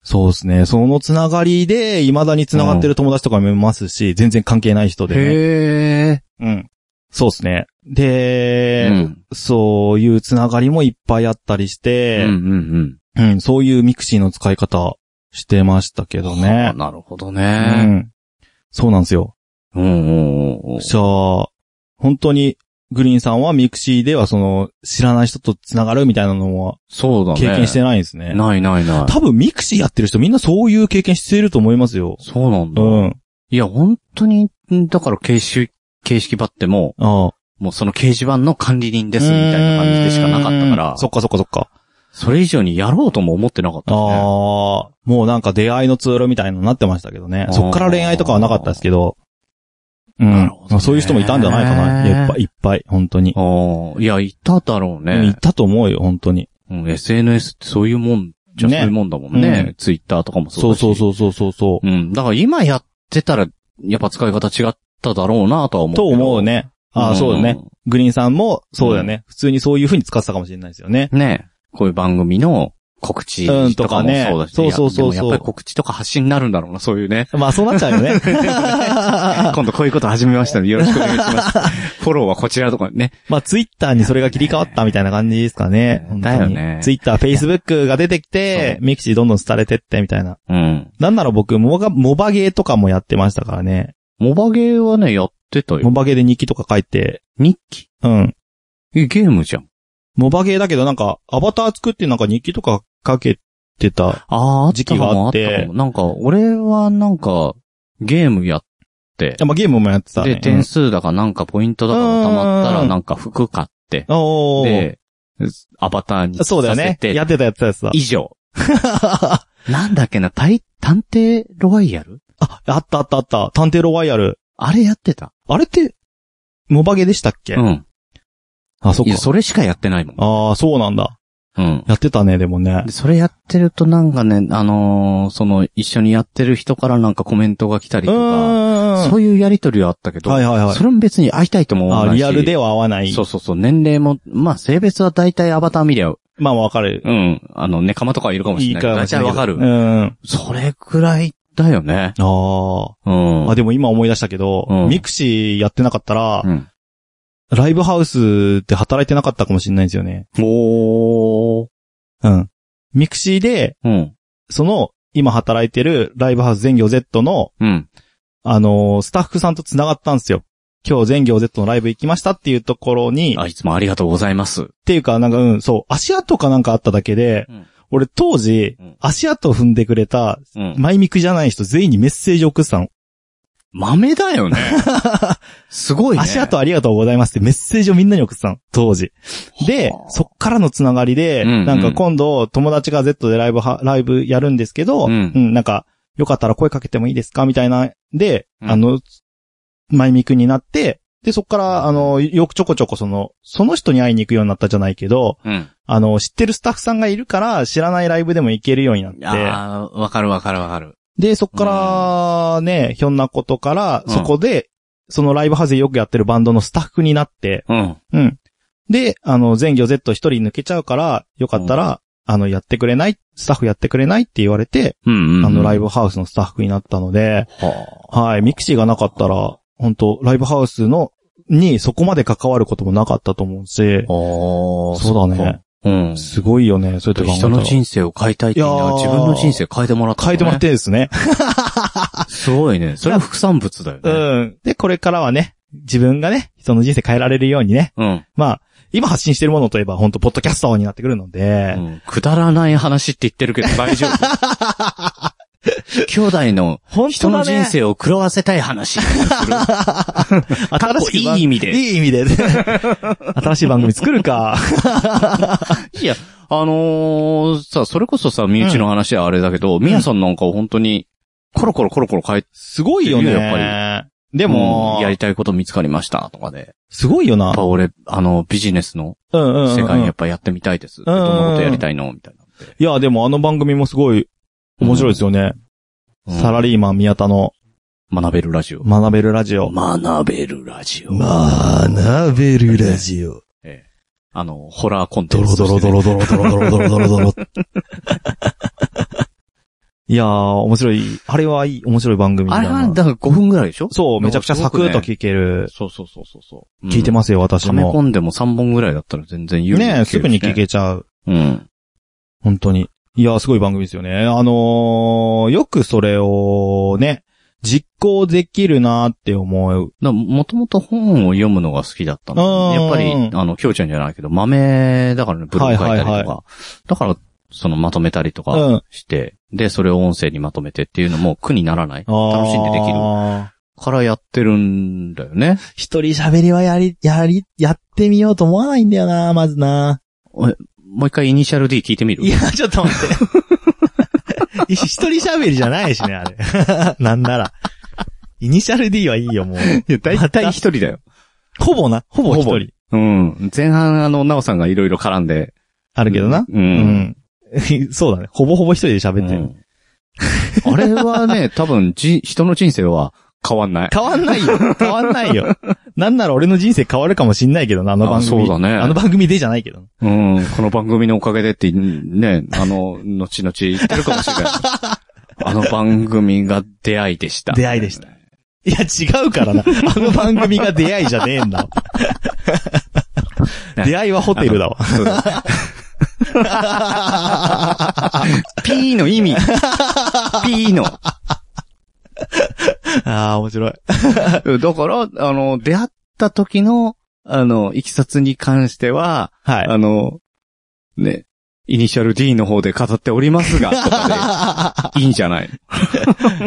Speaker 7: そうですね。そのつながりで、未だにつながってる友達とかもいますし、全然関係ない人でね。
Speaker 2: へ
Speaker 7: うん。そうですね。
Speaker 2: え。
Speaker 7: で、
Speaker 2: うん
Speaker 7: そういうつながりもいっぱいあったりし
Speaker 2: うんう
Speaker 7: て、
Speaker 2: ん
Speaker 7: うん、そういうミクシーの使い方してましたけど
Speaker 2: うん。
Speaker 7: ね
Speaker 2: あ。なるほど
Speaker 7: う
Speaker 2: ね。
Speaker 7: ん。そうなんですよ。
Speaker 2: うんうんうんうん。
Speaker 7: じゃあ、本当に、グリーンさんはミクシーではその、知らない人と繋がるみたいなのは
Speaker 2: そうだね。
Speaker 7: 経験してないんですね。
Speaker 2: ないないない。
Speaker 7: 多分ミクシーやってる人みんなそういう経験していると思いますよ。
Speaker 2: そうなんだ
Speaker 7: う。ん。
Speaker 2: いや、本当に、んだから、形式、形式ばっても、
Speaker 7: ああ。
Speaker 2: もうその掲示板の管理人ですみたいな感じでしかなかったから
Speaker 7: うーん、そっかそっかそっか。
Speaker 2: それ以上にやろうとも思ってなかった
Speaker 7: ああ
Speaker 2: ですね。、
Speaker 7: もうなんか出会いのツールみたいなのになってましたけどね
Speaker 2: あ。ー
Speaker 7: そっから恋愛とかはなかったですけど。う
Speaker 2: なんるほど。ね
Speaker 7: そういう人もいたんじゃないかな。やっぱいっぱい、本当に。
Speaker 2: ああ、いや、いただろう
Speaker 7: い
Speaker 2: ね。
Speaker 7: たと思うよ、本当に。
Speaker 2: うん、SNS ってそういうもん、じゃ、
Speaker 7: ね
Speaker 2: そういうもんだもんね。
Speaker 7: う
Speaker 2: ツイッターとかもそ
Speaker 7: そうう
Speaker 2: だし。
Speaker 7: そうそうそうそうそう。
Speaker 2: う。うん、だから今やってたら、やっぱ使い方違っただろうなとは思う。
Speaker 7: と思う。ね。ああ、そうだね。。グリーンさんも、そうだよね、普通にそういう風に使ってたかもしれないですよね。
Speaker 2: ね。こういう番組の告知
Speaker 7: うん
Speaker 2: とかも
Speaker 7: とかね
Speaker 2: そうだし。
Speaker 7: そうそうそうそう
Speaker 2: いやでもやっぱり告知とか発信になるんだろうな、そういうね。
Speaker 7: まあ、そうなっちゃうよね。
Speaker 2: 今度こういうこと始めましたのでよろしくお願いし ます。フォローはこちらとかね。
Speaker 7: まあ、ツイッターにそれが切り替わったみたいな感じですかね。本当に
Speaker 2: だよね
Speaker 7: ツイッター、フェイスブックが出てきて
Speaker 2: そ、
Speaker 7: ミクシーどんどん廃れてってみたいな。
Speaker 2: うん。
Speaker 7: なんなら僕、モバ、モバゲーとかもやってましたからね。
Speaker 2: モバゲーはね、やってた
Speaker 7: モ
Speaker 2: よ。
Speaker 7: バゲーで日記とか書いて、
Speaker 2: 日記
Speaker 7: うん。
Speaker 2: えゲームじゃん。
Speaker 7: モバゲーだけどなんか、アバター作ってなんか日記とか書けてた。
Speaker 2: ああ、
Speaker 7: 時期があって
Speaker 2: たかもたかもなんか、俺はなんか、ゲームやって
Speaker 7: あ、まあ、ゲームもやってたね。
Speaker 2: で、点数だかなんかポイントだかが溜まった
Speaker 7: うんうんう
Speaker 2: ら
Speaker 7: ん
Speaker 2: なんか服買って、
Speaker 7: うんおー。
Speaker 2: で、アバターにさせて、
Speaker 7: そうだよね。やってたやってたやつだ。
Speaker 2: 以上。 なんだっけな、探探偵ロワイヤル
Speaker 7: あ、あったあったあった。探偵ロワイヤル。
Speaker 2: あれやってた。
Speaker 7: あれって、モバゲでしたっけ、
Speaker 2: うん。
Speaker 7: あ、そっ
Speaker 2: い
Speaker 7: か
Speaker 2: や、。それしかやってないもん。
Speaker 7: ああ、そうなんだ。
Speaker 2: うん。
Speaker 7: やってたね、でもね
Speaker 2: で。それやってるとなんかね、あのーその、一緒にやってる人からなんかコメントが来たり
Speaker 7: う
Speaker 2: とか、
Speaker 7: ーん。
Speaker 2: そういうやりとりはあったけど、
Speaker 7: はいはいはい
Speaker 2: それも別に会いたいとも思わ
Speaker 7: あ
Speaker 2: ないし。
Speaker 7: リアルでは合わない。
Speaker 2: そうそうそう、年齢も、まあ性別は大体アバター見りゃ、
Speaker 7: まあ分かる。
Speaker 2: うん、あの、ネカマとかいるかもし
Speaker 7: い
Speaker 2: れ
Speaker 7: い
Speaker 2: ないけ
Speaker 7: か
Speaker 2: ど、
Speaker 7: ら
Speaker 2: 大体わかる、
Speaker 7: うん。
Speaker 2: それくらいだよね。
Speaker 7: あ
Speaker 2: うん。
Speaker 7: あ。あ、でも今思い出したけど、
Speaker 2: うん
Speaker 7: ミクシーやってなかったら、
Speaker 2: うん。
Speaker 7: ライブハウスで働いてなかったかもしれないんですよね。
Speaker 2: おー。
Speaker 7: うん。ミクシーで、
Speaker 2: うん。
Speaker 7: その、今働いてるライブハウス全業 Z の、
Speaker 2: うん。
Speaker 7: あのースタッフさんと繋がったんですよ。今日全業 Z のライブ行きましたっていうところに、っ
Speaker 2: あ、いつもありがとうございます。
Speaker 7: ていうか、なんか、うん、そう、足跡かなんかあっただけで、
Speaker 2: うん
Speaker 7: 俺当時、
Speaker 2: うん
Speaker 7: 足跡踏んでくれた、
Speaker 2: うん。
Speaker 7: マイミクじゃない人全員にメッセージ送ってたの。
Speaker 2: 豆だよ ね。すごいね。
Speaker 7: 足跡ありがとうございますってメッセージをみんなに送ってたの、当時。で、そっからのつながりで、
Speaker 2: うんうん
Speaker 7: なんか今度友達が Z でライブは、ライブやるんですけど、
Speaker 2: う
Speaker 7: うんん、なんか、よかったら声かけてもいいですかみたいな、で、
Speaker 2: うん
Speaker 7: あの、前見くになって、で、そっから、あの、よくちょこちょこその、その人に会いに行くようになったじゃないけど、
Speaker 2: うん。
Speaker 7: あの、知ってるスタッフさんがいるから、知らないライブでも行けるようになって、
Speaker 2: ああ、わかるわかるわかる。
Speaker 7: で、そっから、ね、ひょんなことから、
Speaker 2: うん
Speaker 7: そこで、そのライブハウスでよくやってるバンドのスタッフになって、
Speaker 2: うん。
Speaker 7: うん。で、あの、全魚 Z 一人抜けちゃうから、よかったら、あの、やってくれないスタッフやってくれないって言われて、
Speaker 2: うん、うん。
Speaker 7: あの、ライ
Speaker 2: ブ。
Speaker 7: ブハウスのスタッフになったので、
Speaker 2: は
Speaker 7: はい、ミクシーがなかったら、本当ライブハウスの、にそこまで関わることもなかったと思うし
Speaker 2: あ。、おー
Speaker 7: そうだね。
Speaker 2: そっかうん。
Speaker 7: すごいよね、そういうとこ
Speaker 2: 人の人生を変えたいって言いながら
Speaker 7: い
Speaker 2: 自
Speaker 7: やー
Speaker 2: 分の人生変えてもらった、
Speaker 7: 変えてもらっ。てですね。
Speaker 2: すごいね。それは副産物だよ
Speaker 7: う
Speaker 2: ね。
Speaker 7: ん。で、これからはね、自分がね、人の人生変えられるようにね。
Speaker 2: うん。
Speaker 7: まあ、今発信してるものといえば、本当ポッドキャストになってくるので、
Speaker 2: うんくだらない話って言ってるけど大丈夫。 兄弟の
Speaker 7: 本
Speaker 2: 人
Speaker 7: 当
Speaker 2: の
Speaker 7: だね
Speaker 2: 人生を狂わせたい話。
Speaker 7: 新しく番
Speaker 2: いい意味で
Speaker 7: いい意味で。新しい番組作るか。
Speaker 2: いや、あのー、さ、それこそさ、身内の話はあれだけど、みやさんなんかは本当に、コロコロコロコロ変えて、
Speaker 7: すごいよね。
Speaker 2: いるよや
Speaker 7: で
Speaker 2: で
Speaker 7: も、
Speaker 2: やりたいこと見つかりました、とかで。
Speaker 7: すごいよな
Speaker 2: やっ。ぱ俺、あの、ビジネスの
Speaker 7: うんうんうんうん
Speaker 2: 世界やっぱやってみたいです。
Speaker 7: うんうんうん
Speaker 2: どんなことやりたいのみたいな。
Speaker 7: いや、でもあの番組もすごい面白いですよね。
Speaker 2: うん
Speaker 7: サラリーマン宮田の
Speaker 2: 学べるラジオ。
Speaker 7: 学べるラジオ。
Speaker 2: 学べるラジオ。
Speaker 7: 学べるラジオ。
Speaker 2: あの、ホラーコンテ
Speaker 7: ド
Speaker 2: ン
Speaker 7: ロ
Speaker 2: ツ
Speaker 7: ド
Speaker 2: として
Speaker 7: ロ
Speaker 2: ね。
Speaker 7: ドロドロドロドロドロドロドロ。いやー、面白い。あれはいい、面白い番組だ
Speaker 2: あれ
Speaker 7: な。
Speaker 2: は、だから5分ぐらいでしょ
Speaker 7: そう、めちゃくちゃサクッと聞ける。
Speaker 2: そうそうそうそうそう。
Speaker 7: 聞いて
Speaker 2: も
Speaker 7: ますよ、私
Speaker 2: 溜め
Speaker 7: も。
Speaker 2: 込んでも3本ぐらいだったら全然有利
Speaker 7: ねすぐに聞けちゃう。
Speaker 2: うん。
Speaker 7: 本当に。いや、すごい番組ですよね。あのー、よくそれをね、実行できるなって思う。
Speaker 2: もともと本を読むのが好きだったの。
Speaker 7: うん
Speaker 2: やっぱり、あの、きょうちゃんじゃないけど、豆だからね、ブログ書いたりとか。
Speaker 7: はいはいは
Speaker 2: だから、そのまとめたりと
Speaker 7: う
Speaker 2: か
Speaker 7: ん。
Speaker 2: して、で、それを音声にまとめてっていうのも苦にならない。楽しんでできる。
Speaker 7: る。
Speaker 2: からやってるんだよね。
Speaker 7: 一人喋りはやり、やり、やってみようと思わないんだよなまずな
Speaker 2: もう一回イニシャル D 聞いてみる
Speaker 7: いや、ちょっと 待って。一人喋りじゃないしね、あれ。 なんなら。イニシャル D はいいよ、もう。
Speaker 2: 大体一人だよ。
Speaker 7: ほぼな、ほぼ一人。
Speaker 2: うん。前半、あの、なおさんがいろいろ絡んで。
Speaker 7: あるけどな。
Speaker 2: う。
Speaker 7: うんん。 そうだね。ほぼほぼ一人で喋ってる。
Speaker 2: うん あれはね、多分じ、人の人生は変わんない。
Speaker 7: 変わんないよ。変わんないよ。なんなら俺の人生変わるかもしんないけどな、あの番組。
Speaker 2: あそうだね
Speaker 7: あの番組でじゃないけど。
Speaker 2: うん。この番組のおかげでって、ね、あの、後々言ってるかもしれ ない。あの番組が出会いでした。
Speaker 7: 出会いでした。いや、違うからな。あの番組が出会いじゃねえ んだ。出会いはホテルだわ。
Speaker 2: そうだ。ピーの 意味。ピーの。
Speaker 7: ああ、面白い。
Speaker 2: だから、あの、出会った時の、あの、いきさつに関しては、
Speaker 7: はい。
Speaker 2: あの、ね、イニシャル D の方で語っておりますが、とか で、いいんじゃない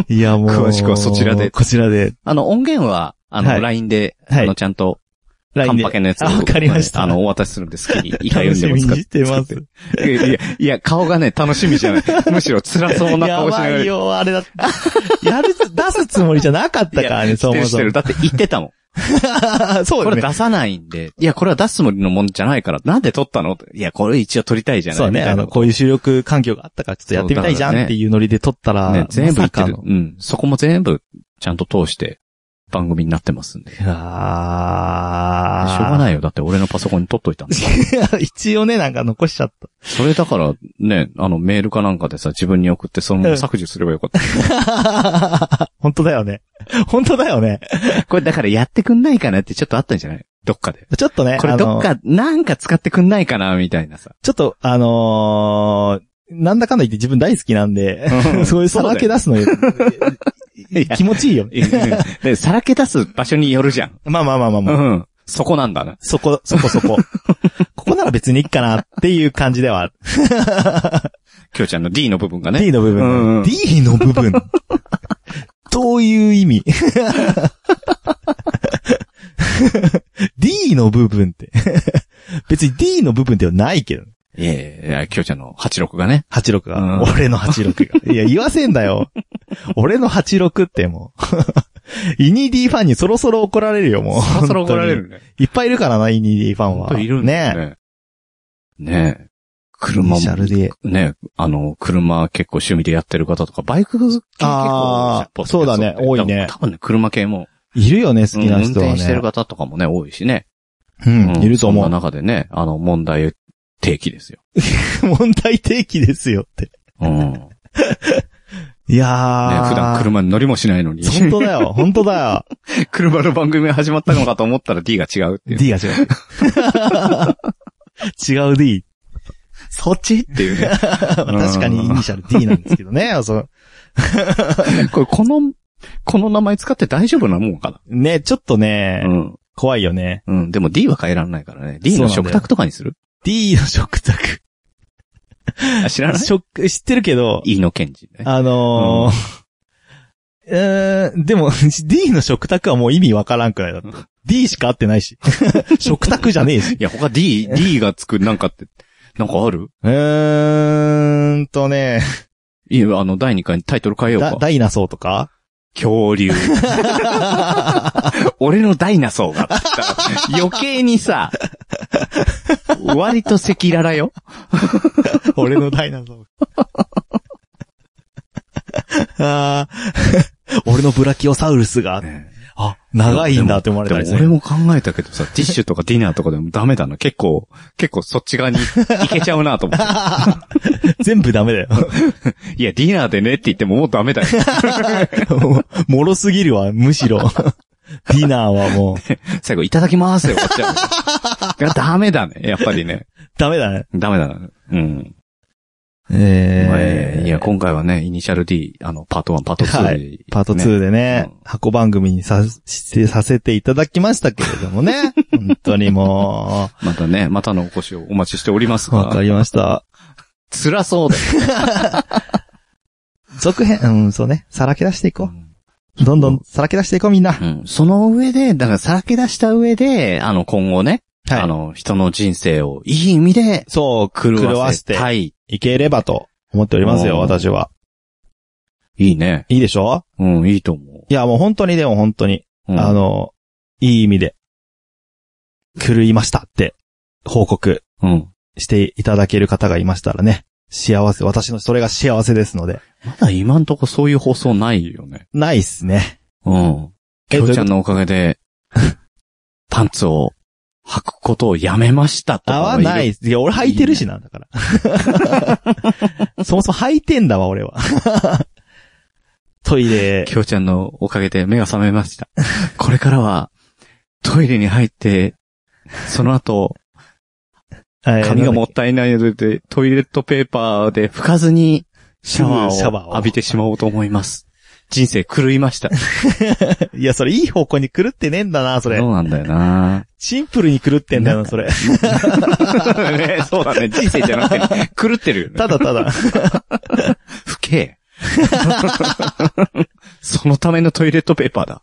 Speaker 7: いや、もう。
Speaker 2: 詳しくはそちらで
Speaker 7: こちらで。
Speaker 2: あの、音源は、あの、
Speaker 7: はい
Speaker 2: LINE で、
Speaker 7: はい
Speaker 2: あの、ちゃんと、カ
Speaker 7: LINE
Speaker 2: ン
Speaker 7: で。
Speaker 2: パケのやつを
Speaker 7: あわかりました
Speaker 2: あの、お渡しするんで好きに、いかよ
Speaker 7: 楽
Speaker 2: ん
Speaker 7: し
Speaker 2: でも
Speaker 7: み
Speaker 2: 使っ
Speaker 7: に
Speaker 2: て。
Speaker 7: してます。
Speaker 2: いやいや、いや、顔がね、楽しみじ ゃない。むしろ辛そうな
Speaker 7: や
Speaker 2: 顔しな
Speaker 7: ば
Speaker 2: がら。
Speaker 7: いよ、あれだ。やる、出すつもりじゃなかったから
Speaker 2: いや
Speaker 7: ね、そ
Speaker 2: して
Speaker 7: も
Speaker 2: るし
Speaker 7: そ
Speaker 2: て
Speaker 7: も
Speaker 2: る。。だって言ってたもん。
Speaker 7: そう
Speaker 2: こ
Speaker 7: よ
Speaker 2: れ
Speaker 7: ね。
Speaker 2: 出さないんで、いや、これは出すつもりのもんじゃないから、なんで撮ったのいや、これ一応撮りたいじゃない
Speaker 7: そう
Speaker 2: み
Speaker 7: ね。
Speaker 2: たい
Speaker 7: あ
Speaker 2: な
Speaker 7: の、こういう収録環境があったから、ちょっとやってみたいじゃんっていうノリで撮ったら、
Speaker 2: ね、全部言
Speaker 7: ま
Speaker 2: って
Speaker 7: さか
Speaker 2: る。
Speaker 7: の。
Speaker 2: うん。そこも全部、ちゃんと通して、番組になってますんで。しょう
Speaker 7: あ
Speaker 2: が
Speaker 7: い。
Speaker 2: ないよ。だって俺のパソコンに撮っといたん だ。
Speaker 7: 一応ね、なんか残しちゃった。
Speaker 2: それだから、ね、あの、メールかなんかでさ、自分に送って、そのまま削除すればよかった。
Speaker 7: 本当だよね。本当だよね。
Speaker 2: これだからやってくんないかなってちょっとあったんじゃないどっかで。
Speaker 7: ちょっとね、
Speaker 2: これどっ
Speaker 7: あの
Speaker 2: か、なんか使ってくんないかなみたいな さ。
Speaker 7: ちょっと、あのーなんだかんだ言って自分大好きなんで、そういうさらけ出すのよ。気持ちいいよ。
Speaker 2: で、さらけ出す場所によるじゃん。
Speaker 7: まあまあまあまあま
Speaker 2: う
Speaker 7: あ。
Speaker 2: ん。そこなんだな。
Speaker 7: そこ、そこそこ。ここなら別にいいかなっていう感じではある。
Speaker 2: きょうちゃんの D の部分がね。
Speaker 7: D の部
Speaker 2: うんうん
Speaker 7: 分。D の部分。どういう意味 ?D の部分って。別に D の部分ではないけど。
Speaker 2: いやいやいや、きょうちゃんの86がね。
Speaker 7: 86が。
Speaker 2: うん
Speaker 7: 俺の86が。い や、言わせんだよ。俺の86ってもう。 イニディファンにそろそろ怒られるよ、もう。
Speaker 2: そろそろ怒られるね。
Speaker 7: 本当に。いっぱいいるからな、イニディファンは。
Speaker 2: いるんだ
Speaker 7: ねえ。
Speaker 2: ね。ねえ。車
Speaker 7: イ
Speaker 2: も
Speaker 7: シ、ャルで。
Speaker 2: ねえ、あの、車結構趣味でやってる方とか、バイク系結構
Speaker 7: あー
Speaker 2: 多いじゃん
Speaker 7: そうだね
Speaker 2: ポッドキャストって
Speaker 7: 多いね
Speaker 2: 多分ね、車系も、
Speaker 7: いるよね、好
Speaker 2: うん
Speaker 7: きな
Speaker 2: 運
Speaker 7: 人は
Speaker 2: 転してる
Speaker 7: ね。
Speaker 2: 方とかもね、多いしね。
Speaker 7: う、
Speaker 2: うんん
Speaker 7: いると思
Speaker 2: そん
Speaker 7: う。
Speaker 2: な中でね、あの、問題提起ですよ。
Speaker 7: 問題提起ですよって。
Speaker 2: うん。ね
Speaker 7: いやー。
Speaker 2: 普段車に乗りもしないのに、
Speaker 7: 本当だよ、本当だよ。
Speaker 2: 車の番組が始まったのかと思ったら D が違うっていう。
Speaker 7: D が違う。 違う D。
Speaker 2: そっちって いうね。
Speaker 7: 確かにイニシャル D なんですけどね。そう
Speaker 2: これ、この、この名前使って大丈夫なもんか
Speaker 7: ね、ちょっとね
Speaker 2: な。、うん。
Speaker 7: 怖いよね。
Speaker 2: うん。でも D は変えられないからね。D の食卓とかにする
Speaker 7: D の食卓。
Speaker 2: あ知らない
Speaker 7: 食、知ってるけど、
Speaker 2: ?E の検事ね。
Speaker 7: あのー、うーん、でも D の食卓はもう意味わからんくらいだった。D しか合ってない し。食卓じゃねえし。
Speaker 2: いや、他 D、D がつくなんかって、なんかある
Speaker 7: うーんとね、
Speaker 2: いや、あの、第2回にタイトル変えよう
Speaker 7: ダ
Speaker 2: か。
Speaker 7: ダイナソーとか
Speaker 2: 恐 竜。俺のダイナソーがって言ったら。余計にさ、割と赤裸々よ。
Speaker 7: 俺のダイナソー。 あー 俺のブラキオサウルスが、あ、長いんだって思われたり
Speaker 2: ですも
Speaker 7: る
Speaker 2: 俺も考えたけどさ、ティッシュとかディナーとかでもダメだな。結構、結構そっち側に行けちゃうなと思って。
Speaker 7: 全部ダメだよ。
Speaker 2: いや、ディナーでねって言ってももうダ メだよ。
Speaker 7: もうもろすぎるわ、む しろ。ディナーはもう、
Speaker 2: 最後、いただきますよ、終わっちゃ う。いやダメだね。やっぱりね。
Speaker 7: ダメだね。
Speaker 2: ダメだな。うん。
Speaker 7: え
Speaker 2: えーいや、今回はね、イニシャル D、あの、パート1、パート2、
Speaker 7: は
Speaker 2: で
Speaker 7: い。パート2でね、
Speaker 2: うん
Speaker 7: 箱番組にさしてさせていただきましたけれど もね。本当にも
Speaker 2: またね、またのお越しをお待ちしております
Speaker 7: う、わ
Speaker 2: が
Speaker 7: か、りました。
Speaker 2: 辛そうだよ。
Speaker 7: 続編、うん、そうね。さらけ出していこう。どんどんさらけ出していこう、みんな。
Speaker 2: うん。その上で、だからさらけ出した上で、あの、今後ね、
Speaker 7: はい
Speaker 2: あの、人の人生をいい意味で
Speaker 7: そう、
Speaker 2: 狂
Speaker 7: 狂
Speaker 2: わ
Speaker 7: わ
Speaker 2: せ
Speaker 7: せ
Speaker 2: て。
Speaker 7: て
Speaker 2: はい。
Speaker 7: いければと思っております
Speaker 2: う
Speaker 7: よ、
Speaker 2: ん
Speaker 7: 私は。
Speaker 2: いいね。
Speaker 7: いいでしょ
Speaker 2: うん、いいと思
Speaker 7: いや、もう本当にでも本当に、
Speaker 2: う。うん
Speaker 7: あ、の、いい意味で、狂いましたって、報告
Speaker 2: うん。
Speaker 7: していただける方がいましたらね、幸せ、私の、それが幸せですので、
Speaker 2: まだ今んとこそういう放送ないよね。
Speaker 7: ないっすね。
Speaker 2: うん。き
Speaker 7: え
Speaker 2: ょうちゃんのおかげで、 パンツを履くことをやめましたとか
Speaker 7: 合
Speaker 2: も
Speaker 7: わ
Speaker 2: る
Speaker 7: ない。。いや、俺履いてるしな、だから。そ もそも履いてんだわ、俺は。トイレ、
Speaker 2: きょうちゃんのおかげで目が覚めました。これからは、トイレに入って、その後、髪がもったいないので、トイレットペーパーで拭かずに、シャワ
Speaker 7: シャ
Speaker 2: ー
Speaker 7: ワー
Speaker 2: を
Speaker 7: を
Speaker 2: 浴びてしまおうと思います。人生狂いました。
Speaker 7: え いや、それいい方向に狂ってねえんだな、それ
Speaker 2: そ。うなんだよな
Speaker 7: シンプルに狂ってんだよな、そ れ。
Speaker 2: ねそうだね。人生じゃなくて、狂ってるよね。
Speaker 7: ただ ただ。
Speaker 2: 不敬。 そのためのトイレットペーパーだ。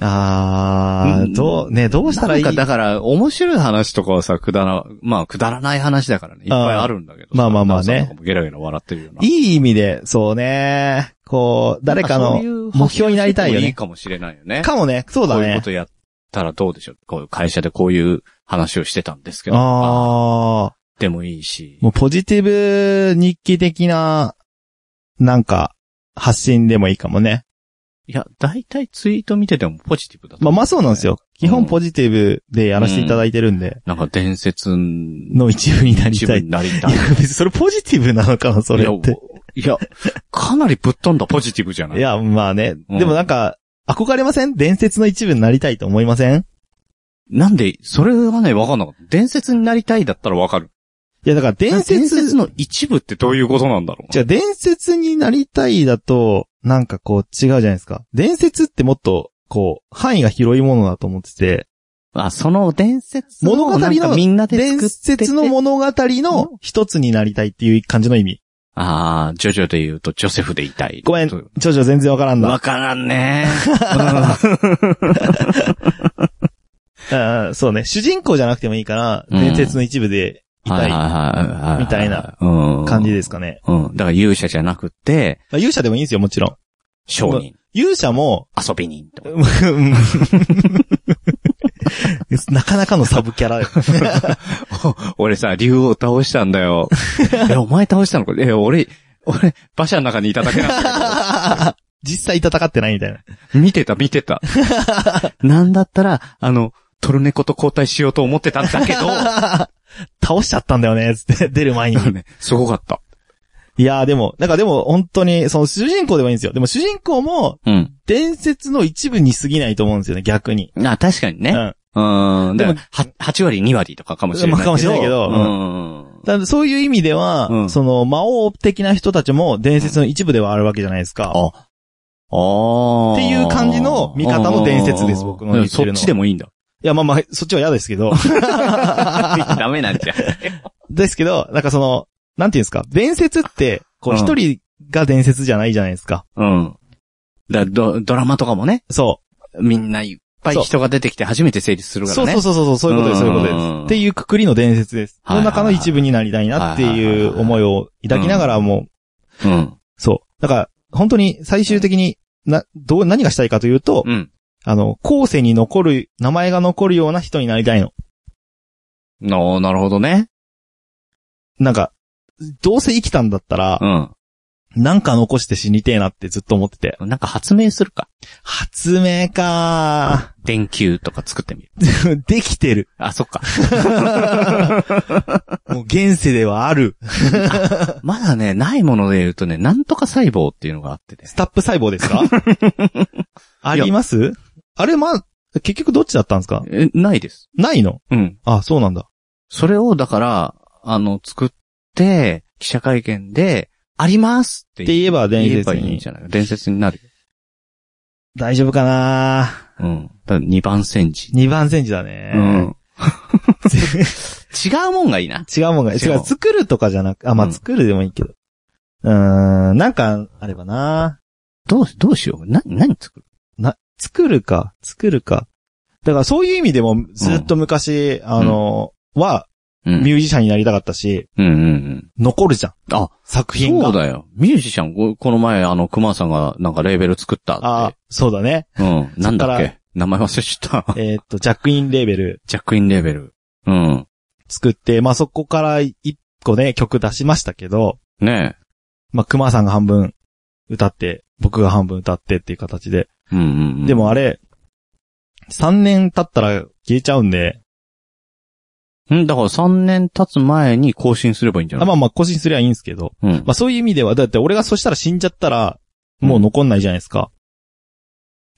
Speaker 7: あ
Speaker 2: うん
Speaker 7: ー、どう、ね、どうしたらいい
Speaker 2: なんかだから、面白い話とかはさ、くだら、まあ、くだらない話だからね。いっぱいあるんだけどさ。
Speaker 7: まあまあまあね
Speaker 2: ダンさんとかもゲラゲラ笑ってるような。
Speaker 7: いい意味で、そうね。こう、誰か
Speaker 2: な
Speaker 7: の
Speaker 2: んかそういう
Speaker 7: 目標になりたいよ
Speaker 2: いい
Speaker 7: ね。
Speaker 2: かもしれないよね。
Speaker 7: かもね、そうだ
Speaker 2: こういう
Speaker 7: ね
Speaker 2: こ。とやったらどうでしょうこういう会社でこういう話をしてたんですけど。あ
Speaker 7: ああ。
Speaker 2: でもいいし。
Speaker 7: もうポジティブ日記的な、なんか、発信でもいいかもね。
Speaker 2: いや、大体ツイート見ててもポジティブだと
Speaker 7: ま
Speaker 2: 思う
Speaker 7: あまあそうなんですよ。基
Speaker 2: うん
Speaker 7: 本ポジティブでやらせていただいてるんで、
Speaker 2: なんか伝説の
Speaker 7: の一部になり
Speaker 2: 一
Speaker 7: た
Speaker 2: 部
Speaker 7: い。
Speaker 2: になりた
Speaker 7: い
Speaker 2: い。
Speaker 7: や、別にそれポジティブなのかな、それって。
Speaker 2: いや、いやかなりぶっ飛んだポジティブじゃない
Speaker 7: いや、まあね。
Speaker 2: うん
Speaker 7: でもなんか、憧れません伝説の一部になりたいと思いません
Speaker 2: なんで、それがね、わかんなかった。伝説になりたいだったらわかる。
Speaker 7: いや、だから伝
Speaker 2: 伝
Speaker 7: 説
Speaker 2: 説、の一部ってどういうことなんだろう
Speaker 7: じゃあ伝説になりたいだと、なんかこう違うじゃないですか。伝説ってもっと、こう、範囲が広いものだと思ってて、
Speaker 2: あ、その伝説の
Speaker 7: 物語の
Speaker 2: なんかみんなで作って
Speaker 7: 伝
Speaker 2: て
Speaker 7: 説の物語の一つになりたいっていう感じの意味。
Speaker 2: ああ、ジョジョで言うとジョセフでいたい。
Speaker 7: ごめん、
Speaker 2: と
Speaker 7: ジョジョ全然わからん
Speaker 2: わ
Speaker 7: な。
Speaker 2: からんね。
Speaker 7: あーそうね。主人公じゃなくてもいいから、
Speaker 2: うん
Speaker 7: 伝説の一部でいた
Speaker 2: はいはい
Speaker 7: い
Speaker 2: はいはい。
Speaker 7: みたいな感
Speaker 2: 感
Speaker 7: じですかね。
Speaker 2: うん。だから勇者じゃなくて、
Speaker 7: まあ勇者でもいいんですよ、もちろん。
Speaker 2: 商人、
Speaker 7: 勇者も、
Speaker 2: 遊び人とか。
Speaker 7: うんなかなかのサブキャラよ。
Speaker 2: 俺さ、竜を倒したんだ よ。え、お前倒したのかえ、俺、俺、馬車の中にいただけなん だ
Speaker 7: 実際戦ってないみたいな。
Speaker 2: けど。見てた、見て た。なんだったら、あの、トルネコと交代しようと思ってたんだけ ど、
Speaker 7: 倒しちゃったんだよね、つって、出る前に。
Speaker 2: ねすごかった。
Speaker 7: いやーでも、なんかでも本当に、その主人公でもいいんですよ。でも主人公も
Speaker 2: うん。
Speaker 7: 伝説の一部に過ぎないと思うんですよね、逆に。
Speaker 2: あ、確かに
Speaker 7: う
Speaker 2: ね。
Speaker 7: ん。
Speaker 2: うん。で
Speaker 7: でも
Speaker 2: も、は8割、2割とかかもしれないけど。
Speaker 7: まあかもしれないけど
Speaker 2: う。
Speaker 7: うんだからそういう意味では、
Speaker 2: うん
Speaker 7: その魔王的な人たちも伝説の一部ではあるわけじゃないですか。
Speaker 2: あ。ああ。
Speaker 7: っていう感じの見方の伝説です僕の言ってるの
Speaker 2: そっ
Speaker 7: は
Speaker 2: ちでもいいんだ。
Speaker 7: いや、まあまあ、そっちは嫌ですけど。
Speaker 2: ダメなんじゃん。
Speaker 7: ですけど、なんかその、なんていうんですか、伝説って、こ
Speaker 2: う
Speaker 7: う、
Speaker 2: ん
Speaker 7: 一人が伝説じゃないじゃないですか。
Speaker 2: うん。だド、ドラマとかもね、
Speaker 7: そ
Speaker 2: みんないっぱい人が出てきて初めて成立する
Speaker 7: う。
Speaker 2: から
Speaker 7: そう
Speaker 2: ね。
Speaker 7: そうそうそう、そういうことです、
Speaker 2: う
Speaker 7: そ
Speaker 2: ん
Speaker 7: ういうことです。っていうくくりの伝説です。
Speaker 2: はいはい
Speaker 7: の
Speaker 2: はい
Speaker 7: 中の一部になりたいなって
Speaker 2: はいはい
Speaker 7: い
Speaker 2: はいう
Speaker 7: 思いを抱きながらも、
Speaker 2: うん。
Speaker 7: そう。だから、本当に最終的に、な、どう、何がしたいかというと、
Speaker 2: うん。
Speaker 7: あの、後世に残る、名前が残るような人になりたいの。
Speaker 2: の、なるほどね。
Speaker 7: なんか、どうせ生きたんだったら
Speaker 2: う、ん。
Speaker 7: なんか残して死にてえなってずっと思ってて。
Speaker 2: なんか発明するか。
Speaker 7: 発明か
Speaker 2: 電球とか作ってみる。
Speaker 7: ー できてる。
Speaker 2: あ、そっか。
Speaker 7: もう現世ではある。
Speaker 2: まだね、ないもので言うとね、なんとか細胞っていうのがあってね。
Speaker 7: スタップ細胞です かありますあれ、まあ、結局どっちだったんですか
Speaker 2: え、ないです。
Speaker 7: ないの
Speaker 2: うん。
Speaker 7: あ、そうなんだ。
Speaker 2: それを、だから、あの、作って、記者会見で、ありますって
Speaker 7: って言えば伝説
Speaker 2: 言
Speaker 7: に
Speaker 2: えばいいんじゃない伝説になるよ。
Speaker 7: 大丈夫かな
Speaker 2: うん。だ2番煎じ。
Speaker 7: 二番煎じだ
Speaker 2: う
Speaker 7: ね。
Speaker 2: ん。違うもんがいいな。
Speaker 7: 違うもんが、違う、
Speaker 2: 違う
Speaker 7: 作るとかじゃなく、あ、ま
Speaker 2: う
Speaker 7: あ
Speaker 2: ん
Speaker 7: 作るでもいいけど。うーん、なんか、あればな
Speaker 2: どう、どうしよう。な、何作る
Speaker 7: 作るか、作るか。だからそういう意味でも、ずっと昔、あの、は、
Speaker 2: う
Speaker 7: ミ
Speaker 2: ん。
Speaker 7: ュージシャンになりたかったし、
Speaker 2: うんうんうん。
Speaker 7: 残るじゃん。
Speaker 2: あ、
Speaker 7: 作品が。
Speaker 2: そうだよ。ミュージシャン、ここの前、あの、熊さんが、なんかレーベル作ったって。
Speaker 7: あそう だね。
Speaker 2: うん。なんだっ
Speaker 7: そっか
Speaker 2: け名前忘れち ゃった。
Speaker 7: えーっと、ジャックインレーベル。
Speaker 2: ジャックインレーベル。うん。
Speaker 7: 作って、まあ、そこから一個ね、曲出しましたけど、
Speaker 2: ね
Speaker 7: まあ、熊さんが半分歌って、僕が半分歌ってっていう形で。
Speaker 2: え。うんうんうん。
Speaker 7: で、もあれ、3年経ったら消えちゃうんで、
Speaker 2: うん、だから3年経つ前に更新すればいいんじゃ
Speaker 7: あ
Speaker 2: ない
Speaker 7: まあまあ更新すりゃいいんですけど、
Speaker 2: うん
Speaker 7: ま。あそういう意味では、だって俺がそしたら死んじゃったら、もう残んないじゃないですか。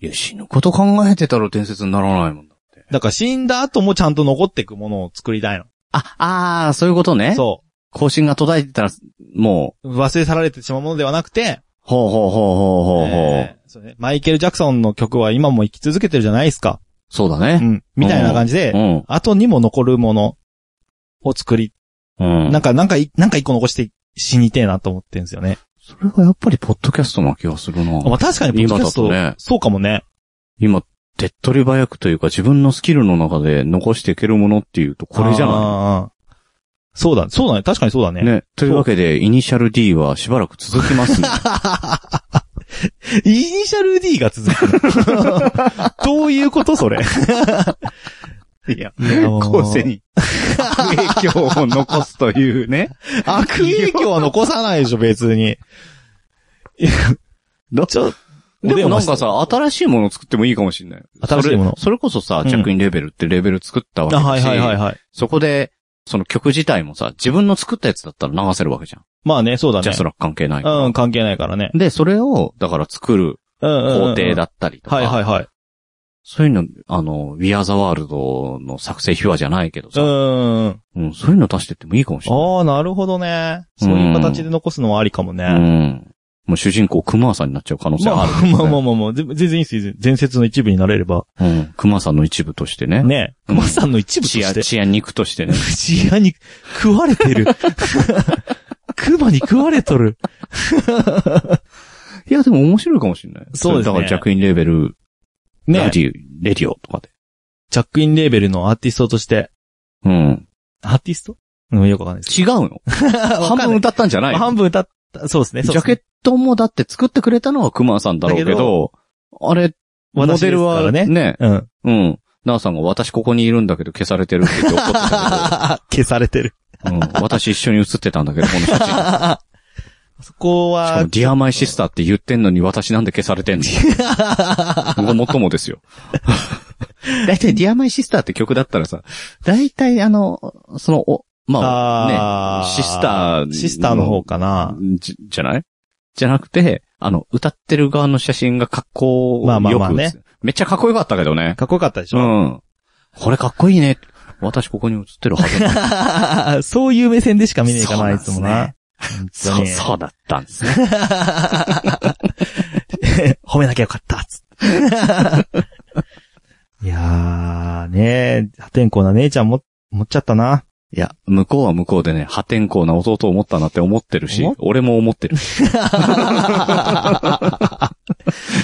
Speaker 2: いや、死ぬこと考えてたら伝説にならないもんだ。
Speaker 7: だから死んだ後もちゃんと残っていくものを作りたいの。
Speaker 2: あ、ああ、そういうことね。う。
Speaker 7: そ
Speaker 2: 更新が途絶えてたら、もう、
Speaker 7: う。忘れ去られてしまうものではなくて、
Speaker 2: ほうほうほうほうほうほう。
Speaker 7: えーそうね、マイケル・ジャクソンの曲は今も生き続けてるじゃないですか。
Speaker 2: そうだ
Speaker 7: う
Speaker 2: ね。
Speaker 7: ん。みたいな感じで
Speaker 2: う、ん。
Speaker 7: 後にも残るものを作り、
Speaker 2: うん。
Speaker 7: なんか、なんかい、なんか一個残して死にてえなと思ってるんですよね。
Speaker 2: それがやっぱりポッドキャストな気がするな。
Speaker 7: まあ確かに、ポッドキャスト、
Speaker 2: 今だとね
Speaker 7: そうかもね。
Speaker 2: 今、手っ取り早くというか自分のスキルの中で残していけるものっていうとこれじゃな
Speaker 7: ないそうだ、そうだね。確かにそうだ ね。
Speaker 2: いね。というわけで、イニシャル D はしばらく続きますね。
Speaker 7: イニシャル D が続くの。 どういうことそれ。
Speaker 6: いや、
Speaker 7: もう
Speaker 6: 後世 に悪影響を残すというね。
Speaker 7: 悪影響は残さないでしょ、別に。
Speaker 6: ど
Speaker 7: ちょ、
Speaker 2: でもなん
Speaker 7: お電話
Speaker 2: か
Speaker 7: して、
Speaker 2: さ、新しいもの作ってもいいかもしれない。
Speaker 7: 新しいもの
Speaker 2: それそれこそさ
Speaker 7: う、ん
Speaker 2: 着インレベルってレベル作ったわけ
Speaker 7: あ
Speaker 2: だし、
Speaker 7: はいはいはいはい。
Speaker 2: そこで、その曲自体もさ、自分の作ったやつだったら流せるわけじゃん。
Speaker 7: まあね、そうだ
Speaker 2: ジャ
Speaker 7: ね
Speaker 2: ス。ラック関係ないから。
Speaker 7: うん、関係ないからね。
Speaker 2: で、それを、だから作る
Speaker 7: うんうんうん。
Speaker 2: 工程だったりとか、
Speaker 7: はいはいはい。
Speaker 2: そういうの、あの、We Are the World の作成秘話じゃないけど
Speaker 7: う
Speaker 2: さ、
Speaker 7: んうん。
Speaker 2: うん、そういうの出してってもいいかもしれない。
Speaker 7: ああ、なるほどね。そういう形で残すのはありかもね。
Speaker 2: うん。もう主人公、クマさんになっちゃう可能性
Speaker 7: ま
Speaker 2: あ
Speaker 7: あ
Speaker 2: る、
Speaker 7: まあまあまあまあ、ぜ全然いいですよ。前説の一部になれれば。
Speaker 2: うん。クマさんの一部としてね。
Speaker 7: ね。
Speaker 2: うん
Speaker 7: 熊さんの一部と
Speaker 2: 血
Speaker 7: し
Speaker 2: や、
Speaker 7: て。
Speaker 2: 血や肉と してね。
Speaker 7: 口屋に食われてる。 熊に食われとる。
Speaker 2: いや、でも面白いかもしれない。
Speaker 7: そうですね
Speaker 2: れだから、着印レーベル、ラ
Speaker 7: ね。
Speaker 2: ディ、レディオとかで。
Speaker 7: ジャックインレーベルのアーティストとして。
Speaker 2: うん。
Speaker 7: アーティストうん、よくわかんないです。
Speaker 2: 違う の半分歌ったんじゃない
Speaker 7: 半分歌った、そうですね。
Speaker 2: ジ
Speaker 7: そうで
Speaker 2: ャ
Speaker 7: すね
Speaker 2: ケットもだって作ってくれたのはクマさんだろうけ
Speaker 7: だけ
Speaker 2: ど、あれ、モ
Speaker 7: 私
Speaker 2: デル
Speaker 7: ですか
Speaker 2: は
Speaker 7: らね
Speaker 2: ね、
Speaker 7: うん。
Speaker 2: うん。なあさんが私ここにいるんだけど消されてるって言って怒ってた
Speaker 7: 消されてる。
Speaker 2: けど、うん、私一緒に写ってたんだけど、この写真。しか
Speaker 7: そこ
Speaker 2: も
Speaker 7: は、
Speaker 2: ディアマイシスターって言ってんのに私なんで消されてん の僕はもっともですよ。だいたいディアマイシスターって曲だったらさ、だいたいあの、その、お、まあ、
Speaker 7: あ
Speaker 2: ね、
Speaker 7: ー
Speaker 2: シスター。
Speaker 7: シスターの方かな。
Speaker 2: じ、じゃないじゃなくて、あの、歌ってる側の写真が格好
Speaker 7: まあまあ
Speaker 2: よ
Speaker 7: まあ
Speaker 2: く、
Speaker 7: ね
Speaker 2: めっちゃかっこよかったけどね。
Speaker 7: かっこよかったでし
Speaker 2: う
Speaker 7: ょ、
Speaker 2: ん。これかっこいいね。私ここに映ってるはずだ。
Speaker 7: そういう目線でしか見ねえかな、いつもな。本当
Speaker 2: そう、
Speaker 7: に
Speaker 2: そうだったんですね。
Speaker 7: 褒めなきゃよかった、つって。いやー、ねえ、破天荒な姉ちゃんも、持っちゃったな。
Speaker 2: いや、向こうは向こうでね、破天荒な弟を持ったなって思ってるし
Speaker 7: 思っ、
Speaker 2: 俺も思って る。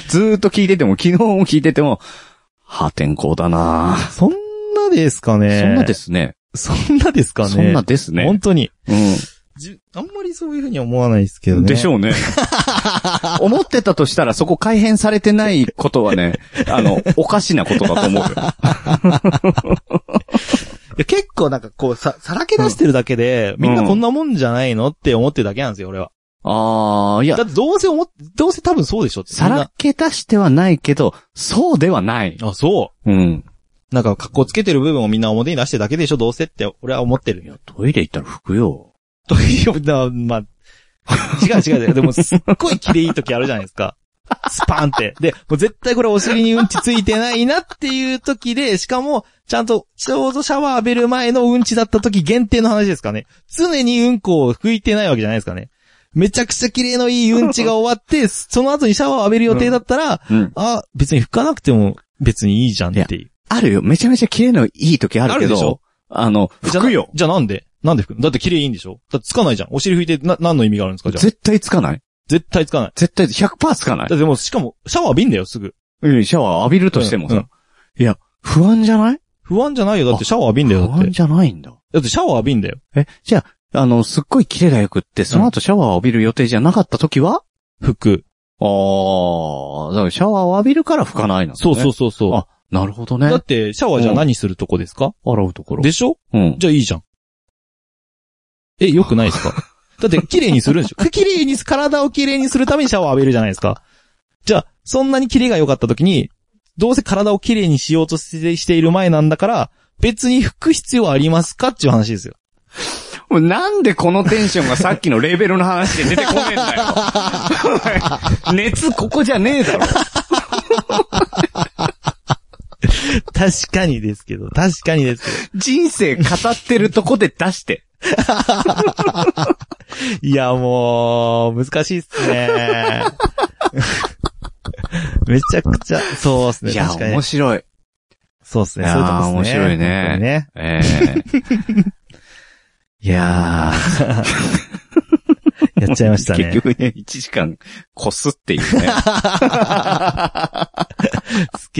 Speaker 2: ずーっと聞いてても、昨日も聞いてても、破天荒だなぁ
Speaker 7: そんなですかね。。
Speaker 2: そんなですすね。
Speaker 7: そんなですかね。
Speaker 2: そんなですね
Speaker 7: 本。当に。
Speaker 2: うん。
Speaker 7: じあんまりそういうふうには思わないですけどね。
Speaker 2: でし
Speaker 7: う。
Speaker 2: ょう ね。思ってたとしたら、そこ改変されてないことはね、あの、おかしなことだと思うよ。
Speaker 7: 結構なんかこう、さ、さらけ出してるだけで、みんなこんなもんじゃないのって思ってるだけなんですよ、俺は。
Speaker 2: ああ、いや
Speaker 7: だ、ってどうせ思っ、どうせ多分そうでしょってみん
Speaker 2: さ
Speaker 7: な
Speaker 2: らけ出してはないけど、そうではない。
Speaker 7: あ、そ
Speaker 2: うん。
Speaker 7: う。なんか、格好つけてる部分をみんな表に出してるだけでしょ、どうせって、俺は思ってるよ。
Speaker 2: トイレ行ったら拭くよ。
Speaker 7: というな、まあ、 違う違う違う。でも、すっごい綺麗いい時あるじゃないですか。スパーンって。で、もう絶対これお尻にうんちついてないなっていう時で、しかも、ちゃんと、ちょうどシャワー浴びる前のうんちだった時限定の話ですかね。常にうんこを拭いてないわけじゃないですかね。めちゃくちゃ綺麗のいいうんちが終わって、その後にシャワーを浴びる予定だったら、
Speaker 2: うん。
Speaker 7: あ、別に拭かなくても別にいいじゃんっていう。
Speaker 2: あるよ。めちゃめちゃ綺麗のいい時あるけ
Speaker 7: あるでし
Speaker 2: ど
Speaker 7: ょ、
Speaker 2: あの、拭くよ。
Speaker 7: じゃあなんでなんで拭くのだって綺麗いいんでしょだってつかないじゃん。お尻拭いてな、何の意味があるんですかじゃあ。
Speaker 2: 絶対つかない。
Speaker 7: 絶対つかない。
Speaker 2: 絶対100%つかない
Speaker 7: だ。ってもう、しかも、シャワー浴びんだよ、すぐ。
Speaker 2: うん、シャワー浴びるとしても
Speaker 7: うんう
Speaker 2: さ
Speaker 7: ん。
Speaker 2: いや、不安じゃない
Speaker 7: 不安じゃないよ。だってシャワー浴びんだ
Speaker 2: 不
Speaker 7: よ、だって
Speaker 2: 安。じゃないんだ。
Speaker 7: だってシャワー浴びんだよ。
Speaker 2: え、じゃあ、あの、すっごい綺麗が良くって、その後シャワーを浴びる予定じゃなかった時は、
Speaker 7: 服。
Speaker 2: ああ、だからシャワーを浴びるから拭かないな、
Speaker 7: そうそう。そうそ
Speaker 2: あ、なるほど
Speaker 7: う。だ
Speaker 2: ね
Speaker 7: っ。て、シャワーじゃ何するとこですか
Speaker 2: 洗うところ。
Speaker 7: でしょ
Speaker 2: うん。
Speaker 7: じゃあいいじゃん。え、良くない ですかだって、綺麗にするんでし ょ綺麗にす、体を綺麗にするためにシャワー浴びるじゃないですか。じゃあ、そんなに綺麗が良かった時に、どうせ体を綺麗にしようとしてしている前なんだから、別に拭く必要はありますかっていう話ですよ。
Speaker 2: もうなんでこのテンションがさっきのレベルの話で出てこねえんだよ。お前熱ここじゃねえだろ。
Speaker 7: 確かにですけど、確かにですけど。
Speaker 2: 人生語ってるとこで出して。
Speaker 7: いや、もう、難しいっすね。めちゃくちゃ、そうっすね。
Speaker 2: いや、
Speaker 7: 確かに
Speaker 2: 面。白い。
Speaker 7: そうっすね。
Speaker 2: いや
Speaker 7: そういうとこっすね。
Speaker 2: 面白いね
Speaker 7: 本当にね。
Speaker 2: え えいやー。
Speaker 7: やっちゃいましたね。
Speaker 2: 結局ね、1時間こすっていうね。
Speaker 7: すっげえ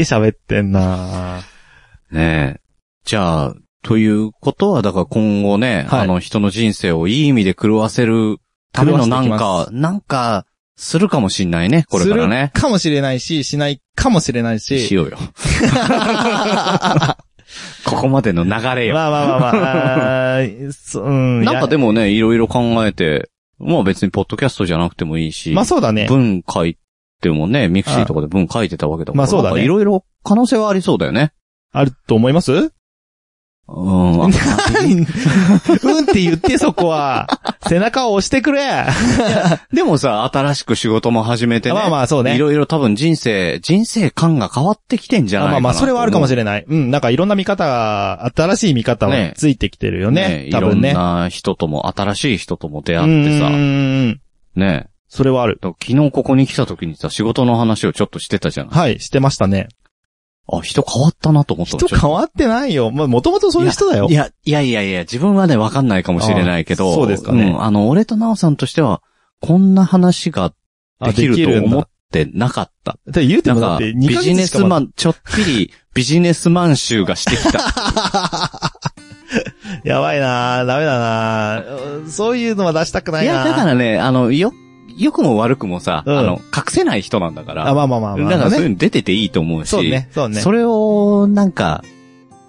Speaker 7: 喋ってんな
Speaker 2: ねえ。じゃあ、ということは、だから今後ね、
Speaker 7: はい
Speaker 2: あの人の人生をいい意味で狂わせるためのなん
Speaker 7: 狂わ
Speaker 2: か、なんか、するかもしんないね、これからね。
Speaker 7: するかもしれないし、しないかもしれないし。
Speaker 2: しよう よ。ここまでの流れよ。
Speaker 7: まあまあまあまああー、そうん。
Speaker 2: なんか
Speaker 7: で
Speaker 2: でもね、いろいろ考えて、まあ別にポッドキャストじゃなくてもいいし、
Speaker 7: まあそうだね。
Speaker 2: 文書いてもね、ミクシーとかで文書いてたわけだから、
Speaker 7: まあそうだね
Speaker 2: なんかいろいろ可能性はありそうだよね。
Speaker 7: あると思います
Speaker 2: うん。 あ
Speaker 7: うんって言ってそこは。背中を押してくれ。
Speaker 2: でもさ、新しく仕事も始めてね。
Speaker 7: まあまあそうね
Speaker 2: いろいろ多分人生、人生観が変わってきてんじゃない
Speaker 7: ま
Speaker 2: か
Speaker 7: あ
Speaker 2: な。
Speaker 7: まあ、それはあるかもし
Speaker 2: れ
Speaker 7: れない。うん、なんかいろんな見方、新しい見方は
Speaker 2: ね
Speaker 7: ついてきてるよね。
Speaker 2: い
Speaker 7: 多
Speaker 2: ろ
Speaker 7: 分
Speaker 2: ん
Speaker 7: ね。
Speaker 2: な人とも、新しい人とも出
Speaker 7: う
Speaker 2: 会ってさ、
Speaker 7: ーん。
Speaker 2: ね。
Speaker 7: それはある。
Speaker 2: だから昨日ここに来た時にさ、仕事の話をちょっとしてたじゃない。
Speaker 7: はい、してましたね。
Speaker 2: あ、人変わったなと思った
Speaker 7: 人変わってないよ。まあ、もともとそういう人だよ
Speaker 2: い。や、いやいやいや、自分はね、わかんないかもしれないけど。
Speaker 7: あそうですかね
Speaker 2: んあの、俺とナオさんとしては、こんな話が
Speaker 7: あ
Speaker 2: でき
Speaker 7: でき
Speaker 2: る
Speaker 7: るん
Speaker 2: と
Speaker 7: だ
Speaker 2: 思ってなかった。
Speaker 7: だって言うて
Speaker 2: なん
Speaker 7: もだっ
Speaker 2: か、
Speaker 7: て
Speaker 2: ビ
Speaker 7: 2ヶ
Speaker 2: ジネ
Speaker 7: 月し
Speaker 2: ス
Speaker 7: かま
Speaker 2: マ
Speaker 7: だ
Speaker 2: ン、ちょっぴ り、ビジネスマン臭がしてきた。
Speaker 7: やばいなぁダメだなぁうんそういうのは出したくないいな
Speaker 2: や、
Speaker 7: ぁ
Speaker 2: だからね、あの、よ、良くも悪くもさ、
Speaker 7: うん
Speaker 2: あの、隠せない人なんだから。
Speaker 7: あ、まあまあまあまあ。
Speaker 2: だからそういう
Speaker 7: ね。
Speaker 2: の出てていいと思うし。
Speaker 7: そうね、そうね。
Speaker 2: それを、なんか、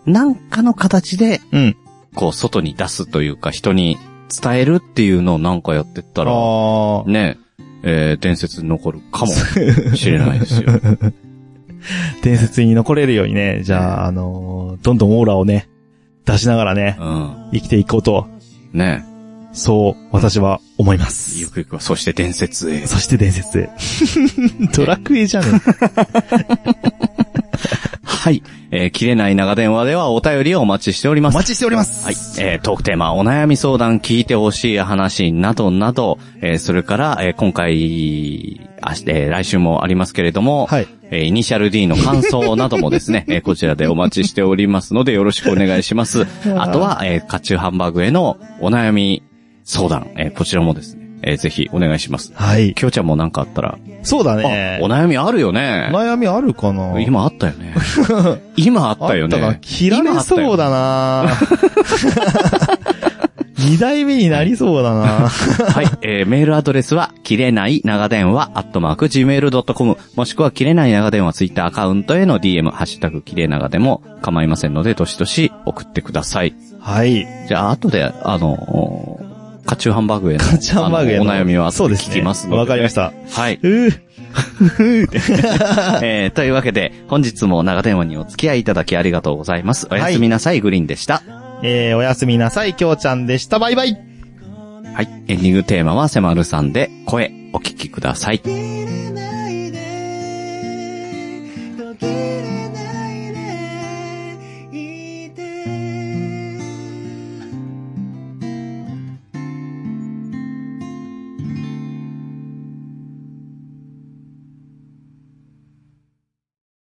Speaker 2: なんかの形で、
Speaker 7: うん
Speaker 2: こう、外に出すというか、人に伝えるっていうのをなんかやってったら、
Speaker 7: あー
Speaker 2: ね、えー、伝説に残るかもしれないですよ。
Speaker 7: 伝説に残れるようにね、じゃあ、あのーどんどんオーラをね、出しながらね、
Speaker 2: うん。
Speaker 7: 生きていこうと、
Speaker 2: ね
Speaker 7: そう、私は思います。
Speaker 2: ゆくゆくは、そして伝説へ。
Speaker 7: そして伝説 へ。ドラクエじゃね
Speaker 2: はい。えー、切れない長電話ではお便りをお待ちしておりま
Speaker 7: お
Speaker 2: す。
Speaker 7: 待ちしております。
Speaker 2: はい。えートークテーマ、お悩み相談、聞いてほしい話などなど、えーそれから、えー今回、あしえー来週もありますけれども、
Speaker 7: はい
Speaker 2: えーイニシャル D の感想などもです ね、えーこちらでお待ちしておりますので、よろしくお願いします。あとは、えー、カチューハンバーグへのお悩み相談、えーこちらもですね、えーぜひお願いします。
Speaker 7: はい。
Speaker 2: きょうちゃんもなんかあったら、
Speaker 7: そうだ
Speaker 2: あ
Speaker 7: ね。
Speaker 2: お
Speaker 7: お
Speaker 2: 悩みあるよね。
Speaker 7: 悩みあるかな
Speaker 2: 今あったよね。 今あったよね。
Speaker 7: あったか切られそう だな二代目になりそうだな
Speaker 2: はい、えー、メールアドレスは、切れない長電話、アットマーク、gmail.com、もしくは、切れない長電話、ツイッターアカウントへの DM、ハッシュタグ、切れ長でも構いませんので、どしどし送ってください。
Speaker 7: はい。
Speaker 2: じゃあ、後で、あの、カチューハンバーグへの、
Speaker 7: チャンバーグへの
Speaker 2: あのお悩みは、
Speaker 7: そうです
Speaker 2: 聞
Speaker 7: ね。
Speaker 2: きますので。
Speaker 7: わかりました。
Speaker 2: はい。
Speaker 7: うー
Speaker 2: えー、というわけで、本日も長電話にお付き合いいただきありがとうございます。おやすみなさい、グリーンでした。
Speaker 7: えー、おやすみなさい、きょうちゃんでした。バイバイ
Speaker 2: はい、エンディングテーマは、せまるさんで、声、お聞きください。
Speaker 11: 切れな